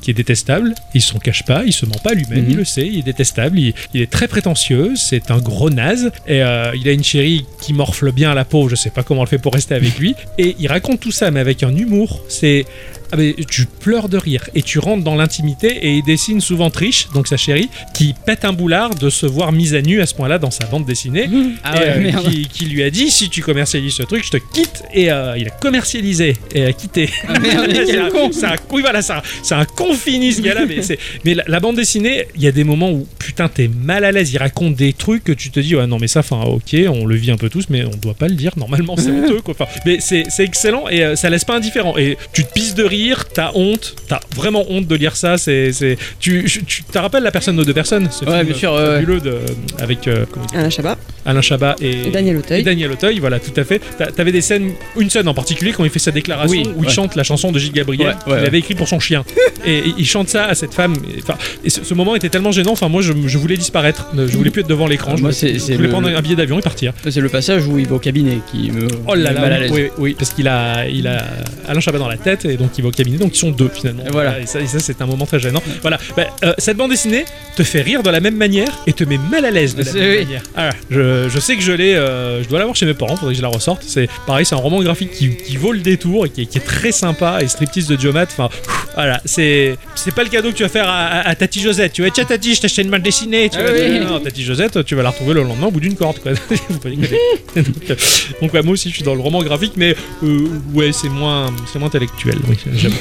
[SPEAKER 3] qui est détestable, il s'en cache pas, il se ment pas lui-même,
[SPEAKER 4] Mhm.
[SPEAKER 3] il le sait, il est détestable, il, il est très prétentieux, c'est un gros naze, et euh, il a une chérie qui morfle bien la peau, je sais pas comment elle fait pour rester avec lui, et il raconte tout ça, mais avec un humour, c'est... ah, mais tu pleures de rire et tu rentres dans l'intimité et il dessine souvent Trish, donc sa chérie, qui pète un boulard de se voir mise à nu à ce point-là dans sa bande dessinée
[SPEAKER 4] Ah
[SPEAKER 3] et,
[SPEAKER 4] ouais,
[SPEAKER 3] euh,
[SPEAKER 4] merde.
[SPEAKER 3] qui, qui lui a dit si tu commercialises ce truc, je te quitte. Et euh, il a commercialisé et a quitté.
[SPEAKER 4] Ah, merde, mais
[SPEAKER 3] c'est
[SPEAKER 4] quel
[SPEAKER 3] un
[SPEAKER 4] con.
[SPEAKER 3] C'est un, oui, voilà, c'est un, c'est un con fini ce gars-là. mais c'est- mais la, la bande dessinée, il y a des moments où putain, t'es mal à l'aise. Il raconte des trucs que tu te dis ouais, non, mais ça, enfin, ok, on le vit un peu tous, mais on doit pas le dire. Normalement, c'est honteux quoi. Enfin, mais c'est c'est excellent et euh, ça laisse pas indifférent. Et tu te pisses de rire, t'as honte, t'as vraiment honte de lire ça. C'est c'est- tu, tu te rappelles la personne de deux personnes ce
[SPEAKER 4] Ouais,
[SPEAKER 3] film
[SPEAKER 4] bien sûr, ouais, ouais.
[SPEAKER 3] fabuleux de, avec euh, comment il
[SPEAKER 2] Alain Chabat,
[SPEAKER 3] Alain Chabat
[SPEAKER 2] et
[SPEAKER 3] et,
[SPEAKER 2] Daniel
[SPEAKER 3] et
[SPEAKER 2] Auteuil.
[SPEAKER 3] Daniel Auteuil, voilà, tout à fait. T'a- T'avais des scènes, une scène en particulier quand il fait sa déclaration
[SPEAKER 4] Oui,
[SPEAKER 3] où il
[SPEAKER 4] ouais.
[SPEAKER 3] chante la chanson de Gilles Gabriel
[SPEAKER 4] Ouais, ouais,
[SPEAKER 3] qu'il
[SPEAKER 4] ouais.
[SPEAKER 3] avait écrit pour son chien. et il- il chante ça à cette femme. Et, enfin, et ce, ce moment était tellement gênant. Enfin, moi, je, je voulais disparaître. Je voulais plus être devant l'écran.
[SPEAKER 4] Ah,
[SPEAKER 3] Je,
[SPEAKER 4] moi,
[SPEAKER 3] voulais-
[SPEAKER 4] c'est-
[SPEAKER 3] je
[SPEAKER 4] c'est
[SPEAKER 3] voulais
[SPEAKER 4] le-
[SPEAKER 3] prendre un billet d'avion et partir.
[SPEAKER 4] Ça, C'est le passage où il va au cabinet qui me.
[SPEAKER 3] Oh là
[SPEAKER 4] me met mal à
[SPEAKER 3] là, oui,
[SPEAKER 4] l'aise.
[SPEAKER 3] oui, oui, parce qu'il a, il a Alain Chabat dans la tête et donc il va au cabinet. Donc ils sont deux finalement.
[SPEAKER 4] Et voilà.
[SPEAKER 3] Et ça, et ça, c'est un moment très gênant. Voilà. Ben, Bah, euh, cette bande dessinée te fait rire de la même manière et te met mal à l'aise de la
[SPEAKER 4] C'est-
[SPEAKER 3] même
[SPEAKER 4] oui.
[SPEAKER 3] manière. Ah, je- Je, je sais que je l'ai, euh, je dois l'avoir chez mes parents, faudrait que je la ressorte. C'est pareil, c'est un roman graphique qui, qui vaut le détour et qui, est- qui est très sympa. Et Striptease de Diomat, enfin, pff, voilà, c'est c'est pas le cadeau que tu vas faire à, à- à Tati Josette. Tu vas dire, tiens Tati, je t'ai acheté une bande dessinée. Tu
[SPEAKER 4] Ah
[SPEAKER 3] vas
[SPEAKER 4] oui.
[SPEAKER 3] dire, non, Tati Josette, tu vas la retrouver le lendemain au bout d'une corde, quoi. Faut pas déconner. donc, euh, donc, ouais, moi aussi, je suis dans le roman graphique, mais euh, ouais, c'est moins, c'est moins intellectuel. Oui, j'avoue.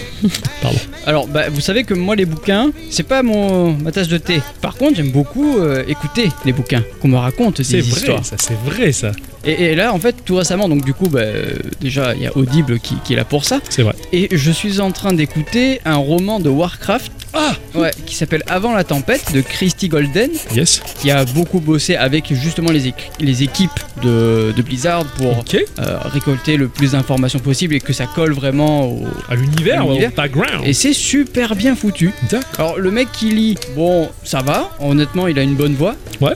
[SPEAKER 3] Pardon.
[SPEAKER 4] Alors, bah, vous savez que moi, les bouquins, c'est pas mon, ma tasse de thé. Par contre, j'aime beaucoup euh, écouter les bouquins, qu'on me raconte des
[SPEAKER 3] C'est vrai,
[SPEAKER 4] histoires.
[SPEAKER 3] ça, c'est vrai, ça.
[SPEAKER 4] Et, et là, en fait, tout récemment, donc du coup, bah, euh, déjà, il y a Audible qui, qui est là pour ça.
[SPEAKER 3] C'est vrai.
[SPEAKER 4] Et je suis en train d'écouter un roman de Warcraft.
[SPEAKER 3] Ah
[SPEAKER 4] Ouais, qui s'appelle Avant la tempête de Christy Golden,
[SPEAKER 3] Yes.
[SPEAKER 4] qui a beaucoup bossé avec justement les, éc- les équipes de, de Blizzard pour
[SPEAKER 3] Ok.
[SPEAKER 4] euh, récolter le plus d'informations possible et que ça colle vraiment au,
[SPEAKER 3] À l'univers,
[SPEAKER 4] À
[SPEAKER 3] au
[SPEAKER 4] l'univers.
[SPEAKER 3] background.
[SPEAKER 4] et c'est super bien foutu.
[SPEAKER 3] D'accord.
[SPEAKER 4] Alors le mec qui lit, bon, ça va. Honnêtement, il a une bonne voix.
[SPEAKER 3] Ouais.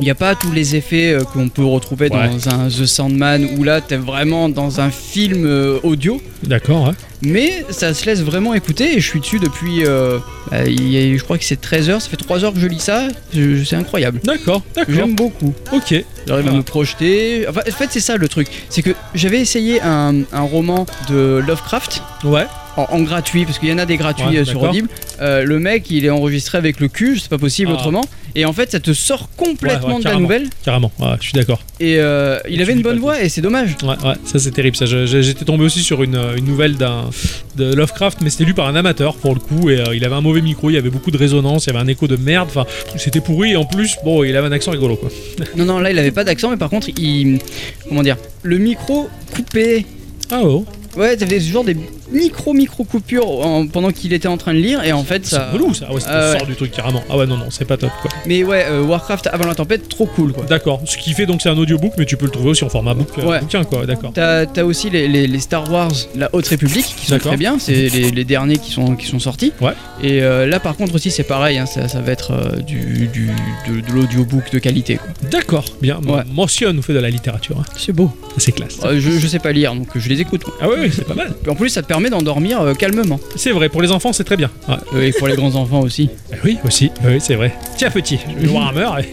[SPEAKER 4] Il n'y a pas tous les effets euh, qu'on peut retrouver
[SPEAKER 3] Ouais.
[SPEAKER 4] dans un The Sandman où là t'es vraiment dans un film euh, audio,
[SPEAKER 3] D'accord, ouais.
[SPEAKER 4] mais ça se laisse vraiment écouter et je suis dessus depuis, euh, bah, il y a- je crois que c'est 13 heures, ça fait 3 heures que je lis ça, Je- c'est incroyable.
[SPEAKER 3] D'accord, d'accord.
[SPEAKER 4] J'aime beaucoup.
[SPEAKER 3] Ok.
[SPEAKER 4] J'arrive à
[SPEAKER 3] Ah.
[SPEAKER 4] me projeter. Enfin, en fait, c'est ça le truc. C'est que j'avais essayé un, un roman de Lovecraft
[SPEAKER 3] Ouais.
[SPEAKER 4] en, en gratuit, parce qu'il y en a des gratuits
[SPEAKER 3] Ouais,
[SPEAKER 4] euh, sur
[SPEAKER 3] d'accord.
[SPEAKER 4] Audible. Euh, le mec, il est enregistré avec le cul, c'est pas possible
[SPEAKER 3] Ah.
[SPEAKER 4] autrement. Et en fait, ça te sort complètement
[SPEAKER 3] Ouais, ouais,
[SPEAKER 4] de la
[SPEAKER 3] carrément.
[SPEAKER 4] nouvelle.
[SPEAKER 3] Carrément, ouais, je suis d'accord.
[SPEAKER 4] Et euh, il
[SPEAKER 3] Tu
[SPEAKER 4] avait une
[SPEAKER 3] dis pas
[SPEAKER 4] bonne
[SPEAKER 3] tout.
[SPEAKER 4] voix, et c'est dommage.
[SPEAKER 3] Ouais, ouais, ça c'est terrible. Ça, Je- je- j'étais tombé aussi sur une, euh, une nouvelle d'un de Lovecraft, mais c'était lu par un amateur pour le coup, et euh, il avait un mauvais micro, il y avait beaucoup de résonance, il y avait un écho de merde. Enfin, c'était pourri. Et en plus, bon, il avait un accent rigolo, quoi.
[SPEAKER 4] Non, non, là, il avait pas d'accent, mais par contre, il. Comment dire Le micro coupé.
[SPEAKER 3] Ah oh,
[SPEAKER 4] Ouais, t'avais ce genre des micro-micro-coupures en- pendant qu'il était en train de lire, et en fait,
[SPEAKER 3] c'est
[SPEAKER 4] ça.
[SPEAKER 3] relou ça. Ouais, c'était
[SPEAKER 4] Ah ouais.
[SPEAKER 3] sort du truc carrément. Ah ouais, non, non, c'est pas top, quoi.
[SPEAKER 4] Mais ouais, euh, Warcraft avant la tempête, trop cool, quoi.
[SPEAKER 3] D'accord. Ce qui fait donc c'est un audiobook, mais tu peux le trouver aussi en format book, euh,
[SPEAKER 4] Ouais.
[SPEAKER 3] bouquin, quoi. D'accord.
[SPEAKER 4] T'as t'as aussi les, les- les Star Wars, la Haute République, qui sont
[SPEAKER 3] D'accord.
[SPEAKER 4] très bien, c'est les, les derniers qui sont, qui sont sortis.
[SPEAKER 3] Ouais.
[SPEAKER 4] Et euh, là, par contre, aussi, c'est pareil, hein, ça, ça va être euh, du, du- de, de l'audiobook de qualité. quoi.
[SPEAKER 3] D'accord. Bien.
[SPEAKER 4] Ouais.
[SPEAKER 3] Mentionne, on fait de la littérature. hein.
[SPEAKER 2] C'est beau.
[SPEAKER 3] C'est classe.
[SPEAKER 4] Euh, je, je sais pas lire, donc je les écoute. quoi.
[SPEAKER 3] Ah ouais, ouais, c'est pas mal.
[SPEAKER 4] En plus, ça te permet d'endormir euh, calmement.
[SPEAKER 3] C'est vrai. Pour les enfants, c'est très bien. Ouais.
[SPEAKER 4] Euh, et pour les grands-enfants aussi.
[SPEAKER 3] Ah Oui, aussi, Ah oui, c'est vrai. Tiens, petit, le Warhammer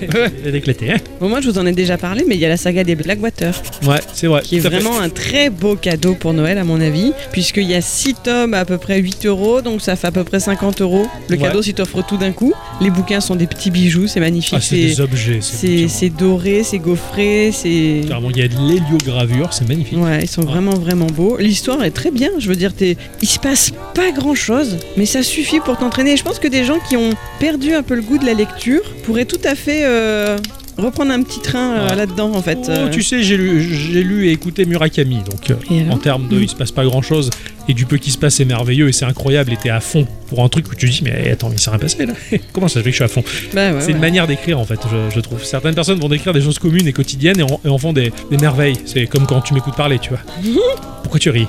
[SPEAKER 3] est éclaté. Hein
[SPEAKER 2] Bon, moi, je vous en ai déjà parlé, mais il y a la saga des Blackwater,
[SPEAKER 3] ouais, c'est vrai.
[SPEAKER 2] qui est
[SPEAKER 3] Tout à fait.
[SPEAKER 2] vraiment un très beau cadeau pour Noël, à mon avis, puisqu'il y a 6 tomes à, à peu près 8 euros, donc ça fait à peu près 50 euros le
[SPEAKER 3] Ouais.
[SPEAKER 2] cadeau si t'offres tout d'un coup. Les bouquins sont des petits bijoux, c'est magnifique.
[SPEAKER 3] Ah, c'est
[SPEAKER 2] c'est-
[SPEAKER 3] des objets. c'est hein.
[SPEAKER 2] c'est
[SPEAKER 3] vraiment-
[SPEAKER 2] c'est doré, c'est gaufré, c'est.
[SPEAKER 3] Carrément, il y a de l'héliogravure, c'est magnifique.
[SPEAKER 2] Ouais, ils sont
[SPEAKER 3] Ouais.
[SPEAKER 2] vraiment vraiment beaux. L'histoire est très bien, je veux dire, t'es... il se passe pas grand chose, mais ça suffit pour t'entraîner. Je pense que des gens qui ont perdu un peu le goût de la lecture pourraient tout à fait euh, reprendre un petit train euh,
[SPEAKER 3] Ouais.
[SPEAKER 2] là-dedans en fait.
[SPEAKER 3] Oh,
[SPEAKER 2] Euh,
[SPEAKER 3] tu sais, j'ai lu, j'ai lu et écouté Murakami, donc euh,
[SPEAKER 2] Et alors
[SPEAKER 3] en termes de il se passe pas grand chose, et du peu qui se passe, c'est merveilleux et c'est incroyable, et t'es à fond pour un truc où tu dis, mais attends, mais il s'est rien passé là Comment ça se fait que je suis à fond
[SPEAKER 2] Bah ouais,
[SPEAKER 3] C'est
[SPEAKER 2] ouais.
[SPEAKER 3] une manière d'écrire en fait, je, je trouve. Certaines personnes vont décrire des choses communes et quotidiennes et en, et en font des, des merveilles. C'est comme quand tu m'écoutes parler, tu vois. Pourquoi tu ris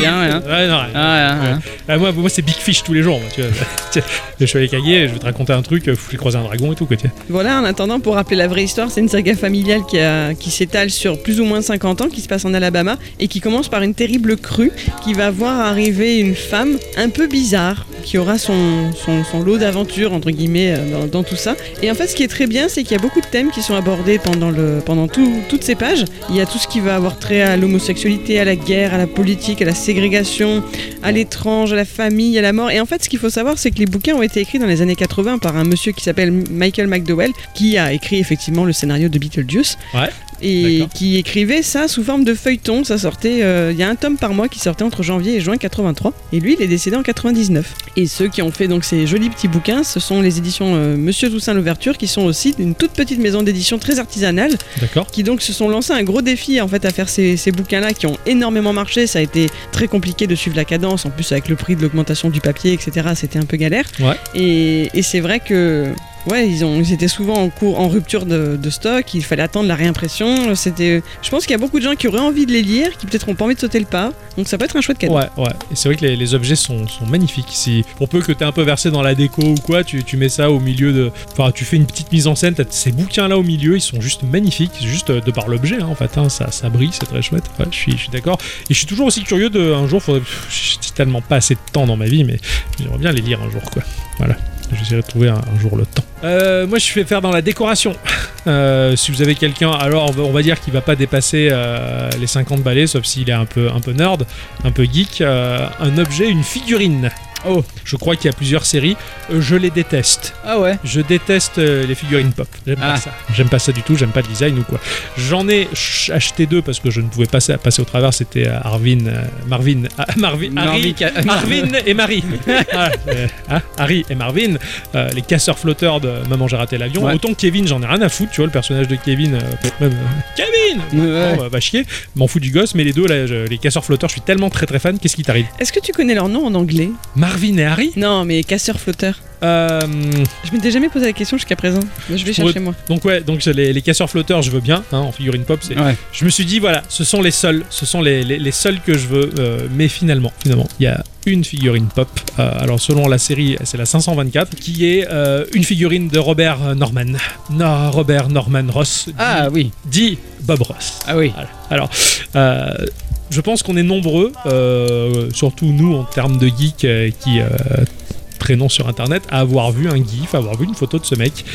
[SPEAKER 4] Rien, hein.
[SPEAKER 3] Ouais, non,
[SPEAKER 4] Ah, ouais, hein.
[SPEAKER 3] Ah, moi, moi c'est Big Fish tous les jours. Moi, tu vois. Tiens, je suis allé caguer, je vais te raconter un truc, euh, j'ai croisé un dragon et tout. Quoi, tu vois.
[SPEAKER 2] Voilà, en attendant, pour rappeler la vraie histoire, c'est une saga familiale qui, a- qui s'étale sur plus ou moins 50 ans, qui se passe en Alabama, et qui commence par une terrible crue qui va voir arriver une femme un peu bizarre, qui aura son, son, son lot d'aventures, entre guillemets, euh, dans, dans tout ça. Et en fait, ce qui est très bien, c'est qu'il y a beaucoup de thèmes qui sont abordés pendant, le, pendant tout- toutes ces pages. Il y a tout ce qui va avoir trait à l'homosexualité, à la guerre, à la politique, à la ségrégation, à l'étrange, à la famille, à la mort. Et en fait, ce qu'il faut savoir, c'est que les bouquins ont été écrits dans les années 80 par un monsieur qui s'appelle Michael McDowell, qui a écrit effectivement le scénario de Beetlejuice.
[SPEAKER 3] Ouais,
[SPEAKER 2] Et
[SPEAKER 3] d'accord.
[SPEAKER 2] qui écrivait ça sous forme de feuilleton. Ça sortait, euh, il y a un tome par mois qui sortait entre janvier et juin 83. Et lui, il est décédé en 99. Et ceux qui ont fait donc ces jolis petits bouquins, ce sont les éditions euh, Monsieur Toussaint l'Ouverture, qui sont aussi une toute petite maison d'édition très artisanale
[SPEAKER 3] D'accord
[SPEAKER 2] qui donc se sont lancés un gros défi en fait à faire ces, ces bouquins-là qui ont énormément marché. Ça a été très compliqué de suivre la cadence, en plus avec le prix de l'augmentation du papier, etc. C'était un peu galère.
[SPEAKER 3] Ouais.
[SPEAKER 2] Et, et c'est vrai que ouais, ils, ont, ils étaient souvent en, cours, en rupture de, de stock. Il fallait attendre la réimpression. C'était, je pense qu'il y a beaucoup de gens qui auraient envie de les lire, qui peut-être ont pas envie de sauter le pas. Donc ça peut être un chouette cadeau.
[SPEAKER 3] Ouais, ouais. Et c'est vrai que les, les objets sont, sont magnifiques. Si, pour peu que t'es un peu versé dans la déco ou quoi, tu, tu mets ça au milieu de. Enfin, tu fais une petite mise en scène, t'as ces bouquins-là au milieu, ils sont juste magnifiques, juste euh, de par l'objet, hein, en fait. hein, ça, ça brille, c'est très chouette. Ouais, je suis, je suis d'accord. Et je suis toujours aussi curieux de. Un jour, faudrait. pff, J'ai tellement pas assez de temps dans ma vie, mais j'aimerais bien les lire un jour, quoi. Voilà. J'essaierai de trouver un, un jour le temps. Euh, moi, je vais faire dans la décoration. Euh, si vous avez quelqu'un, alors on va- on va dire qu'il va pas dépasser euh, les 50 balais, sauf s'il est un peu, un peu nerd, un peu geek. euh, un objet, une figurine.
[SPEAKER 4] Oh.
[SPEAKER 3] Je crois qu'il y a plusieurs séries. Euh, je les déteste.
[SPEAKER 4] Ah ouais.
[SPEAKER 3] Je déteste euh, les figurines pop. J'aime pas
[SPEAKER 4] Ah.
[SPEAKER 3] ça. J'aime pas ça du tout. J'aime pas le design ou quoi. J'en ai ch- acheté deux parce que je ne pouvais pas sa- passer au travers. C'était euh, Arvin, euh, Marvin, ah, Marvin, Harry,
[SPEAKER 4] Marvin-
[SPEAKER 3] Marvin et Marie. Ah, euh, hein, Harry et Marvin, euh, les casseurs flotteurs de Maman j'ai raté l'avion.
[SPEAKER 4] Ouais.
[SPEAKER 3] Autant Kevin, j'en ai rien à foutre. Tu vois le personnage de Kevin, euh, pff, même, euh, Kevin.
[SPEAKER 4] Ouais.
[SPEAKER 3] Bon, bah, va chier, m'en fous du gosse, mais les deux, là, je- les casseurs flotteurs, je suis tellement très très fan. Qu'est-ce qui t'arrive
[SPEAKER 2] Est-ce que tu connais leur nom en anglais
[SPEAKER 3] Marvin et Harry
[SPEAKER 2] Non, mais casseur-flotteur.
[SPEAKER 3] Euh,
[SPEAKER 2] Je m'étais jamais posé la question jusqu'à présent. Bah, Je vais
[SPEAKER 3] pourrais-
[SPEAKER 2] chercher moi.
[SPEAKER 3] Donc ouais, donc les, les casseurs flotteurs, je veux bien, hein, en figurine pop. c'est-
[SPEAKER 4] Ouais.
[SPEAKER 3] Je me suis dit voilà, ce sont les seuls, ce sont les, les- les seuls que je veux. euh, mais finalement, finalement, il y a une figurine pop. euh, alors selon la série, c'est la 524, qui est euh, une figurine de Robert Norman. Non, Robert Norman Ross, dit-
[SPEAKER 4] Ah oui.
[SPEAKER 3] dit Bob Ross.
[SPEAKER 4] Ah oui.
[SPEAKER 3] Voilà. Alors, euh, je pense qu'on est nombreux, euh, surtout nous en termes de geeks euh, qui euh, traînons sur internet, à avoir vu un gif, à avoir vu une photo de ce mec.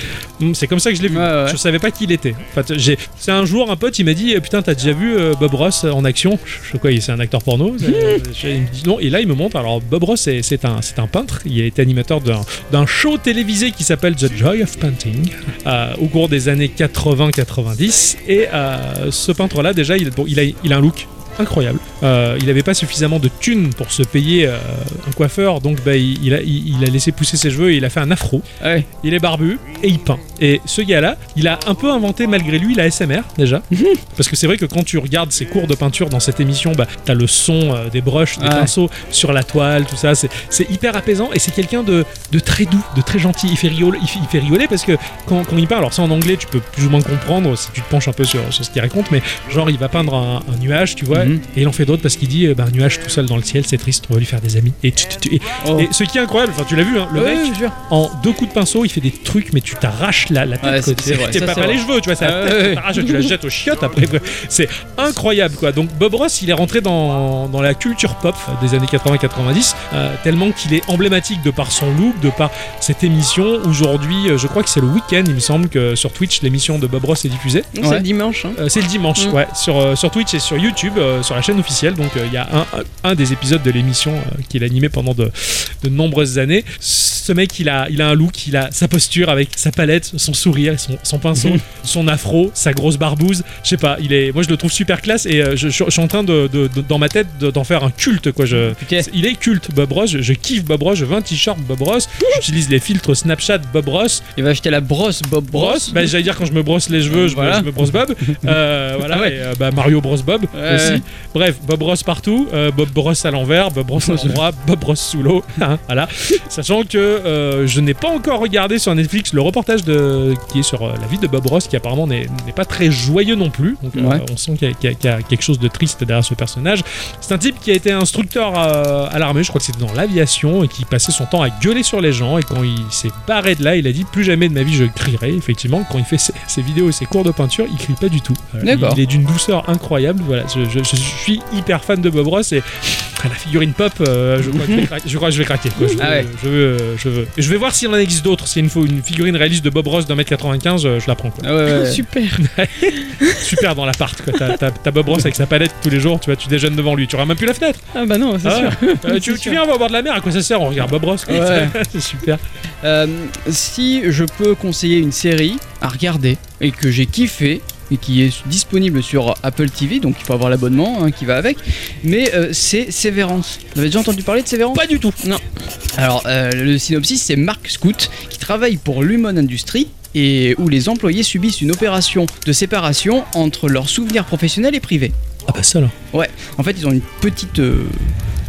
[SPEAKER 3] Hum, C'est comme ça que je l'ai vu.
[SPEAKER 4] Ouais, ouais.
[SPEAKER 3] Je savais pas qui il était. En fait, j'ai- c'est un jour, un pote, il m'a dit Putain, t'as déjà vu euh, Bob Ross en action Je sais quoi, il- c'est un acteur porno Euh, je- il me dit Non, et là, il me montre. Alors, Bob Ross, c'est, c'est un, c'est un peintre. Il a été animateur d'un, d'un show télévisé qui s'appelle The Joy of Painting euh, au cours des années 80-90. Et euh, ce peintre-là, déjà, il, bon, il a, il a un look incroyable. Euh, il n'avait pas suffisamment de thunes pour se payer euh, un coiffeur, donc bah, il, il a, il- il a laissé pousser ses cheveux et il a fait un afro.
[SPEAKER 4] Ah ouais.
[SPEAKER 3] Il est barbu et il peint. Et ce gars-là, il a un peu inventé malgré lui la SMR déjà. Parce que c'est vrai que quand tu regardes ses cours de peinture dans cette émission, bah, t'as le son euh, des brushes, des
[SPEAKER 4] Ouais.
[SPEAKER 3] pinceaux sur la toile, tout ça. C'est- C'est hyper apaisant et c'est quelqu'un de, de très doux, de très gentil. Il fait rigoler, il fait, il fait rigoler parce que quand, quand il parle, alors ça en anglais, tu peux plus ou moins comprendre si tu te penches un peu sur, sur ce qu'il raconte, mais genre il va peindre un, un nuage, tu vois,
[SPEAKER 4] Mhm.
[SPEAKER 3] et il en fait d'autres parce qu'il dit euh, bah, un nuage tout seul dans le ciel, c'est triste, on va lui faire des amis. Et, tu- tu- tu- et-
[SPEAKER 4] Oh.
[SPEAKER 3] et ce qui est incroyable, enfin tu l'as vu, hein, le
[SPEAKER 4] Ouais,
[SPEAKER 3] mec,
[SPEAKER 4] je jure.
[SPEAKER 3] en deux coups de pinceau, il fait des trucs, mais tu t'arraches la, la tête.
[SPEAKER 4] Ouais, c'est-
[SPEAKER 3] quoi.
[SPEAKER 4] c'est vrai,
[SPEAKER 3] T'es
[SPEAKER 4] ça,
[SPEAKER 3] pas
[SPEAKER 4] c'est
[SPEAKER 3] pas les
[SPEAKER 4] vrai.
[SPEAKER 3] cheveux, tu vois, c'est la
[SPEAKER 4] Ah
[SPEAKER 3] tête,
[SPEAKER 4] ouais, ouais.
[SPEAKER 3] t'arraches, tu la jettes aux chiottes après. quoi. C'est incroyable, quoi. Donc Bob Ross, il est rentré dans, dans la culture pop des années 80-90, euh, tellement qu'il est emblématique de par son look, de par cette émission. Aujourd'hui, euh, je crois que c'est le week-end, il me semble, que sur Twitch, l'émission de Bob Ross est diffusée.
[SPEAKER 2] Non, c'est
[SPEAKER 4] Ouais.
[SPEAKER 2] le dimanche. hein.
[SPEAKER 3] Euh, c'est le dimanche,
[SPEAKER 2] Mm.
[SPEAKER 3] ouais, sur, euh, sur Twitch et sur YouTube, euh, sur la chaîne officielle. Donc euh, il y a un, un- un des épisodes de l'émission euh, qu'il animait pendant de, de nombreuses années. Ce mec, il a, il a un look, il a sa posture avec sa palette, son sourire, son, son pinceau, son afro, sa grosse barbouze. Je sais pas, il est, moi je le trouve super classe et euh, je, je- je suis en train de, de- de- dans ma tête de- d'en faire un culte quoi. Je,
[SPEAKER 4] Ok.
[SPEAKER 3] il est culte Bob Ross, je, je kiffe Bob Ross, je veux un t-shirt Bob Ross, j'utilise les filtres Snapchat Bob Ross,
[SPEAKER 4] Il va acheter la brosse Bob
[SPEAKER 3] brosse.
[SPEAKER 4] Brosse.
[SPEAKER 3] Bah, j'allais dire quand je me brosse les cheveux, je, me-
[SPEAKER 4] Voilà.
[SPEAKER 3] je me, brosse Bob. Euh, voilà.
[SPEAKER 4] Ah ouais.
[SPEAKER 3] et, euh, bah, Mario brosse Bob
[SPEAKER 4] Ouais,
[SPEAKER 3] aussi.
[SPEAKER 4] ouais.
[SPEAKER 3] Bref, Bob brosse partout. euh, Bob brosse à l'envers. Bob brosse à l'endroit. Bob brosse sous l'eau. hein, voilà. Sachant que euh, je n'ai pas encore regardé sur Netflix le reportage de qui est sur euh, la vie de Bob Ross, qui apparemment n'est n'est pas très joyeux non plus. Donc euh,
[SPEAKER 4] Ouais.
[SPEAKER 3] on sent qu'il y, a- qu'il y a- qu'il y a quelque chose de triste derrière ce personnage. C'est un type qui a été instructeur euh, à l'armée, je crois que c'était dans l'aviation, et qui passait son temps à gueuler sur les gens. Et quand il s'est barré de là, il a dit plus jamais de ma vie je crierai. Effectivement, quand il fait ses, ses vidéos et ses cours de peinture, il crie pas du tout. Euh,
[SPEAKER 4] D'accord.
[SPEAKER 3] il est d'une douceur incroyable. Voilà, je, je- je suis hyper fan de Bob Ross et à la figurine pop, euh, je, crois que je vais cra- je crois que je vais craquer. quoi. Je, veux-
[SPEAKER 4] Ah ouais.
[SPEAKER 3] je veux, euh, je veux. Et Je vais voir s'il en existe d'autres. S'il y a une, fo- une figurine réaliste de Bob Ross d'un mètre 95, euh, je la prends. Quoi.
[SPEAKER 4] Ah ouais, ouais.
[SPEAKER 2] Super.
[SPEAKER 3] Super dans l'appart. quoi. T'as- T'as t'as Bob Ross avec sa palette tous les jours, tu vois, tu déjeunes devant lui. Tu auras même plus la fenêtre.
[SPEAKER 2] Ah bah non, c'est
[SPEAKER 3] Ah
[SPEAKER 2] sûr.
[SPEAKER 3] ouais. Euh, tu,
[SPEAKER 2] C'est
[SPEAKER 3] tu
[SPEAKER 2] sûr.
[SPEAKER 3] viens, on va au bord de la mer, à quoi ça sert On regarde Bob Ross. quoi.
[SPEAKER 4] Ouais.
[SPEAKER 3] c'est super.
[SPEAKER 4] Euh, si je peux conseiller une série à regarder et que j'ai kiffé et qui est disponible sur Apple TV, donc il faut avoir l'abonnement hein, qui va avec, mais euh, c'est Sévérance. Vous avez déjà entendu parler de Sévérance
[SPEAKER 3] Pas du tout.
[SPEAKER 4] Non. Alors, euh, le synopsis, c'est Mark Scout qui travaille pour Lumon Industries et où les employés subissent une opération de séparation entre leurs souvenirs professionnels et privés.
[SPEAKER 3] Ah bah ça là.
[SPEAKER 4] En fait, ils ont une petite. euh,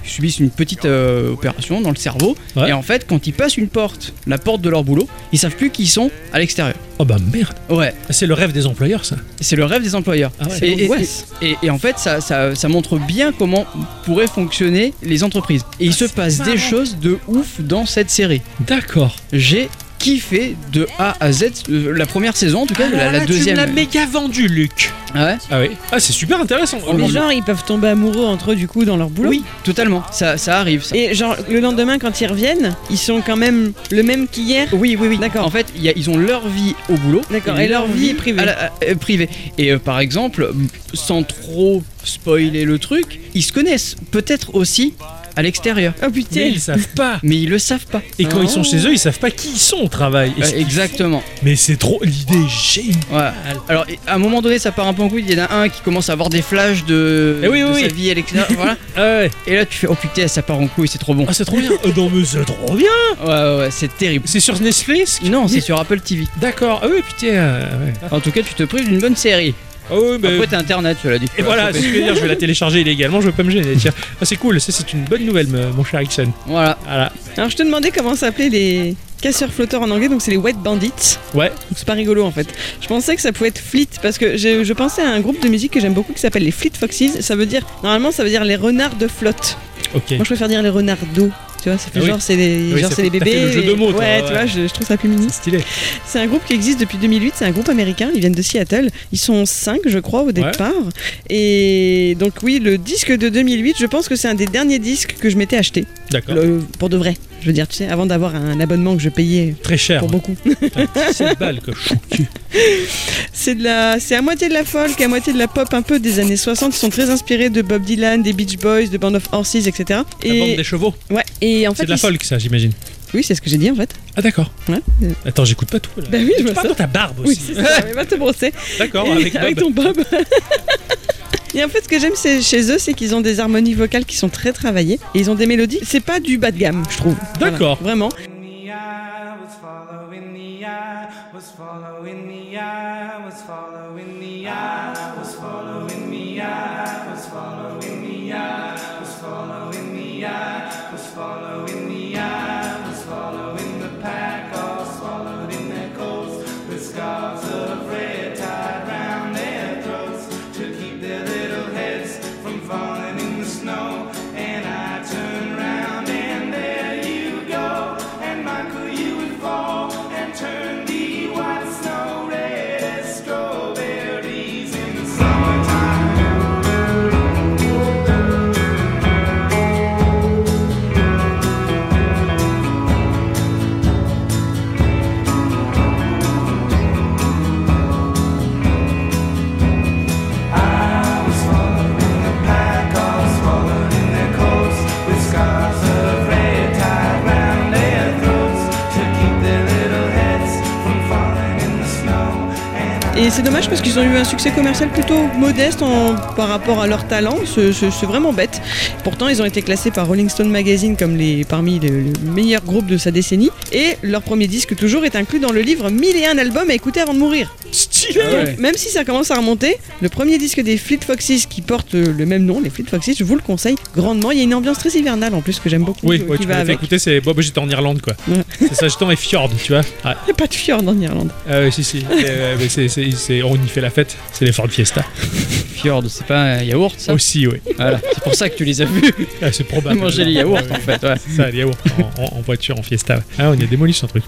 [SPEAKER 4] ils subissent une petite euh, opération dans le cerveau.
[SPEAKER 3] Ouais.
[SPEAKER 4] Et en fait, quand ils passent une porte, la porte de leur boulot, ils savent plus qui ils sont à l'extérieur.
[SPEAKER 3] Oh bah merde.
[SPEAKER 4] Ouais,
[SPEAKER 3] C'est le rêve des employeurs ça.
[SPEAKER 4] c'est le rêve des employeurs.
[SPEAKER 3] Ah ouais.
[SPEAKER 4] Et- et,
[SPEAKER 2] l'angoisse.
[SPEAKER 4] et- et en fait, ça, ça- ça montre bien comment pourraient
[SPEAKER 3] Ah,
[SPEAKER 4] fonctionner les entreprises. Et il se passe des choses de ouf dans cette série.
[SPEAKER 3] D'accord.
[SPEAKER 4] J'ai kiffé de A à Z euh, la première saison en tout cas, la, la deuxième.
[SPEAKER 3] Ah, Tu me l'as méga vendu, Luc.
[SPEAKER 4] Ah ouais
[SPEAKER 3] Ah oui. Ah, c'est super intéressant.
[SPEAKER 2] Oh, Mais genre, ils peuvent tomber amoureux entre eux du coup dans leur boulot.
[SPEAKER 4] Oui, totalement. Ça, ça arrive. Ça.
[SPEAKER 2] Et genre, le lendemain, quand ils reviennent, ils sont quand même le même qu'hier.
[SPEAKER 4] Oui, oui, oui.
[SPEAKER 2] D'accord.
[SPEAKER 4] En fait, il y a- ils ont leur vie au boulot.
[SPEAKER 2] D'accord, et leur vie privée.
[SPEAKER 4] à la- euh, privée. Et euh, par exemple, m- sans trop spoiler le truc, ils se connaissent peut-être aussi à l'extérieur.
[SPEAKER 2] Oh putain,
[SPEAKER 3] Mais ils savent pas.
[SPEAKER 4] Mais ils le savent pas.
[SPEAKER 3] Et quand ils sont chez eux, ils savent pas qui ils sont au travail. Et
[SPEAKER 4] Euh,
[SPEAKER 3] ce qu'ils
[SPEAKER 4] exactement.
[SPEAKER 3] font. Mais c'est trop. L'idée est géniale.
[SPEAKER 4] Ouais. Alors, et- à un moment donné, ça part un peu en couille. Il y en a un qui commence à avoir des flashs de,
[SPEAKER 3] Eh oui,
[SPEAKER 4] de
[SPEAKER 3] oui,
[SPEAKER 4] sa
[SPEAKER 3] oui.
[SPEAKER 4] vie à l'extérieur. voilà.
[SPEAKER 3] Ah ouais.
[SPEAKER 4] Et là, tu fais Oh putain, ça part en couille, c'est trop bon.
[SPEAKER 3] Ah, c'est trop bien. Euh, non, mais c'est trop bien.
[SPEAKER 4] Ouais, ouais, ouais, c'est terrible.
[SPEAKER 3] C'est sur Netflix
[SPEAKER 4] Non, c'est sur Apple TV.
[SPEAKER 3] D'accord. Ah oui, putain. euh, ouais.
[SPEAKER 4] En tout cas, tu te prives d'une bonne série.
[SPEAKER 3] Ah oui, mais.
[SPEAKER 4] Après, t'es internet, tu l'as dit.
[SPEAKER 3] Et voilà, c'est ce que je veux dire, je vais la télécharger illégalement, je veux pas me gêner. Tiens, ah, c'est cool, ça c'est une bonne nouvelle, me- mon cher Ixon.
[SPEAKER 4] Voilà.
[SPEAKER 3] Voilà.
[SPEAKER 2] Alors je te demandais comment s'appelaient les casseurs flotteurs en anglais, donc c'est les White Bandits.
[SPEAKER 3] Ouais.
[SPEAKER 2] Donc c'est pas rigolo en fait. Je pensais que ça pouvait être Fleet parce que je, je pensais à un groupe de musique que j'aime beaucoup qui s'appelle les Fleet Foxes. Ça veut dire normalement ça veut dire les renards de flotte.
[SPEAKER 3] Ok.
[SPEAKER 2] Moi je préfère dire les renards d'eau. Tu vois, ça fait
[SPEAKER 3] Ah oui.
[SPEAKER 2] genre c'est les,
[SPEAKER 3] Ah oui,
[SPEAKER 2] genre,
[SPEAKER 3] ça
[SPEAKER 2] c'est les
[SPEAKER 3] fait- t'as
[SPEAKER 2] bébés.
[SPEAKER 3] fait le jeu
[SPEAKER 2] et-
[SPEAKER 3] de mots, toi,
[SPEAKER 2] ouais,
[SPEAKER 3] ouais.
[SPEAKER 2] tu vois, je, je trouve ça plus mini.
[SPEAKER 3] C'est stylé.
[SPEAKER 2] C'est un groupe qui existe depuis 2008, c'est un groupe américain, ils viennent de Seattle, ils sont 5 je crois au départ. Et donc oui, le disque de 2008, je pense que c'est un des derniers disques que je m'étais acheté,
[SPEAKER 3] D'accord.
[SPEAKER 2] Le- pour de vrai. Je veux dire, tu sais, avant d'avoir un abonnement que je payais
[SPEAKER 3] Très cher.
[SPEAKER 2] pour
[SPEAKER 3] hein.
[SPEAKER 2] beaucoup.
[SPEAKER 3] Putain, 17 balles, quoi. Chou.
[SPEAKER 2] C'est de la, c'est à moitié de la folk, à moitié de la pop, un peu des années 60. Ils sont très inspirés de Bob Dylan, des Beach Boys, de Band of Horses, etc.
[SPEAKER 3] La bande
[SPEAKER 2] Et
[SPEAKER 3] des chevaux.
[SPEAKER 2] ouais, et en fait,
[SPEAKER 3] C'est de la
[SPEAKER 2] ils-
[SPEAKER 3] folk, ça, j'imagine.
[SPEAKER 2] oui, c'est ce que j'ai dit en fait.
[SPEAKER 3] Ah, d'accord.
[SPEAKER 2] Ouais.
[SPEAKER 3] Attends, j'écoute pas tout. Là.
[SPEAKER 2] Bah oui, je
[SPEAKER 3] tu
[SPEAKER 2] vois
[SPEAKER 3] parles
[SPEAKER 2] ça.
[SPEAKER 3] dans ta barbe
[SPEAKER 2] Oui,
[SPEAKER 3] aussi.
[SPEAKER 2] c'est ça. Mais va te brosser.
[SPEAKER 3] D'accord,
[SPEAKER 2] Et-
[SPEAKER 3] avec, Bob.
[SPEAKER 2] ton Bob. Et en fait, ce que j'aime c'est- chez eux, c'est qu'ils ont des harmonies vocales qui sont très travaillées. Et ils ont des mélodies. C'est pas du bas de gamme, je trouve. Voilà,
[SPEAKER 3] D'accord.
[SPEAKER 2] vraiment.
[SPEAKER 7] In the eye was following the eye was following the eye was following the eye was following the eye was following the eye was following the eye was following the eye was following the pack all swallowed in their coats with scarves of red tied round their throats to keep their little heads from falling in the snow and I turn round and there you go and Michael, you would fall and turn the white snow red as strawberries in the summertime. I was following the pack, all swallowed in their coats, with scarves of red tied round their throats to keep their little heads from falling in the snow. And I
[SPEAKER 2] Et c'est dommage parce qu'ils ont eu un succès commercial plutôt modeste en- par rapport à leur talent. C'est- C'est c'est vraiment bête. Pourtant, ils ont été classés par Rolling Stone Magazine comme les, parmi les, les meilleurs groupes de sa décennie. Et leur premier disque, toujours, est inclus dans le livre 1001 albums à écouter avant de mourir.
[SPEAKER 3] Stylé.
[SPEAKER 4] Ah ouais.
[SPEAKER 2] Même si ça commence à remonter, le premier disque des Fleet Foxes qui porte euh, le même nom, les Fleet Foxes, je vous le conseille grandement. Il y a une ambiance très hivernale en plus que j'aime beaucoup.
[SPEAKER 3] Oui,
[SPEAKER 2] euh,
[SPEAKER 3] ouais,
[SPEAKER 2] qui
[SPEAKER 3] tu
[SPEAKER 2] va
[SPEAKER 3] m'as fait
[SPEAKER 2] avec.
[SPEAKER 3] écouter, c'est. Bob, j'étais en Irlande, quoi.
[SPEAKER 2] Ouais.
[SPEAKER 3] c'est ça, j'étais en Fjord, tu vois. Ah, Ouais.
[SPEAKER 2] Il n'y a pas de fjord en Irlande.
[SPEAKER 3] Ah, ouais, si, si. Euh, ouais, mais c'est- c'est- c'est- On y fait la fête. C'est les Ford Fiesta.
[SPEAKER 4] Fjord, c'est pas un yaourt ça
[SPEAKER 3] Aussi, oui.
[SPEAKER 4] Voilà, c'est pour ça que tu les as vus
[SPEAKER 3] Ah, c'est probable.
[SPEAKER 4] manger les yaourts en fait. Ouais.
[SPEAKER 3] C'est ça, les yaourts en, en- en voiture, en Fiesta. ouais. Ah, on y a démoli ce truc.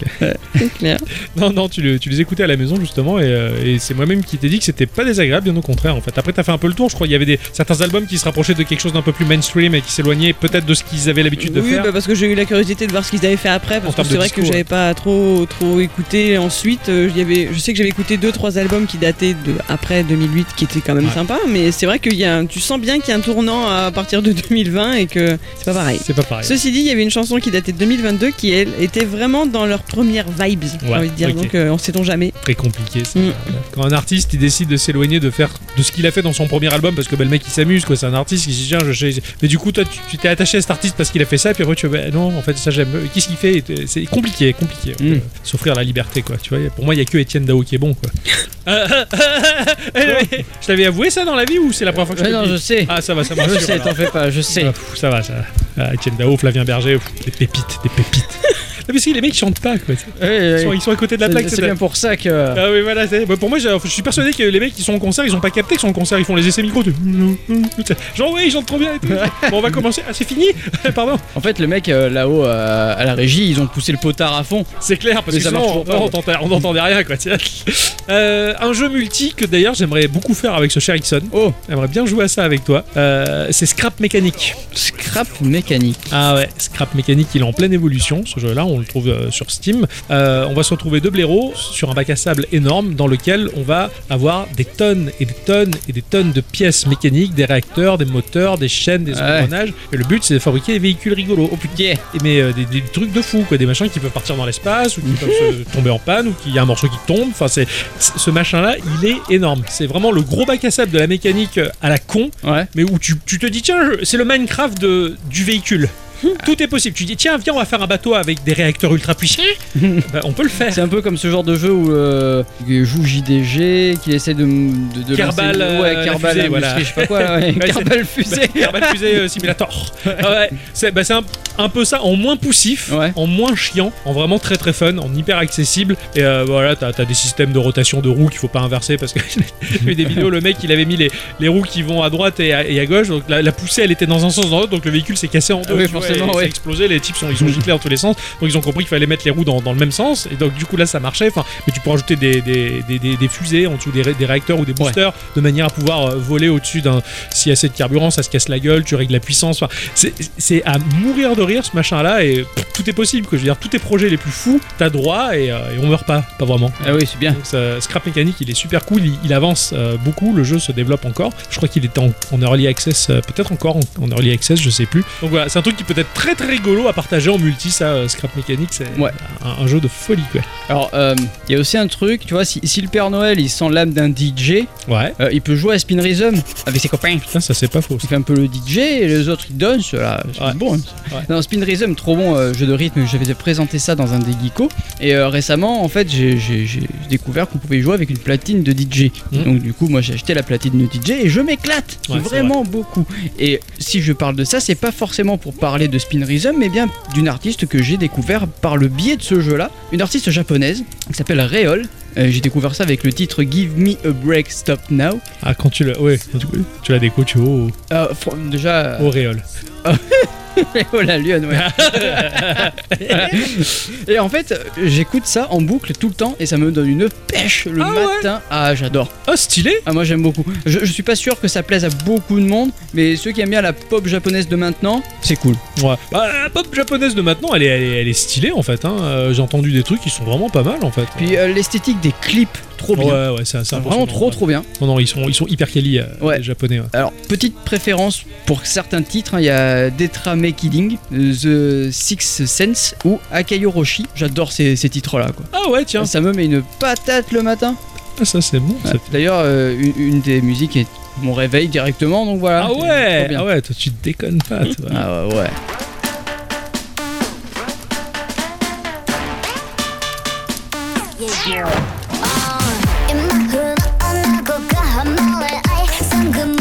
[SPEAKER 2] C'est clair.
[SPEAKER 3] Non, non, tu, le- tu les écoutais à la maison justement, et, euh, et c'est moi-même qui t'ai dit que c'était pas désagréable, bien au contraire en fait. Après, t'as fait un peu le tour, je crois. Il y avait des, certains albums qui se rapprochaient de quelque chose d'un peu plus mainstream et qui s'éloignaient peut-être de ce qu'ils avaient l'habitude de
[SPEAKER 2] oui,
[SPEAKER 3] faire.
[SPEAKER 2] bah, parce que j'ai eu la curiosité de voir ce qu'ils avaient fait après,
[SPEAKER 3] En
[SPEAKER 2] parce que
[SPEAKER 3] termes
[SPEAKER 2] c'est
[SPEAKER 3] de
[SPEAKER 2] vrai
[SPEAKER 3] disco,
[SPEAKER 2] que
[SPEAKER 3] ouais.
[SPEAKER 2] j'avais pas trop trop écouté. Ensuite, euh, il y avait, je sais que j'avais écouté deux trois albums qui dataient de après 2008, qui étaient quand même
[SPEAKER 3] Ouais.
[SPEAKER 2] sympas. Mais c'est vrai qu'il y a, un- tu sens bien qu'il y a un tournant à partir de 2020 et que c'est pas pareil.
[SPEAKER 3] C'est pas pareil.
[SPEAKER 2] Ceci dit, il y avait une chanson qui datait de 2022 qui, elle, était vraiment dans leurs premières vibes, j'ai
[SPEAKER 3] Ouais,
[SPEAKER 2] envie de dire.
[SPEAKER 3] ok.
[SPEAKER 2] Donc, euh, on sait on jamais.
[SPEAKER 3] Très compliqué. ça.
[SPEAKER 2] Mm.
[SPEAKER 3] Quand un artiste il décide de s'éloigner de faire de ce qu'il a fait dans son premier album, parce que bah, le mec il s'amuse, quoi. C'est un artiste qui se dit tiens, je sais- Mais du coup, toi, tu tu t'es attaché à cet artiste parce qu'il a fait ça, et puis après tu fais, bah, non, en fait ça j'aime. Qu'est-ce qu'il fait Et C'est compliqué, compliqué. en fait.
[SPEAKER 4] Mm.
[SPEAKER 3] Euh, S'offrir la liberté, quoi. Tu vois, y a- pour moi, il y a que Étienne Dao qui est bon, quoi. Euh, euh, euh, euh, euh, je t'avais avoué ça dans la vie ou c'est la première fois que je
[SPEAKER 4] Ouais,
[SPEAKER 3] te le
[SPEAKER 4] non,
[SPEAKER 3] dis
[SPEAKER 4] je sais.
[SPEAKER 3] Ah, ça va, ça marche.
[SPEAKER 4] Je sais, t'en fais pas, je sais.
[SPEAKER 3] Ah, ça va, ça. va. Ah, Étienne Dao, Flavien Berger, pff, des pépites, des pépites. mais si, les mecs ils chantent pas quoi. tu sais. Ils sont, ils sont à côté de la plaque.
[SPEAKER 4] C'est
[SPEAKER 3] tu sais.
[SPEAKER 4] bien pour ça que.
[SPEAKER 3] Ah oui, voilà, c'est- bah, pour moi, j'ai- je suis persuadé que les mecs qui sont en concert, ils ont pas capté que sont en concert, ils font les essais micro. tu- Genre, ouais, ils chantent trop bien et tout. Bon, on va commencer. Ah, c'est fini Pardon.
[SPEAKER 4] En fait, le mec euh, là-haut euh, à la régie, ils ont poussé le potard à fond.
[SPEAKER 3] C'est clair, parce
[SPEAKER 4] Mais
[SPEAKER 3] que
[SPEAKER 4] ça
[SPEAKER 3] sinon,
[SPEAKER 4] marche
[SPEAKER 3] on,
[SPEAKER 4] toujours pas,
[SPEAKER 3] on entend- on entendait rien, quoi. tu sais. Euh, un jeu multi que d'ailleurs, j'aimerais beaucoup faire avec ce cher Ixon.
[SPEAKER 4] Oh,
[SPEAKER 3] J'aimerais bien jouer à ça avec toi. Euh, c'est Scrap Mécanique.
[SPEAKER 4] scrap mécanique.
[SPEAKER 3] Ah ouais, Scrap Mécanique, il est en pleine évolution. Ce jeu-là, on le trouve euh, sur Steam. Euh, on va se retrouver deux blaireaux sur un bac à sable énorme dans lequel on va avoir des tonnes et des tonnes et des tonnes de pièces mécaniques, des réacteurs, des moteurs, des chaînes, des
[SPEAKER 4] Ouais.
[SPEAKER 3] engrenages. Et le but, c'est de fabriquer des véhicules rigolos.
[SPEAKER 4] Oh putain.
[SPEAKER 3] Et mais euh, des, des trucs de fou quoi des machins qui peuvent partir dans l'espace ou qui peuvent se tomber en panne ou qu'il y a un morceau qui tombe enfin c'est c- ce machin là il est énorme c'est vraiment le gros bac à sable de la mécanique euh, à la con
[SPEAKER 4] Ouais.
[SPEAKER 3] mais où tu, tu te dis tiens je- c'est le Minecraft de, du véhicule tout est possible tu dis tiens viens on va faire un bateau avec des réacteurs ultra puissants Bah, on peut le faire
[SPEAKER 4] C'est un peu comme ce genre de jeu où euh, il joue JDG, qu'il essaie de. de, de
[SPEAKER 3] Kerbal,
[SPEAKER 4] lancer-
[SPEAKER 3] euh,
[SPEAKER 4] ouais,
[SPEAKER 3] la
[SPEAKER 4] Kerbal,
[SPEAKER 3] fusée,
[SPEAKER 4] industrie,
[SPEAKER 3] voilà.
[SPEAKER 4] je sais pas quoi. ouais.
[SPEAKER 3] Ouais,
[SPEAKER 4] Kerbal fusée.
[SPEAKER 3] Kerbal Fusée euh, Simulator. Ah ouais, c'est bah, c'est un, un peu ça, en moins poussif,
[SPEAKER 4] Ouais.
[SPEAKER 3] en moins chiant, en vraiment très très fun, en hyper accessible. Et euh, voilà, t'as as des systèmes de rotation de roues qu'il faut pas inverser parce que j'ai vu des vidéos, le mec il avait mis les, les roues qui vont à droite et à, et à gauche, donc la, la poussée elle était dans un sens dans l'autre, donc le véhicule s'est cassé en deux.
[SPEAKER 4] Ah oui,
[SPEAKER 3] tu vois,
[SPEAKER 4] forcément,
[SPEAKER 3] et
[SPEAKER 4] ouais.
[SPEAKER 3] ça a explosé, les types sont, ils sont giclés dans tous les sens, donc ils ont compris qu'il fallait mettre les roues dans, dans le même sens, et donc du coup là ça marchait. Enfin, mais tu peux rajouter des, des, des- des- des fusées en dessous des, ré- des réacteurs ou des boosters de manière à pouvoir euh, voler au-dessus d'un, s'il y a assez de carburant, ça se casse la gueule, tu règles la puissance. Enfin, c'est- c'est à mourir de rire ce machin-là et pff, tout est possible. Que je veux dire, tous tes projets les plus fous, t'as droit et, euh, et on meurt pas, pas vraiment.
[SPEAKER 4] Ah oui, c'est bien.
[SPEAKER 3] Donc, ça- Scrap Mécanique, il est super cool, il, il avance euh, beaucoup, le jeu se développe encore. Je crois qu'il était en, en early access, euh, peut-être encore en, en early access, je sais plus. Donc voilà, c'est un truc qui peut être très très rigolo à partager en multi, ça, euh, Scrap Mécanique, c'est
[SPEAKER 4] Ouais.
[SPEAKER 3] un, un jeu de folie, quoi.
[SPEAKER 4] Alors, euh, il y a aussi un truc, tu vois, si, si le Père Noël il sent l'âme d'un DJ,
[SPEAKER 3] Ouais,
[SPEAKER 4] euh, il peut jouer à Spin Rhythm avec ses copains.
[SPEAKER 3] putain, ça c'est pas faux.
[SPEAKER 4] Il fait un peu le DJ et les autres ils donnent, cela c'est
[SPEAKER 3] Ouais.
[SPEAKER 4] bon. hein.
[SPEAKER 3] Ouais.
[SPEAKER 4] Non, Spin Rhythm, trop bon euh, jeu de rythme, j'avais présenté ça dans un des geekos. Et euh, récemment, en fait, j'ai j'ai- j'ai découvert qu'on pouvait jouer avec une platine de DJ.
[SPEAKER 3] Mhm.
[SPEAKER 4] Donc, du coup, moi j'ai acheté la platine de DJ et je m'éclate
[SPEAKER 3] Ouais, c'est
[SPEAKER 4] vraiment beaucoup. Et si je parle de ça, c'est pas forcément pour parler de Spin Rhythm, mais bien d'une artiste que j'ai découvert par le biais de ce jeu-là. Une artiste japonaise qui s'appelle Réol. Euh, j'ai découvert ça avec le titre Give Me a Break, Stop Now.
[SPEAKER 3] Ah, quand tu l'as, ouais, tu, tu l'as déco, tu oh,
[SPEAKER 4] Euh, fr- déjà,
[SPEAKER 3] oh, auréole.
[SPEAKER 4] Oh la lionne, ouais. Voilà. et en fait, j'écoute ça en boucle tout le temps et ça me donne une pêche le
[SPEAKER 3] Ah ouais
[SPEAKER 4] matin. Ah, j'adore.
[SPEAKER 3] Oh, stylé!
[SPEAKER 4] Ah, moi j'aime beaucoup. Je, je suis pas sûr que ça plaise à beaucoup de monde, mais ceux qui aiment bien la pop japonaise de maintenant, c'est cool.
[SPEAKER 3] Ouais. Bah, la pop japonaise de maintenant, elle est, elle est, elle est stylée en fait. Hein. Euh, J'ai entendu des trucs qui sont vraiment pas mal en fait.
[SPEAKER 4] Puis euh, l'esthétique des clips, trop bien.
[SPEAKER 3] Ouais, ouais, ça, ça
[SPEAKER 4] Vraiment trop trop bien.
[SPEAKER 3] Non, non, ils sont, ils sont hyper quali, euh,
[SPEAKER 4] Ouais.
[SPEAKER 3] les japonais. ouais.
[SPEAKER 4] Alors, petite préférence pour certains titres, hein, il y a Detra Making, The Sixth Sense ou Akayoroshi. J'adore ces, ces titres-là. quoi.
[SPEAKER 3] Ah ouais, tiens,
[SPEAKER 4] Ça me met une patate le matin.
[SPEAKER 3] Ah, ça c'est bon.
[SPEAKER 4] Ouais.
[SPEAKER 3] ça.
[SPEAKER 4] D'ailleurs, euh, une, une des musiques est mon réveil directement, donc voilà.
[SPEAKER 3] Ah
[SPEAKER 4] Trop
[SPEAKER 3] ouais,
[SPEAKER 4] bien.
[SPEAKER 3] ah ouais, toi tu te déconnes pas. toi.
[SPEAKER 4] Ah ouais, ouais.
[SPEAKER 8] 입만큼 언나고가 한마을 아이 상금어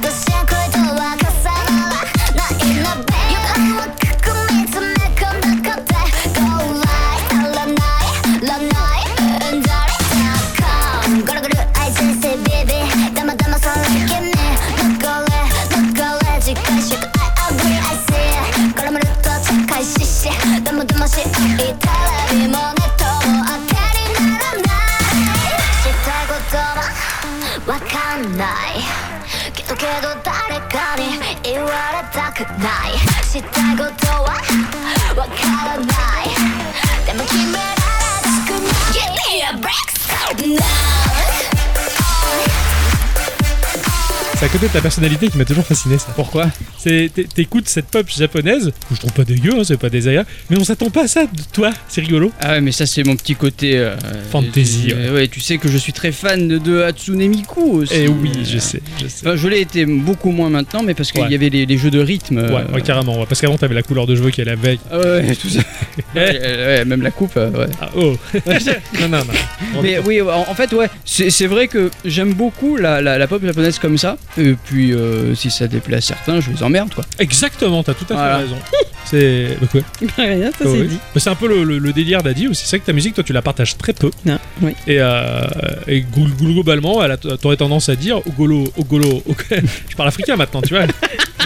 [SPEAKER 8] 또 시작할도와 가사와 나 in the bed You are what 가끔해서 매콤 덕껍데 Go light I love night love night and dark.com 고루고루 I just say baby 담아 담아서 like it me Look away look away 지가시고 I agree I see 걸음으로 또 착한 시시 너무 드맛이 이 텔레비 모니터 아테리 나란 날 싫다고 떠나 와칸나이 계속해도 다르거니 이월의 다크나이 싫다고 떠와 와칸나이 내 느낌을 알아서 그냥 Give me a break stop now
[SPEAKER 3] C'est à côté de ta personnalité qui m'a toujours fasciné ça. Pourquoi T'écoutes cette pop japonaise, que je trouve pas dégueu, hein, c'est pas désagréable, mais on s'attend pas à ça de toi, c'est rigolo.
[SPEAKER 4] Ah ouais, mais ça c'est mon petit côté euh,
[SPEAKER 3] Fantasy,
[SPEAKER 4] euh,
[SPEAKER 3] ouais.
[SPEAKER 4] ouais. tu sais que je suis très fan de, de Hatsune Miku aussi.
[SPEAKER 3] Et oui,
[SPEAKER 4] Euh,
[SPEAKER 3] je sais, je sais.
[SPEAKER 4] Enfin, je l'ai été beaucoup moins maintenant, mais parce qu'il
[SPEAKER 3] Ouais.
[SPEAKER 4] y avait les, les jeux de rythme. euh,
[SPEAKER 3] Ouais, ouais, carrément, ouais, parce qu'avant t'avais la couleur de cheveux qu'elle avait.
[SPEAKER 4] ah ouais, tout ça. Ouais, ouais, même la coupe, euh, ouais.
[SPEAKER 3] Ah oh Non, non, non.
[SPEAKER 4] Mais oui, en en fait, ouais, c'est c'est vrai que j'aime beaucoup la, la- la pop japonaise comme ça. Et puis, euh, si ça déplaît à certains, je les emmerde, quoi.
[SPEAKER 3] Exactement, t'as tout à fait
[SPEAKER 4] Voilà.
[SPEAKER 3] raison. C'est. Bah quoi
[SPEAKER 2] Rien, ça
[SPEAKER 3] Ah
[SPEAKER 2] c'est
[SPEAKER 3] oui.
[SPEAKER 2] dit.
[SPEAKER 3] Mais c'est un peu le, le- le délire d'Adi aussi. C'est vrai que ta musique, toi, tu la partages très peu.
[SPEAKER 2] Non, oui.
[SPEAKER 3] Et, euh, et goul- goul- globalement, elle a- t'aurais tendance à dire Ogolo, Ogolo, ok. Je parle africain maintenant, tu vois.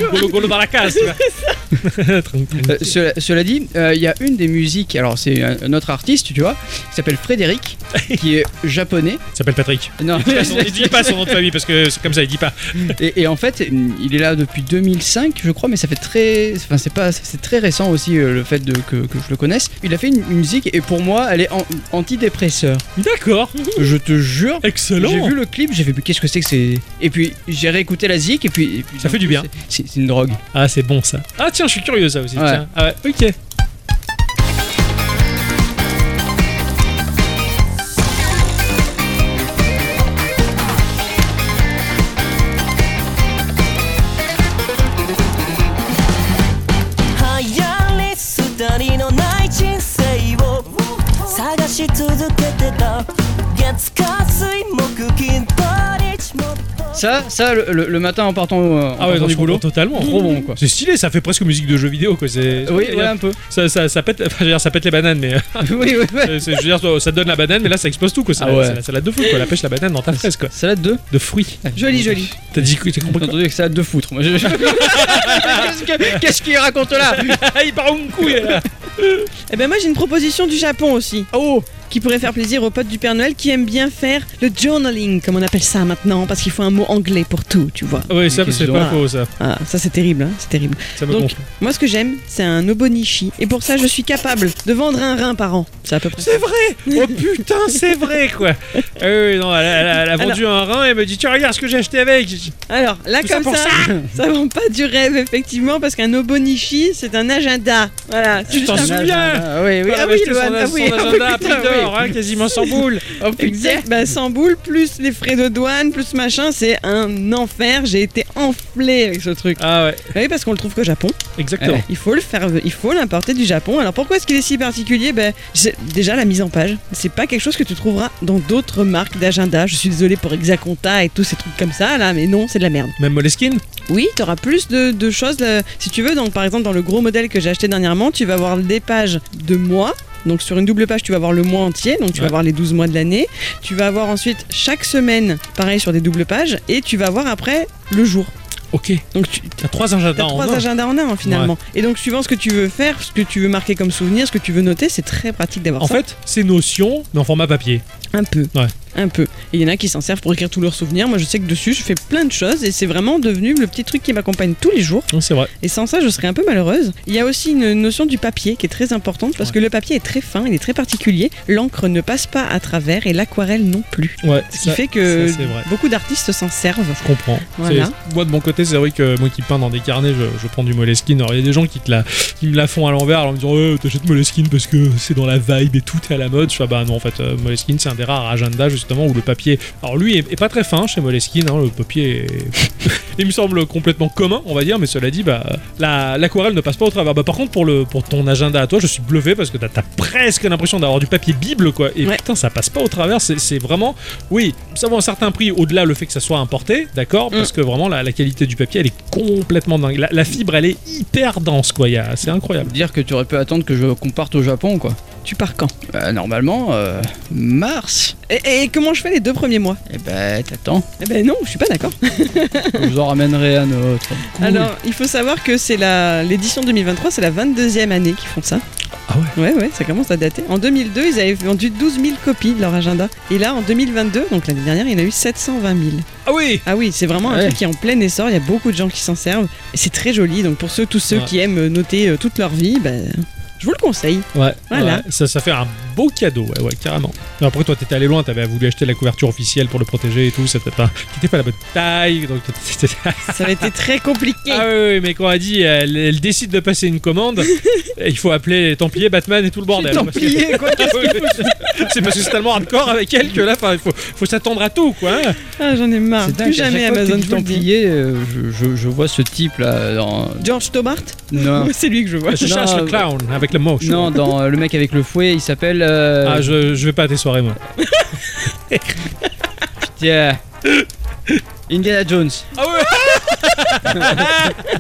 [SPEAKER 3] Ogolo, Ogolo dans la case, tu vois. Tranquille.
[SPEAKER 4] Euh, cela, cela dit, euh, il y a une des musiques, alors c'est un, un autre artiste, tu vois, qui s'appelle Frédéric, qui est japonais.
[SPEAKER 3] Il s'appelle Patrick.
[SPEAKER 4] Non,
[SPEAKER 3] Il dit pas son- Il dit pas son nom de famille parce que c'est comme ça, il dit pas.
[SPEAKER 4] et, et en fait, il est là depuis 2005, je crois, mais ça fait très, enfin c'est pas, c'est très récent aussi euh, le fait de, que, que je le connaisse. Il a fait une, une musique et pour moi, elle est an- antidépresseur.
[SPEAKER 3] D'accord,
[SPEAKER 4] Je te jure. J'ai
[SPEAKER 3] excellent.
[SPEAKER 4] vu le clip, j'ai fait mais qu'est-ce que c'est que c'est Et puis j'ai réécouté la zik et puis, et puis-
[SPEAKER 3] Ça fait du bien.
[SPEAKER 4] C'est c'est une drogue.
[SPEAKER 3] Ah, c'est bon ça. Ah, tiens, je suis curieux ça aussi.
[SPEAKER 4] Ouais.
[SPEAKER 3] tiens. Ah, ouais, ok.
[SPEAKER 9] 流れすだりのない人生を探し続けてた月火水木金土日もっと
[SPEAKER 4] Ça, ça le, le- le matin en partant,
[SPEAKER 3] Ah
[SPEAKER 4] euh, en
[SPEAKER 3] ouais,
[SPEAKER 4] partant
[SPEAKER 3] dans
[SPEAKER 4] du boulot.
[SPEAKER 3] totalement.
[SPEAKER 4] Trop bon quoi.
[SPEAKER 3] C'est stylé, ça fait presque musique de jeu vidéo quoi. C'est
[SPEAKER 4] Oui,
[SPEAKER 3] c'est-
[SPEAKER 4] voilà un peu.
[SPEAKER 3] ça, ça, ça pète, enfin, je veux dire, ça pète les bananes, mais
[SPEAKER 4] oui, oui, oui.
[SPEAKER 3] euh, c'est- je veux dire, ça donne la banane, mais là ça explose tout quoi. C'est
[SPEAKER 4] Ah
[SPEAKER 3] la-
[SPEAKER 4] ouais.
[SPEAKER 3] c'est la salade de fou quoi. La pêche la banane dans ta fraise quoi.
[SPEAKER 4] Salade 2
[SPEAKER 3] De fruits.
[SPEAKER 4] Joli, joli.
[SPEAKER 3] T'as dit quoi T'as
[SPEAKER 4] J'ai
[SPEAKER 3] compris quoi
[SPEAKER 4] entendu que salade de foutre. moi, je- Qu'est-ce que- Qu'est-ce qu'il raconte là
[SPEAKER 3] Ah, il part en couille là.
[SPEAKER 2] Eh ben moi j'ai une proposition du Japon aussi.
[SPEAKER 4] Oh
[SPEAKER 2] qui pourrait faire plaisir aux potes du Père Noël qui aiment bien faire le journaling, comme on appelle ça maintenant, parce qu'il faut un mot anglais pour tout, tu vois.
[SPEAKER 3] Ah Ouais, ça c'est pas
[SPEAKER 2] Voilà.
[SPEAKER 3] faux ça.
[SPEAKER 2] Ah, ça c'est terrible, hein, c'est terrible.
[SPEAKER 3] Ça me
[SPEAKER 2] Donc-
[SPEAKER 3] gonfle.
[SPEAKER 2] Moi ce que j'aime, c'est un obonishi, et pour ça je suis capable de vendre un rein par an. C'est à peu près.
[SPEAKER 3] C'est vrai Oh putain, c'est vrai quoi Ah oui, non, elle, elle- elle a vendu un rein et me dit Tiens, regarde ce que j'ai acheté avec
[SPEAKER 2] Alors là
[SPEAKER 3] Tout ça
[SPEAKER 2] comme
[SPEAKER 3] pour
[SPEAKER 2] ça, ça, vend pas du rêve effectivement, parce qu'un obonishi c'est un agenda. Voilà. c'est
[SPEAKER 3] Tu t'en
[SPEAKER 2] juste un-
[SPEAKER 3] souviens
[SPEAKER 4] Ah oui, oui,
[SPEAKER 3] Elle
[SPEAKER 4] ah
[SPEAKER 3] avait
[SPEAKER 4] oui,
[SPEAKER 3] acheté
[SPEAKER 4] Lohan,
[SPEAKER 3] son,
[SPEAKER 4] ah oui,
[SPEAKER 3] son
[SPEAKER 4] ah oui,
[SPEAKER 3] agenda à
[SPEAKER 4] putain,
[SPEAKER 3] prix d'or, hein, quasiment sans boule.
[SPEAKER 4] oui. Oh, putain.
[SPEAKER 2] Exact, bah 100 boules plus les frais de douane plus machin, c'est un enfer. J'ai été enflé avec ce truc.
[SPEAKER 3] Ah ouais,
[SPEAKER 2] Oui, parce qu'on le trouve qu'au Japon.
[SPEAKER 3] exactement.
[SPEAKER 2] Il faut le faire, il faut l'importer du Japon. Alors pourquoi est-ce qu'il est si particulier ben, c'est- Déjà la mise en page, c'est pas quelque chose que tu trouveras dans d'autres marques d'agenda. Je suis désolée pour Exaconta et tous ces trucs comme ça là, mais non, c'est de la merde.
[SPEAKER 3] Même Moleskine
[SPEAKER 2] Oui, tu auras plus de, de choses là, si tu veux. Donc par exemple dans le gros modèle que j'ai acheté dernièrement, tu vas avoir des pages de mois. Donc sur une double page, tu vas avoir le mois entier, donc tu
[SPEAKER 3] Ouais.
[SPEAKER 2] vas avoir les 12 mois de l'année. Tu vas avoir ensuite chaque semaine, pareil sur des doubles pages, et tu vas avoir après le jour.
[SPEAKER 3] Ok,
[SPEAKER 2] Donc tu,
[SPEAKER 3] t'as trois agendas
[SPEAKER 2] T'as
[SPEAKER 3] en
[SPEAKER 2] trois
[SPEAKER 3] un.
[SPEAKER 2] agendas en un hein, finalement. Et donc suivant ce que tu veux faire, ce que tu veux marquer comme souvenir, ce que tu veux noter, c'est très pratique d'avoir
[SPEAKER 3] En
[SPEAKER 2] ça.
[SPEAKER 3] fait, c'est notion, mais en format papier.
[SPEAKER 2] un peu.
[SPEAKER 3] Ouais.
[SPEAKER 2] Un peu. Et il y en a qui s'en servent pour écrire tous leurs souvenirs. Moi je sais que dessus je fais plein de choses et c'est vraiment devenu le petit truc qui m'accompagne tous les jours.
[SPEAKER 3] Non, C'est vrai.
[SPEAKER 2] Et sans ça je serais un peu malheureuse. Il y a aussi une notion du papier qui est très importante parce
[SPEAKER 3] Ouais.
[SPEAKER 2] que le papier est très fin, il est très particulier. L'encre ne passe pas à travers et l'aquarelle non plus.
[SPEAKER 3] Ouais,
[SPEAKER 2] Ce qui
[SPEAKER 3] ça-
[SPEAKER 2] fait que
[SPEAKER 3] ça, c'est vrai.
[SPEAKER 2] beaucoup d'artistes s'en servent.
[SPEAKER 3] Je comprends.
[SPEAKER 2] Voilà.
[SPEAKER 3] C'est- Moi de mon côté, c'est vrai que moi qui peins dans des carnets, je, je prends du Moleskine. Alors il y a des gens qui, te la, qui me la font à l'envers en me disant euh, t'achètes Moleskine parce que c'est dans la vibe et tout est à la mode. Je fais Ah bah non en fait euh, Moleskine c'est un des rares agendas justement où le papier. Alors lui est, est pas très fin chez Moleskine, hein, le papier est- il me semble complètement commun on va dire, mais cela dit bah la- l'aquarelle ne passe pas au travers. Bah par contre pour le pour ton agenda à toi, je suis bluffé parce que t'as as presque l'impression d'avoir du papier bible quoi. Et
[SPEAKER 2] Ouais.
[SPEAKER 3] putain ça passe pas au travers, c'est- c'est vraiment oui, ça vaut un certain prix au-delà le fait que ça soit importé, d'accord Parce que vraiment la, la qualité du papier elle est complètement dingue. La, la fibre elle est hyper dense quoi, il y a- c'est incroyable.
[SPEAKER 4] Dire que tu aurais pu attendre que je qu'on parte au Japon quoi.
[SPEAKER 2] Tu pars quand
[SPEAKER 4] Bah, normalement, euh, mars.
[SPEAKER 2] et, et comment je fais les deux premiers mois
[SPEAKER 4] Eh ben t'attends,
[SPEAKER 2] Eh ben non, je suis pas d'accord.
[SPEAKER 4] je vous en ramènerai un autre.
[SPEAKER 3] Ah
[SPEAKER 4] Cool.
[SPEAKER 2] Alors, il faut savoir que c'est la l'édition 2023, c'est la 22e année qu'ils font ça.
[SPEAKER 3] Ah
[SPEAKER 2] ouais Ouais, ouais, ça commence à dater. En 2002, ils avaient vendu 12 000 copies de leur agenda. Et là, en 2022, donc l'année dernière, il y en a eu 720 000.
[SPEAKER 3] Ah oui
[SPEAKER 2] Ah oui, c'est vraiment un
[SPEAKER 4] Ouais.
[SPEAKER 2] truc qui est en plein essor, il y a beaucoup de gens qui s'en servent. Et c'est très joli, donc pour ceux, tous ceux
[SPEAKER 3] Ouais.
[SPEAKER 2] qui aiment noter euh, toute leur vie, ben, je vous le conseille.
[SPEAKER 3] Ouais,
[SPEAKER 2] Voilà.
[SPEAKER 3] ouais, ça, ça fait un beau cadeau, ouais, ouais, carrément. Mais après toi t'étais allé loin, t'avais voulu acheter la couverture officielle pour le protéger et tout, c'était pas, t'étais pas la bonne taille, donc t'étais-
[SPEAKER 2] ça avait été très compliqué.
[SPEAKER 3] Ah oui, oui, mais quand elle dit, elle, elle décide de passer une commande, il faut appeler les Templiers, Batman et tout le bordel. parce que-
[SPEAKER 2] Templier, quoi.
[SPEAKER 3] Ah oui, oui. c'est parce que c'est tellement hardcore avec elle que là, enfin, il faut, faut s'attendre à tout, quoi. hein.
[SPEAKER 2] Ah, j'en ai marre.
[SPEAKER 4] C'est dingue,
[SPEAKER 2] Plus
[SPEAKER 4] à chaque
[SPEAKER 2] jamais
[SPEAKER 4] fois que
[SPEAKER 2] Amazon
[SPEAKER 4] tu dis Templier, euh, je, je- je vois ce type là dans.
[SPEAKER 2] George Tobart
[SPEAKER 4] Non.
[SPEAKER 2] C'est lui que je vois.
[SPEAKER 3] Je
[SPEAKER 4] Non,
[SPEAKER 3] chasse le
[SPEAKER 4] euh,
[SPEAKER 3] clown avec le mot. je
[SPEAKER 4] Non,
[SPEAKER 3] crois.
[SPEAKER 4] dans euh, le mec avec le fouet, il s'appelle. euh,
[SPEAKER 3] Ah, je, je vais pas à tes soirées, moi.
[SPEAKER 4] Tiens. Indiana Jones.
[SPEAKER 3] Ah ouais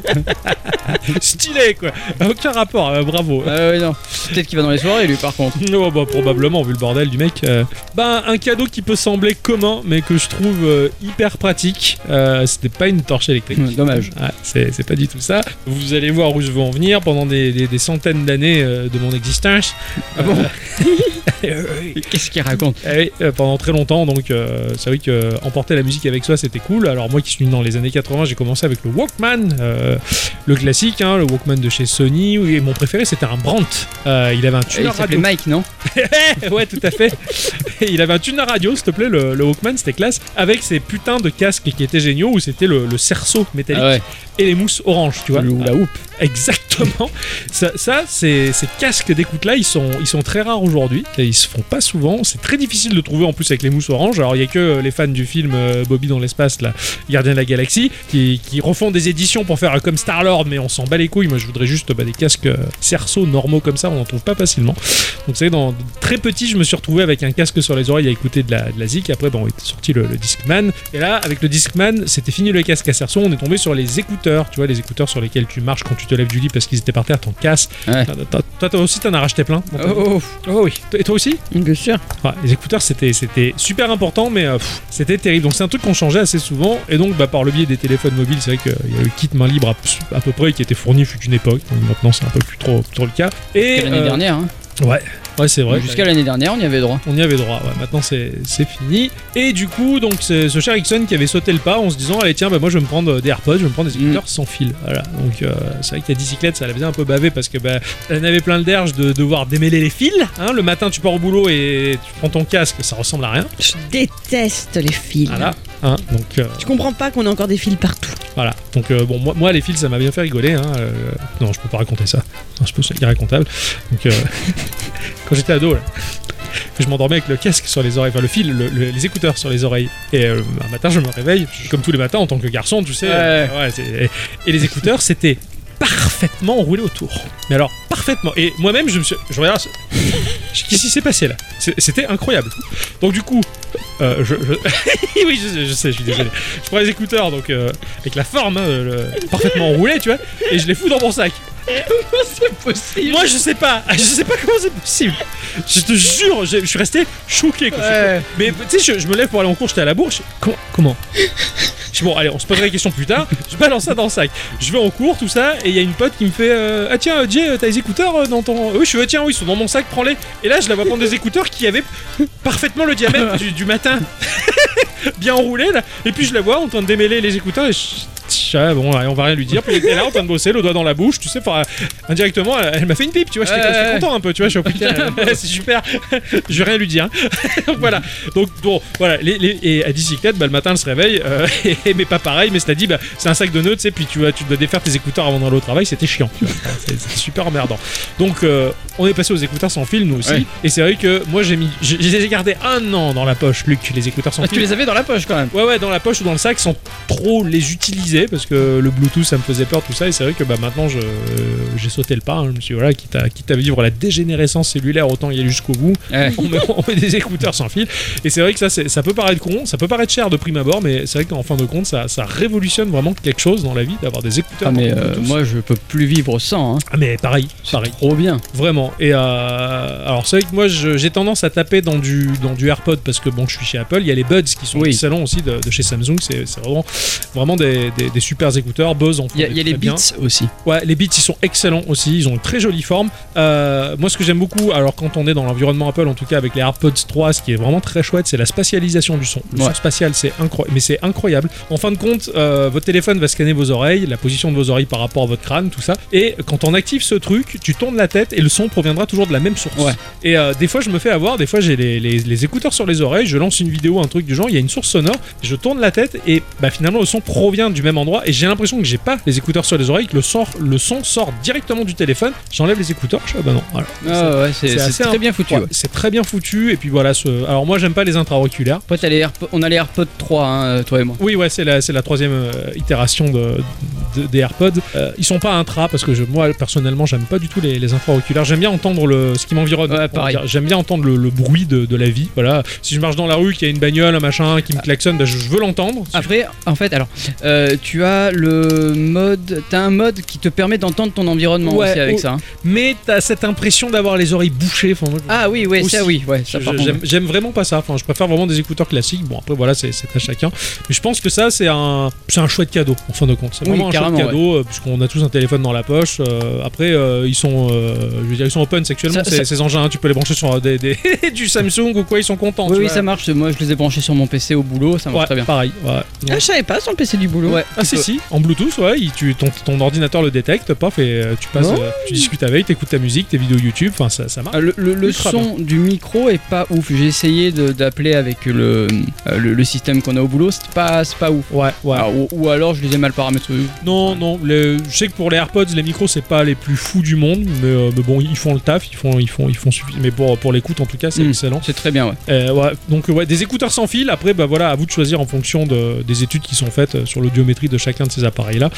[SPEAKER 3] Stylé quoi Aucun rapport, euh, bravo
[SPEAKER 4] Ah ouais, non. Peut-être qu'il va dans les soirées, lui, par contre.
[SPEAKER 3] Oh, bah, probablement, vu le bordel du mec. euh. Bah, un cadeau qui peut sembler commun, mais que je trouve euh, hyper pratique. Euh, C'était pas une torche électrique.
[SPEAKER 4] Hum, Dommage.
[SPEAKER 3] Ouais, c'est c'est pas du tout ça. Vous allez voir où je veux en venir pendant des, des- des centaines d'années euh, de mon existence.
[SPEAKER 4] Ah bon
[SPEAKER 3] Euh, oui.
[SPEAKER 4] Qu'est-ce qu'il raconte
[SPEAKER 3] Eh oui, euh, pendant très longtemps, donc euh, c'est vrai que euh, emporter la musique avec soi c'était cool. Alors, moi qui suis dans les années 80, j'ai commencé avec le Walkman, euh, le classique, hein, le Walkman de chez Sony. oui, Et mon préféré c'était un Brandt. Euh, il avait un tuner
[SPEAKER 4] Il s'appelait
[SPEAKER 3] radio.
[SPEAKER 4] Mike, non
[SPEAKER 3] ouais, tout à fait. Et il avait un tuner radio, s'il te plaît, le, le Walkman, c'était classe, avec ces putains de casques qui étaient géniaux où c'était le, le cerceau métallique
[SPEAKER 4] Ah ouais.
[SPEAKER 3] et les mousses oranges, tu vois.
[SPEAKER 4] Ou la houppe.
[SPEAKER 3] Exactement. ça, ça, ces, ces casques d'écoute-là, ils sont, ils sont très rares aujourd'hui. Et Ils se font pas souvent. C'est très difficile de trouver en plus avec les mousses oranges. Alors, il y a que euh, les fans du film euh, Bobby dans l'espace, là, Gardien de la Galaxie, qui, qui refont des éditions pour faire euh, comme Star-Lord, mais on s'en bat les couilles. Moi, je voudrais juste bah, des casques euh, cerceaux normaux comme ça, on n'en trouve pas facilement. Donc, c'est dans très petit, je me suis retrouvé avec un casque sur les oreilles à écouter de la, de la zik. Après, bon, est sorti le, le Discman. Et là, avec le Discman, c'était fini le casque à cerceau. On est tombé sur les écouteurs, tu vois, les écouteurs sur lesquels tu marches quand tu te lèves du lit parce qu'ils étaient par terre, t'en casses.
[SPEAKER 4] Ouais.
[SPEAKER 3] T'as- t'as- Toi, toi aussi, t'en as racheté plein. dans ta vie
[SPEAKER 4] Oh, oh,
[SPEAKER 3] Oh oui. Et toi aussi
[SPEAKER 2] Bien sûr.
[SPEAKER 3] Ouais, Les écouteurs, c'était, c'était super important, mais euh, pff, c'était terrible. Donc c'est un truc qu'on changeait assez souvent. Et donc, bah, par le biais des téléphones mobiles, c'est vrai qu'il y a le kit main libre à, à peu près qui était fourni fut une époque. Donc maintenant, c'est un peu plus trop, trop le cas. Et
[SPEAKER 4] l'année
[SPEAKER 3] euh,
[SPEAKER 4] dernière. Hein.
[SPEAKER 3] Ouais, ouais, c'est vrai.
[SPEAKER 4] Jusqu'à l'année dernière, on y avait droit.
[SPEAKER 3] On y avait droit, ouais. maintenant c'est c'est fini. Et du coup, donc c'est ce cher Ixon qui avait sauté le pas en se disant Allez, tiens, bah, moi je vais me prendre des AirPods, je vais me prendre des
[SPEAKER 4] Mm.
[SPEAKER 3] écouteurs sans fil. Voilà, donc euh, c'est vrai que la bicyclette ça la faisait un peu baver parce que bah, elle en avait plein le derge de devoir démêler les fils. hein. le matin, tu pars au boulot et tu prends ton casque, ça ressemble à rien.
[SPEAKER 2] Je déteste les fils.
[SPEAKER 3] Voilà, hein, donc euh,
[SPEAKER 2] Je comprends pas qu'on ait encore des fils partout.
[SPEAKER 3] voilà. Donc euh, bon, moi, moi, les fils ça m'a bien fait rigoler. hein. Euh, non, je peux pas raconter ça. Non, je peux, c'est irracontable. Donc euh, quand j'étais ado, là, je m'endormais avec le casque sur les oreilles, enfin le fil, le- le- les écouteurs sur les oreilles. Et euh, un matin, je me réveille, je- comme tous les matins en tant que garçon, tu sais.
[SPEAKER 4] Ouais.
[SPEAKER 3] euh, ouais, c'est- et les écouteurs, c'était parfaitement roulé autour. Mais alors parfaitement. Et moi-même, je me suis, je regarde, je- qu'est-ce qui s'est passé là C'est- C'était incroyable. Donc du coup, euh, je, je- oui, je, sais, je sais, je suis désolé. Je prends les écouteurs, donc euh, avec la forme, hein, le- parfaitement enroulée, tu vois, et je les fous dans mon sac.
[SPEAKER 4] C'est possible.
[SPEAKER 3] Moi, je sais pas, je sais pas comment c'est possible. Je te jure, je, je suis resté choqué. quoi.
[SPEAKER 4] Ouais.
[SPEAKER 3] Mais tu sais, je, je me lève pour aller en cours, j'étais à la bourse. je- Comment, comment Je dis, bon, allez, on se posera la question plus tard. Je balance ça dans le sac. Je vais en cours, tout ça, et il y a une pote qui me fait euh, Ah tiens, euh, Jay, euh, t'as les écouteurs euh, dans ton. Oui, je suis, euh, tiens, oui, ils sont dans mon sac, prends-les. Et là, je la vois prendre des écouteurs qui avaient parfaitement le diamètre du, du matin. Bien enroulé, là. Et puis je la vois en train de démêler les écouteurs, et je. je- ah, bon, allez, on va rien lui dire. Puis elle était là en train de bosser, le doigt dans la bouche, tu sais. Enfin, indirectement, elle, elle m'a fait une pipe, tu vois. J'étais
[SPEAKER 4] Ouais,
[SPEAKER 3] comme- j'étais
[SPEAKER 4] ouais.
[SPEAKER 3] content un peu, tu vois. Je suis au putain, c'est super. je vais rien lui dire. Donc voilà. Donc bon, voilà. Les, les- et à bicyclette, bah, le matin, elle se réveille, euh, et- mais pas pareil. Mais cela dit, bah, c'est un sac de nœuds, tu sais. Puis tu, vois, tu dois défaire tes écouteurs avant d'aller au travail. C'était chiant. tu vois. C'est c'est super emmerdant. Donc euh, on est passé aux écouteurs sans fil, nous aussi.
[SPEAKER 4] Ouais.
[SPEAKER 3] Et c'est vrai que moi, j'ai mis, j'ai- je les ai gardés un an dans la poche, Luc, les écouteurs sans
[SPEAKER 4] Ah,
[SPEAKER 3] fil.
[SPEAKER 4] tu les avais dans la poche quand même.
[SPEAKER 3] Ouais ouais dans la poche ou dans le sac sans trop les utiliser parce que le Bluetooth ça me faisait peur tout ça et c'est vrai que bah maintenant je euh, j'ai sauté le pas hein. je me suis dit, voilà quitte à, quitte à vivre la dégénérescence cellulaire autant y aller jusqu'au bout
[SPEAKER 4] Ouais.
[SPEAKER 3] on met, on met des écouteurs sans fil et c'est vrai que ça c'est- ça peut paraître con ça peut paraître cher de prime abord mais c'est vrai qu'en fin de compte ça, ça révolutionne vraiment quelque chose dans la vie d'avoir des écouteurs
[SPEAKER 4] Ah, mais
[SPEAKER 3] par
[SPEAKER 4] euh,
[SPEAKER 3] Bluetooth.
[SPEAKER 4] moi, je peux plus vivre sans. Hein.
[SPEAKER 3] Ah, mais pareil
[SPEAKER 4] C'est
[SPEAKER 3] pareil
[SPEAKER 4] trop bien.
[SPEAKER 3] Vraiment. Et euh, alors c'est vrai que moi je- j'ai tendance à taper dans du dans du AirPod parce que bon je suis chez Apple, il y a les Buds qui sont
[SPEAKER 4] Oui.
[SPEAKER 3] salon aussi de, de chez Samsung, c'est c'est vraiment vraiment des, des, des super écouteurs. Buzz en font
[SPEAKER 4] Il y a, il y a
[SPEAKER 3] des très
[SPEAKER 4] les
[SPEAKER 3] bien.
[SPEAKER 4] beats aussi.
[SPEAKER 3] Ouais, les Beats ils sont excellents aussi, ils ont une très jolie forme. Euh, moi ce que j'aime beaucoup, alors quand on est dans l'environnement Apple en tout cas avec les AirPods 3, ce qui est vraiment très chouette, c'est la spatialisation du son. Le son
[SPEAKER 4] Ouais.
[SPEAKER 3] spatial c'est incroyable, mais c'est incroyable. En fin de compte, euh, votre téléphone va scanner vos oreilles, la position de vos oreilles par rapport à votre crâne, tout ça. Et quand on active ce truc, tu tournes la tête et le son proviendra toujours de la même source.
[SPEAKER 4] Ouais.
[SPEAKER 3] Et euh, des fois, je me fais avoir, des fois, j'ai les, les- les écouteurs sur les oreilles, je lance une vidéo, un truc du genre, il y a une source sonore, je tourne la tête et bah, finalement, le son provient du même endroit et j'ai l'impression que j'ai pas les écouteurs sur les oreilles, que le, sort, le son sort directement du téléphone. J'enlève les écouteurs, je fais, ah bah non, voilà.
[SPEAKER 4] Ah, ouais, c'est c'est
[SPEAKER 3] assez
[SPEAKER 4] très
[SPEAKER 3] imp-
[SPEAKER 4] bien foutu.
[SPEAKER 3] Ouais,
[SPEAKER 4] ouais.
[SPEAKER 3] C'est très bien foutu, et puis voilà. Ce... Alors, moi, j'aime pas les intra-auriculaires.
[SPEAKER 4] Après, t'as les Airpo- on a les AirPods 3, hein, toi et moi.
[SPEAKER 3] Oui, ouais, c'est la, c'est la troisième euh, itération de, de- des AirPods. Euh, ils sont pas intra parce que je, moi personnellement j'aime pas du tout les, les infraoculaires. J'aime bien entendre le, ce qui m'environne.
[SPEAKER 4] Ouais,
[SPEAKER 3] on va
[SPEAKER 4] pareil.
[SPEAKER 3] dire. J'aime bien entendre le, le bruit de, de la vie. Voilà. Si je marche dans la rue, qu'il y a une bagnole, un machin, qui me klaxonne, bah, je, je veux l'entendre.
[SPEAKER 4] Après, en fait, alors, euh, tu as le mode, t'as un mode qui te permet d'entendre ton environnement
[SPEAKER 3] Ouais,
[SPEAKER 4] aussi avec
[SPEAKER 3] oh.
[SPEAKER 4] ça. hein.
[SPEAKER 3] Mais t'as cette impression d'avoir les oreilles bouchées. Enfin, moi, je-
[SPEAKER 4] Ah oui, ouais, ça
[SPEAKER 3] Aussi.
[SPEAKER 4] oui, ouais, ça
[SPEAKER 3] Je-
[SPEAKER 4] par
[SPEAKER 3] je-
[SPEAKER 4] contre.
[SPEAKER 3] J'aime j'aime vraiment pas ça. Enfin, je préfère vraiment des écouteurs classiques. Bon, après, voilà, c'est c'est à chacun. Mais je pense que ça, c'est un, c'est un chouette cadeau, en fin de compte. C'est
[SPEAKER 4] Oui,
[SPEAKER 3] vraiment un chouette
[SPEAKER 4] carrément,
[SPEAKER 3] cadeau, euh, puisqu'on a tous un téléphone dans la poche. Euh, après, euh, ils sont, euh, je veux dire, ils sont open sexuellement,
[SPEAKER 4] Ça-
[SPEAKER 3] ces,
[SPEAKER 4] ça-
[SPEAKER 3] ces engins. hein. Tu peux les brancher sur des, des- du Samsung ou quoi, ils sont contents.
[SPEAKER 4] Oui,
[SPEAKER 3] tu
[SPEAKER 4] oui,
[SPEAKER 3] vois.
[SPEAKER 4] ça marche. Moi, je les ai branchés sur mon PC au boulot, ça marche
[SPEAKER 3] Ouais,
[SPEAKER 4] très bien.
[SPEAKER 3] pareil. ouais.
[SPEAKER 2] Ah, je savais pas sur le PC du boulot.
[SPEAKER 4] Ouais. Euh,
[SPEAKER 3] Ah si si, en Bluetooth, ouais, il- tu, ton, ton ordinateur le détecte, paf, et euh, tu passes,
[SPEAKER 2] Ouais.
[SPEAKER 3] euh, tu discutes avec, t'écoutes ta musique, tes vidéos YouTube, enfin ça, ça marche.
[SPEAKER 4] Ah, Le, le- le
[SPEAKER 3] Ultra
[SPEAKER 4] son du micro est pas ouf. J'ai essayé de- d'appeler avec le, euh, le, le système qu'on a au boulot, c'est pas, c'est pas ouf.
[SPEAKER 3] Ouais, ouais.
[SPEAKER 4] Ah, ou, ou alors je les ai mal paramétrés.
[SPEAKER 3] Non, non, le- je sais que pour les AirPods, les micros, c'est pas les plus fous du monde, mais, euh, mais bon, ils font le taf, ils font, ils font, ils font suffi- Mais pour, pour l'écoute, en tout cas, c'est
[SPEAKER 4] Mm.
[SPEAKER 3] excellent.
[SPEAKER 4] C'est très bien, ouais.
[SPEAKER 3] Euh, ouais, donc, ouais, des écouteurs sans fil, après, bah voilà, à vous de choisir en fonction de- des études qui sont faites euh, sur l'audiométrie de chacun de ces appareils-là.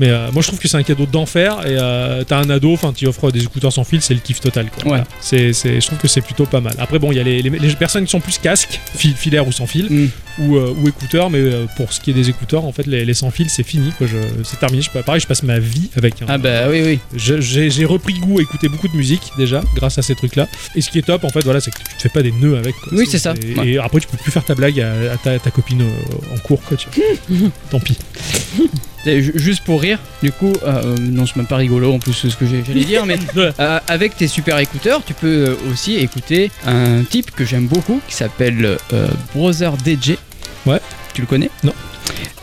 [SPEAKER 3] Mais euh, moi, je trouve que c'est un cadeau d'enfer, et euh, t'as un ado, enfin, tu offres des écouteurs sans fil, c'est le kiff total, quoi.
[SPEAKER 4] Ouais.
[SPEAKER 3] Voilà. C'est, c'est- je trouve que c'est plutôt pas mal. Après, bon, il y a les, les- les personnes qui sont plus casque, fil, filaire ou sans fil,
[SPEAKER 4] Mm.
[SPEAKER 3] ou, euh, ou écouteurs, mais euh, pour ce qui est des écouteurs, en fait, les, les sans fil, c'est fini. quoi. Je- C'est terminé. Je, peux- pareil, je passe ma vie avec. hein.
[SPEAKER 4] Ah bah oui, oui.
[SPEAKER 3] Je- J'ai j'ai repris goût à écouter beaucoup de musique déjà, grâce à ces trucs-là. Et ce qui est top, en fait, voilà, c'est que tu te fais pas des nœuds avec. quoi.
[SPEAKER 4] Oui, c'est ça.
[SPEAKER 3] Et,
[SPEAKER 4] Ouais.
[SPEAKER 3] et après, tu peux plus faire ta blague à, à ta, ta copine euh, en cours, quoi. tu vois. Tant pis.
[SPEAKER 4] Et ju- Juste pour rire, du coup, euh, non, c'est même pas rigolo en plus ce que j'ai- j'allais dire, mais
[SPEAKER 3] Ouais.
[SPEAKER 4] euh, avec tes super écouteurs, tu peux euh, aussi écouter un type que j'aime beaucoup qui s'appelle euh, Brother DJ.
[SPEAKER 3] Ouais.
[SPEAKER 4] Tu le connais
[SPEAKER 3] Non.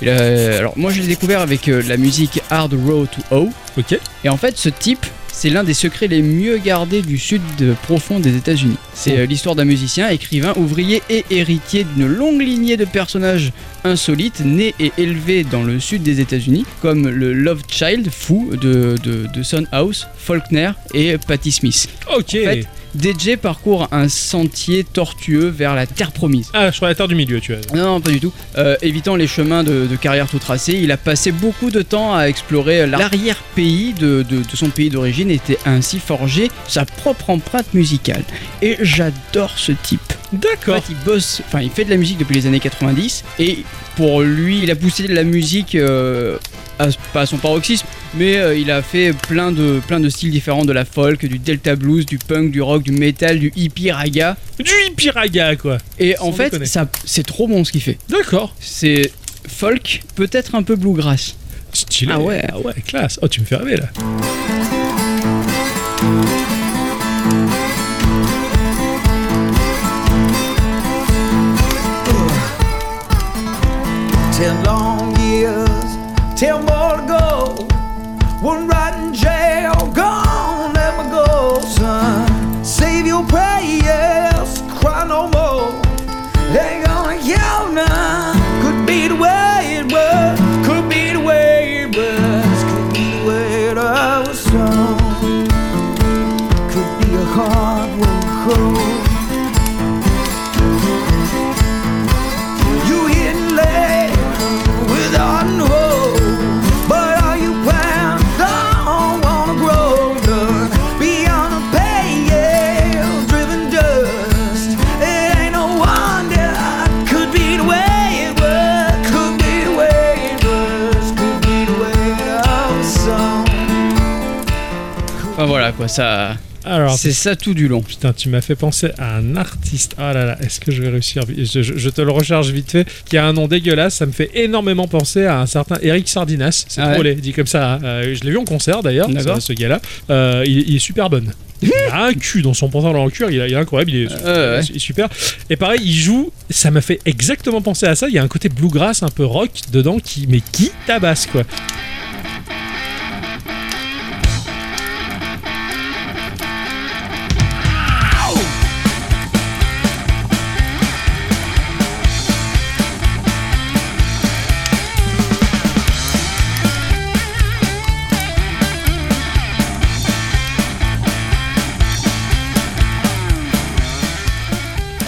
[SPEAKER 4] Il a- alors, moi je l'ai découvert avec euh, la musique Hard Road to O.
[SPEAKER 3] Ok.
[SPEAKER 4] Et en fait, ce type, c'est l'un des secrets les mieux gardés du sud de- profond des États-Unis. C'est euh, l'histoire d'un musicien, écrivain, ouvrier et héritier d'une longue lignée de personnages insolites, nés et élevés dans le sud des États-Unis, comme le Love Child fou de, de, de Son House, Faulkner et Patti Smith.
[SPEAKER 3] Ok.
[SPEAKER 4] fait- DJ parcourt un sentier tortueux vers la terre promise.
[SPEAKER 3] Ah, je suis à la terre du milieu, tu vois.
[SPEAKER 4] Non, non, pas du tout. Euh, évitant les chemins de, de carrière tout tracés, il a passé beaucoup de temps à explorer l'arrière-pays de, de- de son pays d'origine et était ainsi forgé sa propre empreinte musicale. Et j'adore ce type. En
[SPEAKER 3] D'accord.
[SPEAKER 4] fait, il bosse, enfin, il fait de la musique depuis les années 90 et pour lui, il a poussé de la musique euh, à- pas à son paroxysme, mais euh, il a fait plein de, plein de styles différents de la folk, du delta blues, du punk, du rock, du metal, du hippie raga.
[SPEAKER 3] Du hippie raga, quoi.
[SPEAKER 4] Et
[SPEAKER 3] Sans
[SPEAKER 4] en fait,
[SPEAKER 3] déconner.
[SPEAKER 4] ça, c'est trop bon ce qu'il fait
[SPEAKER 3] D'accord.
[SPEAKER 4] c'est folk, peut-être un peu bluegrass.
[SPEAKER 3] Stylé.
[SPEAKER 4] Ah ouais.
[SPEAKER 3] Ah ouais, classe. Oh, tu me fais rêver, là.
[SPEAKER 9] Ten long years, ten more to go. One right in jail, gone, never go, son. Save your prayers, cry no more. They gonna kill none. Could be the way it was, could be the way it was, could be the way it was, son. Could be a hard one, cold. You hit late with on hope, but are you bound? Don't wanna grow none beyond a pale, driven dust. It ain't no wonder. Could be the way it was. Could be the way it was. Could be the way it all song.
[SPEAKER 4] Enfin voilà quoi, ça.
[SPEAKER 3] Alors,
[SPEAKER 4] C'est ça tout du long.
[SPEAKER 3] Putain, tu m'as fait penser à un artiste. Ah là là, est-ce que je vais réussir je, je- je te le recharge vite fait. Qui a un nom dégueulasse. Ça me fait énormément penser à un certain Eric Sardinas. C'est
[SPEAKER 4] Ah ouais.
[SPEAKER 3] trop laid, dit comme ça. hein. Euh, je l'ai vu en concert d'ailleurs,
[SPEAKER 4] D'accord.
[SPEAKER 3] ce, ce gars-là. Euh, il, il est super bonne. Il a un cul dans son pantalon en cuir, il, a- il est incroyable, il est,
[SPEAKER 4] Euh, ouais.
[SPEAKER 3] il est super. Et pareil, il joue, ça m'a fait exactement penser à ça. Il y a un côté bluegrass, un peu rock dedans, qui, mais qui tabasse quoi.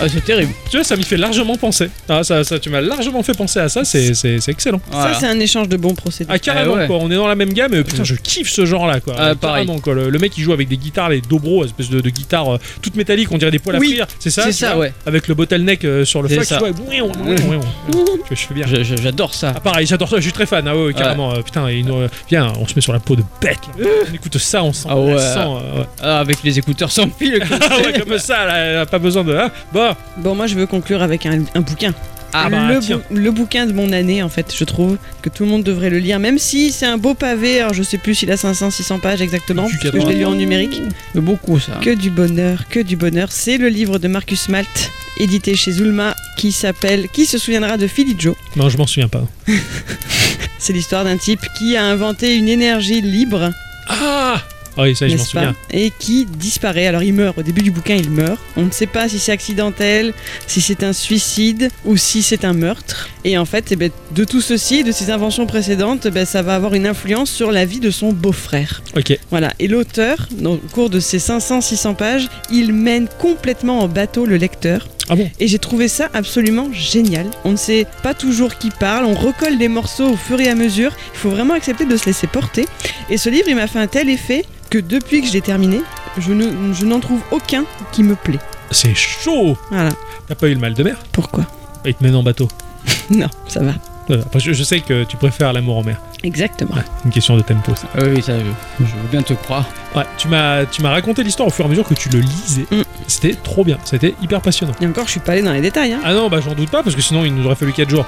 [SPEAKER 4] Ah, c'est terrible.
[SPEAKER 3] Tu vois, ça m'y fait largement penser. Ah, ça, ça, tu m'as largement fait penser à ça, c'est c'est- c'est excellent.
[SPEAKER 4] Voilà.
[SPEAKER 2] Ça, c'est un échange de bons procédés.
[SPEAKER 3] Ah carrément
[SPEAKER 4] Eh ouais. Mm.
[SPEAKER 3] quoi, on est dans la même gamme et putain je kiffe ce genre là quoi.
[SPEAKER 4] Ah, pareil.
[SPEAKER 3] Carrément, quoi. Le, le mec il joue avec des guitares, les dobro, espèce de, de guitare euh, toute métallique, on dirait des poils à
[SPEAKER 4] Oui,
[SPEAKER 3] frire, c'est ça
[SPEAKER 4] c'est
[SPEAKER 3] tu
[SPEAKER 4] ça,
[SPEAKER 3] vois
[SPEAKER 4] ouais.
[SPEAKER 3] Avec le bottleneck euh, sur le
[SPEAKER 4] C'est
[SPEAKER 3] fuck,
[SPEAKER 4] ça.
[SPEAKER 3] tu vois, et ouin, ouin, ouin, ouin, ouin. Tu vois, je fais bien.
[SPEAKER 4] Je- je- J'adore ça.
[SPEAKER 3] Ah, pareil, j'adore ça, je suis très fan, ah ouais, ouais, carrément. euh, putain, et nous, euh, viens, on se met sur la peau de bête. là. On écoute ça, on sent
[SPEAKER 4] Ah ouais.
[SPEAKER 3] on sent, euh, ouais.
[SPEAKER 4] Ah, avec les écouteurs sans fil. comme
[SPEAKER 3] Ah ouais,
[SPEAKER 4] c'est.
[SPEAKER 3] comme ça, là, pas besoin de. hein. Bon,
[SPEAKER 4] Ah,
[SPEAKER 2] Bon, moi, je veux conclure avec un, un bouquin.
[SPEAKER 3] Ah bah,
[SPEAKER 2] le,
[SPEAKER 3] tiens.
[SPEAKER 2] bou- le bouquin de mon année, en fait, je trouve que tout le monde devrait le lire, même si c'est un beau pavé. Alors, je sais plus s'il a 500, 600 pages exactement,
[SPEAKER 3] Du Hein.
[SPEAKER 2] parce que je l'ai lu en numérique.
[SPEAKER 4] Mais beaucoup ça.
[SPEAKER 2] Que du bonheur, que du bonheur. C'est le livre de Marcus Malt, édité chez Zulma, qui s'appelle Qui se souviendra de Philly Joe
[SPEAKER 3] non, je m'en souviens pas.
[SPEAKER 2] C'est l'histoire d'un type qui a inventé une énergie libre,
[SPEAKER 3] Ah Ah oui, ça y est, je m'en
[SPEAKER 2] n'est-ce pas
[SPEAKER 3] souviens.
[SPEAKER 2] Et qui disparaît. Alors il meurt, au début du bouquin il meurt. On ne sait pas si c'est accidentel, si c'est un suicide ou si c'est un meurtre. Et en fait, eh ben, de tout ceci, de ses inventions précédentes, eh ben, ça va avoir une influence sur la vie de son beau-frère.
[SPEAKER 3] Ok.
[SPEAKER 2] Voilà. Et l'auteur, dans- au cours de ses 500-600 pages, il mène complètement en bateau le lecteur.
[SPEAKER 3] Ah bon
[SPEAKER 2] Et j'ai trouvé ça absolument génial. On ne sait pas toujours qui parle, on recolle des morceaux au fur et à mesure. Il faut vraiment accepter de se laisser porter. Et ce livre, il m'a fait un tel effet que depuis que je l'ai terminé, je ne- je n'en trouve aucun qui me plaît.
[SPEAKER 3] C'est chaud
[SPEAKER 2] Voilà.
[SPEAKER 3] T'as pas eu le mal de mer
[SPEAKER 2] Pourquoi
[SPEAKER 3] Il te mène en bateau.
[SPEAKER 2] Non, ça va.
[SPEAKER 3] Euh, après, je, je sais que tu préfères l'amour en mer.
[SPEAKER 2] Exactement.
[SPEAKER 3] Ouais, une question de tempo, ça.
[SPEAKER 4] Ah oui, ça, je, je veux bien te croire.
[SPEAKER 3] Ouais, tu m'as, tu m'as raconté l'histoire au fur et à mesure que tu le lisais.
[SPEAKER 2] Mm.
[SPEAKER 3] C'était trop bien, c'était hyper passionnant.
[SPEAKER 2] Et encore, je suis pas allée dans les détails. Hein.
[SPEAKER 3] Ah non, bah j'en doute pas, parce que sinon il nous aurait fallu 4 jours.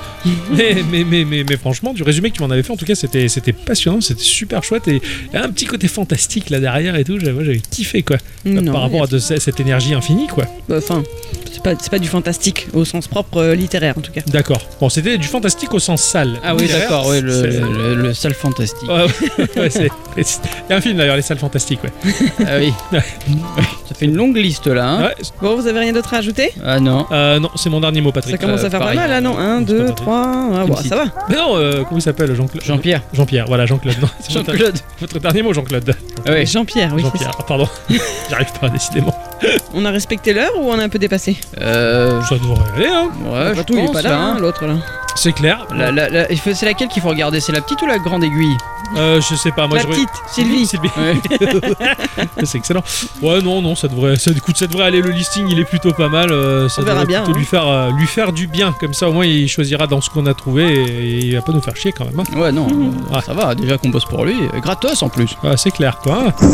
[SPEAKER 3] mais, mais, mais, mais, mais franchement, du résumé que tu m'en avais fait, en tout cas, c'était, c'était passionnant, c'était super chouette et il y a un petit côté fantastique là derrière et tout. J'avais, moi, j'avais kiffé quoi.
[SPEAKER 2] Non,
[SPEAKER 3] Bah, par rapport à de- cette énergie infinie quoi.
[SPEAKER 2] bah, Enfin, c'est pas, c'est pas du fantastique au sens propre euh, littéraire en tout cas.
[SPEAKER 3] D'accord. Bon, c'était du fantastique au sens sale.
[SPEAKER 4] Ah oui,
[SPEAKER 3] Littéraire,
[SPEAKER 4] d'accord, ouais, le,
[SPEAKER 3] c'est-
[SPEAKER 4] le- le sale fantastique.
[SPEAKER 3] Ouais, ouais, ouais, c'est- Il y a un film d'ailleurs, Les Salles Fantastiques, ouais.
[SPEAKER 4] Ah oui. ça fait une longue liste là. Hein.
[SPEAKER 3] Ouais,
[SPEAKER 2] Bon, vous avez rien d'autre à ajouter
[SPEAKER 4] Ah non.
[SPEAKER 3] euh, non, c'est mon dernier mot, Patrick.
[SPEAKER 2] Ça commence à faire
[SPEAKER 4] pareil.
[SPEAKER 2] pas mal, là, non 1,
[SPEAKER 3] C'est pas
[SPEAKER 2] 2,
[SPEAKER 3] mal.
[SPEAKER 2] 3, ah,
[SPEAKER 4] Comme
[SPEAKER 2] bon,
[SPEAKER 4] si-
[SPEAKER 2] ça va.
[SPEAKER 3] Mais non, euh, comment il s'appelle Jean-Claude
[SPEAKER 4] Jean-Pierre.
[SPEAKER 3] Jean-Pierre, voilà, Jean-Claude. Non, c'est votre-
[SPEAKER 4] Jean-Claude.
[SPEAKER 3] Votre dernier mot, Jean-Claude.
[SPEAKER 4] Ah oui.
[SPEAKER 2] Jean-Pierre, oui. c'est
[SPEAKER 3] Jean-Pierre, ah, pardon. J'arrive pas, décidément.
[SPEAKER 2] ça. On a respecté l'heure ou on a un peu dépassé
[SPEAKER 4] Euh,
[SPEAKER 3] Ça devrait aller, hein.
[SPEAKER 4] ouais, je
[SPEAKER 2] Après tout, il est
[SPEAKER 4] pense,
[SPEAKER 2] pas là,
[SPEAKER 4] là,
[SPEAKER 2] hein,
[SPEAKER 4] hein.
[SPEAKER 2] l'autre là.
[SPEAKER 3] C'est clair.
[SPEAKER 4] La- la- la- et c'est laquelle qu'il faut regarder C'est la petite ou la grande aiguille
[SPEAKER 3] Euh, je sais pas, moi
[SPEAKER 2] La
[SPEAKER 3] je.
[SPEAKER 2] petite, Sylvie.
[SPEAKER 3] Sylvie.
[SPEAKER 4] Ouais.
[SPEAKER 3] c'est excellent. Ouais, non, non, ça devrait. Ça, écoute, ça devrait aller. Le listing, il est plutôt pas mal. euh, ça
[SPEAKER 2] On verra
[SPEAKER 3] devrait
[SPEAKER 2] bien,
[SPEAKER 3] plutôt
[SPEAKER 2] hein.
[SPEAKER 3] lui faire, euh, lui faire du bien. Comme ça, au moins, il choisira dans ce qu'on a trouvé et, et il va pas nous faire chier quand même. hein.
[SPEAKER 4] Ouais, non,
[SPEAKER 2] Mhm.
[SPEAKER 4] euh,
[SPEAKER 3] Ouais.
[SPEAKER 4] ça va, déjà qu'on bosse pour lui, euh, gratos en plus.
[SPEAKER 3] Ouais, c'est clair, quoi. hein.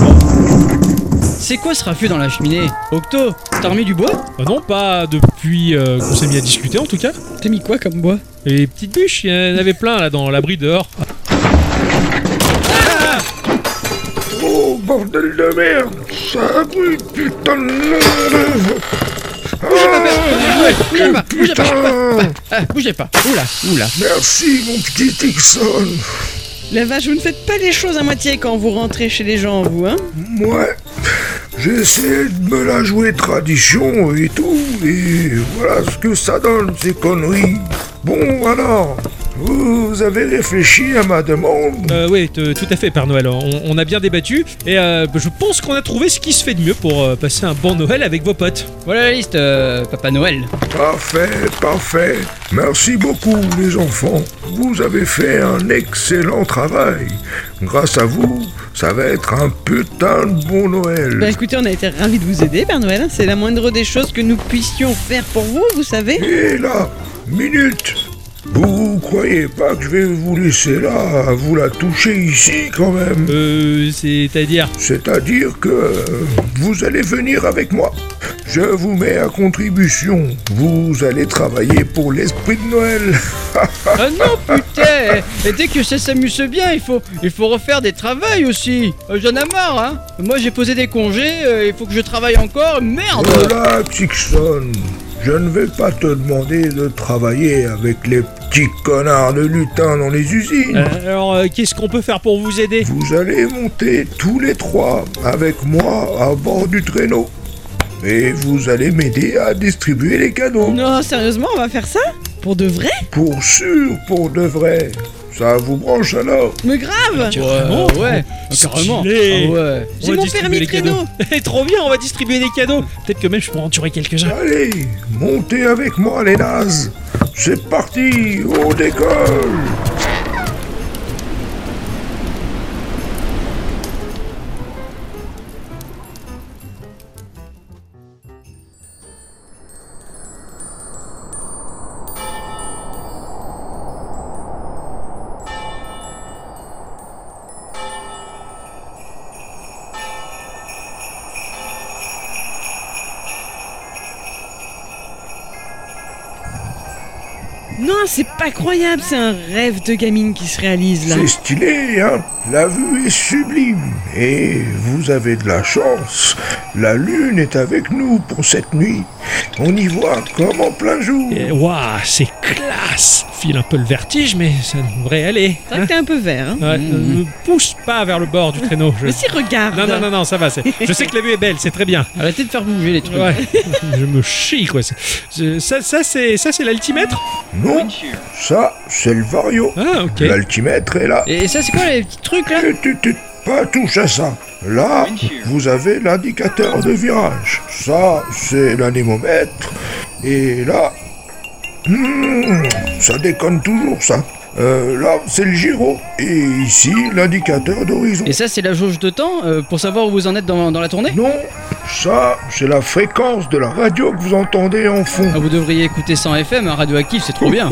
[SPEAKER 4] C'est quoi ce raffut dans la cheminée Octo, t'as remis du bois
[SPEAKER 3] Bah non, pas depuis euh, qu'on s'est mis à discuter, en tout cas.
[SPEAKER 2] T'as mis quoi comme bois
[SPEAKER 3] Et les petites bûches, il y en avait plein là dans l'abri dehors.
[SPEAKER 5] Oh, bordel de merde Ça brûle, putain de merde Ah,
[SPEAKER 4] Bougez pas, bougez pas,
[SPEAKER 5] Putain
[SPEAKER 4] ah, bougez pas. Oula, oula.
[SPEAKER 5] Merci, mon petit Dixon
[SPEAKER 2] La vache, vous ne faites pas les choses à moitié quand vous rentrez chez les gens, vous, hein
[SPEAKER 5] Moi, j'essaie de me la jouer tradition et tout, et voilà ce que ça donne, ces conneries. Bon, alors, vous avez réfléchi à ma demande
[SPEAKER 3] Euh, oui, te- tout à fait, Père Noël. On, on a bien débattu et euh, je pense qu'on a trouvé ce qui se fait de mieux pour euh, passer un bon Noël avec vos potes.
[SPEAKER 4] Voilà la liste, euh, Papa Noël.
[SPEAKER 5] Parfait, parfait. Merci beaucoup, les enfants. Vous avez fait un excellent travail. Grâce à vous, ça va être un putain de bon
[SPEAKER 2] Bah
[SPEAKER 4] Ben,
[SPEAKER 5] Noël.
[SPEAKER 2] écoutez, on a été ravis de vous aider, Père Noël. hein. C'est la moindre des choses que nous puissions faire pour vous, vous savez.
[SPEAKER 5] Et là, minute vous croyez pas que je vais vous laisser là, à vous la toucher ici quand même
[SPEAKER 3] Euh, c'est-à-dire.
[SPEAKER 5] C'est-à-dire que euh, vous allez venir avec moi. Je vous mets à contribution. Vous allez travailler pour l'esprit de Noël.
[SPEAKER 4] Ah non, putain Et dès que ça s'amuse bien, il faut, il faut refaire des travails aussi. Euh, J'en ai marre, hein. Moi, j'ai posé des congés, euh, il faut que je travaille encore. Merde
[SPEAKER 5] Relax, Dixon. Je ne vais pas te demander de travailler avec les petits connards de lutin dans les usines.
[SPEAKER 3] Euh, alors, euh, qu'est-ce qu'on peut faire pour vous aider
[SPEAKER 5] Vous allez monter tous les trois avec moi à bord du traîneau. Et vous allez m'aider à distribuer les cadeaux.
[SPEAKER 2] Non, sérieusement, on va faire ça Pour de vrai
[SPEAKER 5] Pour sûr, pour de vrai. Ça vous branche alors
[SPEAKER 2] Mais grave
[SPEAKER 3] Tiens, vraiment
[SPEAKER 4] Ah, ouais, carrément.
[SPEAKER 3] Stylé.
[SPEAKER 4] Ah
[SPEAKER 3] On
[SPEAKER 4] ouais.
[SPEAKER 2] J'ai
[SPEAKER 3] va
[SPEAKER 2] mon
[SPEAKER 3] distribuer
[SPEAKER 2] permis
[SPEAKER 3] les
[SPEAKER 2] traîneau.
[SPEAKER 3] cadeaux. Eh, Trop bien, on va distribuer des cadeaux. Peut-être que même je pourrais en tuer quelques-uns.
[SPEAKER 5] Allez, montez avec moi les nazes C'est parti, on décolle
[SPEAKER 2] Non, c'est pas croyable, c'est un rêve de gamine qui se réalise là.
[SPEAKER 5] C'est stylé, hein La vue est sublime. Et vous avez de la chance. La lune est avec nous pour cette nuit. On y voit comme en plein jour.
[SPEAKER 3] Eh, Waouh, c'est classe. File un peu le vertige, mais ça devrait aller.
[SPEAKER 2] C'est vrai que t'es un peu vert. Hein.
[SPEAKER 3] Ouais, Ne me pousse pas vers le bord du traîneau. je-
[SPEAKER 2] Mais si, regarde
[SPEAKER 3] Non, non, non, non, ça va. c'est- Je sais que la vue est belle, c'est très bien.
[SPEAKER 4] Arrêtez de faire bouger les trucs.
[SPEAKER 3] Ouais, je me chie, quoi. C'est- c'est- Ça, ça c'est ça, c'est l'altimètre
[SPEAKER 5] Non, ça, c'est le vario.
[SPEAKER 3] Ah, ok.
[SPEAKER 5] L'altimètre est là.
[SPEAKER 4] Et ça, c'est quoi les petits trucs là
[SPEAKER 5] Tu, tu, tu, pas touche à ça. Là, vous avez l'indicateur de virage. Ça, c'est l'anémomètre. Et là, hmm, ça déconne toujours ça. Euh, là, c'est le gyro. Et ici, l'indicateur d'horizon.
[SPEAKER 4] Et ça, c'est la jauge de temps euh, pour savoir où vous en êtes dans, dans la tournée
[SPEAKER 5] Non, ça, c'est la fréquence de la radio que vous entendez en fond.
[SPEAKER 4] Ah, Vous devriez écouter 100 FM, un radioactif, hein, c'est trop bien.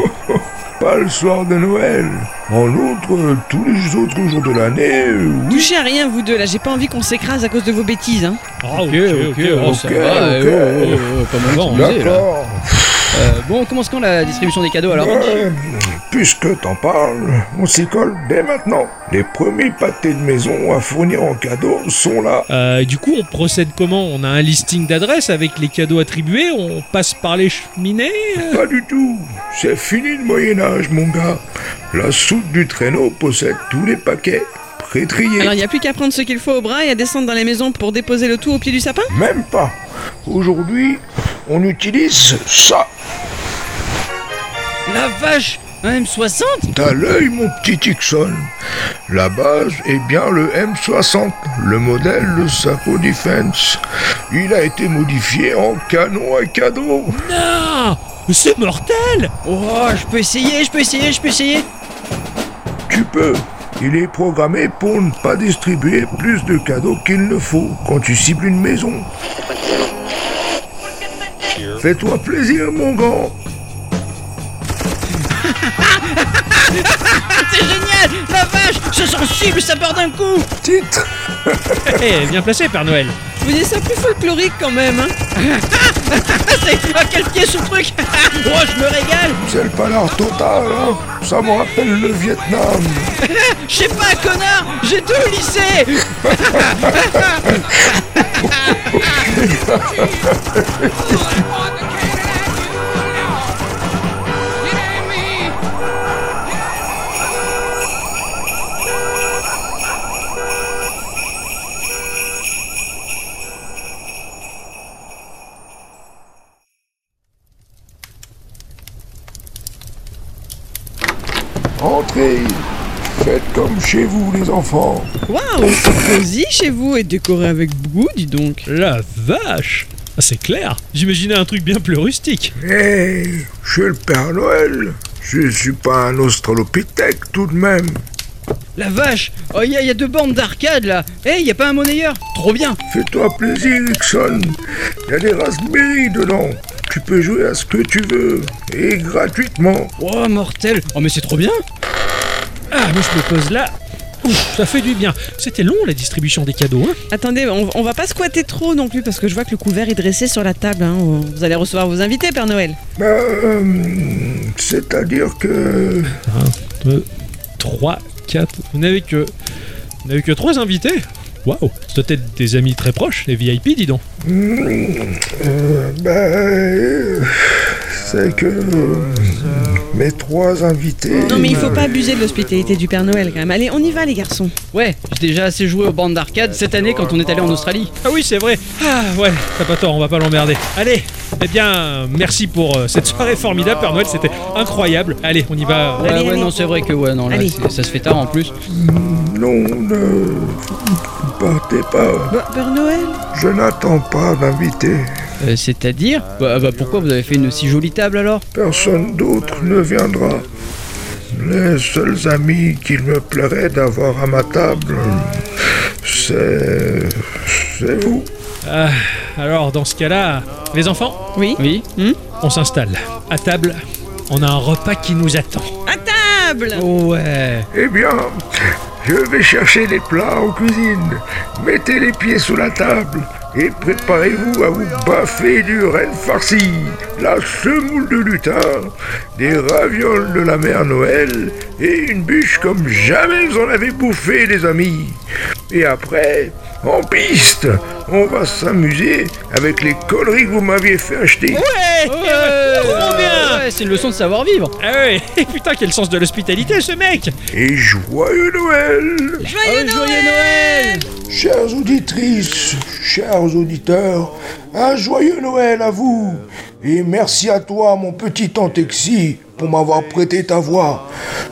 [SPEAKER 5] Pas le soir de Noël. En outre, euh, tous les autres jours de l'année, euh, oui.
[SPEAKER 2] Touchez à rien, vous deux, là, j'ai pas envie qu'on s'écrase à cause de vos bêtises. Hein.
[SPEAKER 3] Ah, ok, ok.
[SPEAKER 4] oh,
[SPEAKER 3] oh,
[SPEAKER 4] ça
[SPEAKER 5] ok,
[SPEAKER 4] va, eh,
[SPEAKER 5] ok.
[SPEAKER 4] oh, oh, oh, oh, pas mal
[SPEAKER 3] Bon,
[SPEAKER 4] utilisé, là.
[SPEAKER 5] D'accord.
[SPEAKER 4] Euh, bon, on commence quand la distribution des cadeaux alors
[SPEAKER 5] Ouais, Euh, puisque t'en parles, on s'y colle dès maintenant. Les premiers pâtés de maison à fournir en cadeau sont là.
[SPEAKER 3] Euh, du coup, on procède comment On a un listing d'adresses avec les cadeaux attribués, on passe par les cheminées
[SPEAKER 5] Pas du tout. C'est fini le Moyen-Âge, mon gars. La soupe du traîneau possède tous les paquets prétriés.
[SPEAKER 2] Alors, il n'y a plus qu'à prendre ce qu'il faut au bras et à descendre dans les maisons pour déposer le tout au pied du sapin
[SPEAKER 5] Même pas. Aujourd'hui, on utilise ça.
[SPEAKER 4] La vache Un M60
[SPEAKER 5] T'as l'œil, mon petit Tixon. La base est bien le M60, le modèle le Sako Defense. Il a été modifié en canon à cadeau.
[SPEAKER 3] Non Mais C'est mortel
[SPEAKER 4] Oh, je peux essayer, je peux essayer, je peux essayer
[SPEAKER 5] Tu peux. Il est programmé pour ne pas distribuer plus de cadeaux qu'il ne faut quand tu cibles une maison. Fais-toi plaisir, mon gant.
[SPEAKER 4] C'est génial La vache C'est sensible, ça part d'un coup
[SPEAKER 5] Titre
[SPEAKER 3] Eh, bien placé, Père Noël
[SPEAKER 2] Je vous dis ça plus folklorique quand même. Hein.
[SPEAKER 4] Ah, c'est... Ah, quel pied ce truc Oh, je me régale
[SPEAKER 5] C'est le panard total, hein Ça me rappelle le Vietnam.
[SPEAKER 4] Je sais pas, connard J'ai deux au lycée
[SPEAKER 5] Entrez. Faites comme chez vous, les enfants.
[SPEAKER 2] Waouh, c'est cosy chez vous et décoré avec goût, dis donc.
[SPEAKER 3] La vache Ah, C'est clair J'imaginais un truc bien plus rustique.
[SPEAKER 5] Hé, je suis Eh, le Père Noël. Je suis pas un australopithèque tout de même.
[SPEAKER 4] La vache Oh, il y, a- y a deux bornes d'arcade, là Eh, y a pas un monnayeur Trop bien
[SPEAKER 5] Fais-toi plaisir, Ixon. Il y a des raspberries dedans. Tu peux jouer à ce que tu veux. Et gratuitement.
[SPEAKER 4] Oh, mortel Oh, mais c'est trop bien
[SPEAKER 3] Ah, moi je me pose là. Ouf, ça fait du bien. C'était long la distribution des cadeaux, hein
[SPEAKER 2] Attendez, on, on va pas squatter trop non plus parce que je vois que le couvert est dressé sur la table. hein. Vous allez recevoir vos invités, Père Noël.
[SPEAKER 5] Euh, C'est-à-dire que...
[SPEAKER 3] 2, 3, 4. Vous n'avez que. Vous n'avez que 3 invités Waouh C'est peut-être des amis très proches, les VIP, dis donc.
[SPEAKER 5] euh, bah, euh, C'est que... euh, mes trois invités.
[SPEAKER 2] Non, mais il faut pas abuser de l'hospitalité du Père Noël quand même. Allez, on y va, les garçons.
[SPEAKER 4] Ouais, j'ai déjà assez joué aux bandes d'arcade cette année quand on est allé en Australie.
[SPEAKER 3] Ah oui, c'est vrai. Ah ouais, t'as pas tort, on va pas l'emmerder. Allez, eh bien, merci pour euh, cette soirée formidable, Père Noël, c'était incroyable. Allez, on y va.
[SPEAKER 4] Ouais,
[SPEAKER 2] Allez,
[SPEAKER 4] ouais,
[SPEAKER 2] allez.
[SPEAKER 4] non, c'est vrai que ouais, non, là,
[SPEAKER 2] Allez.
[SPEAKER 4] c'est- ça se fait tard en plus.
[SPEAKER 5] Non, ne partez pas.
[SPEAKER 2] Bah, Père Noël
[SPEAKER 5] Je n'attends pas d'invité.
[SPEAKER 4] Euh, C'est-à-dire bah, bah, pourquoi vous avez fait une si jolie table alors
[SPEAKER 5] Personne d'autre ne viendra. Les seuls amis qu'il me plairait d'avoir à ma table, c'est. c'est vous.
[SPEAKER 3] Ah, alors, dans ce cas-là, les enfants,
[SPEAKER 2] Oui
[SPEAKER 4] Oui
[SPEAKER 3] on s'installe. À table, on a un repas qui nous attend.
[SPEAKER 2] À table
[SPEAKER 3] Ouais.
[SPEAKER 5] Eh bien, je vais chercher les plats en cuisine. Mettez les pieds sous la table et préparez-vous à vous baffer du renne farci, la semoule de lutin, des ravioles de la mère Noël et une bûche comme jamais vous en avez bouffé, les amis. Et après, en piste, on va s'amuser avec les conneries que vous m'aviez fait acheter.
[SPEAKER 3] Ouais, Trop bien
[SPEAKER 4] Ouais, c'est une leçon de savoir-vivre
[SPEAKER 3] Ah ouais, putain, quel sens de l'hospitalité, ce mec
[SPEAKER 5] Et joyeux Noël
[SPEAKER 2] Joyeux
[SPEAKER 4] Oh, Joyeux Noël
[SPEAKER 5] Chères auditrices, chers auditeurs, un joyeux Noël à vous. Et merci à toi, mon petit Tantexi, pour m'avoir prêté ta voix.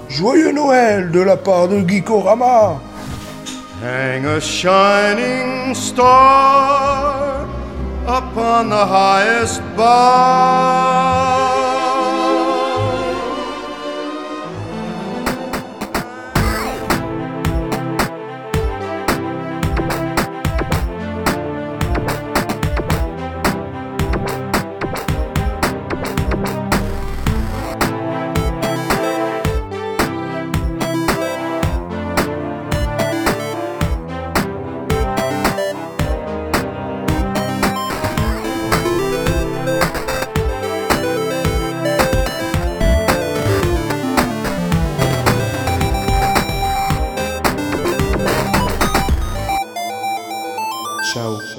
[SPEAKER 5] Joyeux Noël de la part de Gikorama.
[SPEAKER 1] Hang a shining star upon the highest bough.
[SPEAKER 5] Ciao.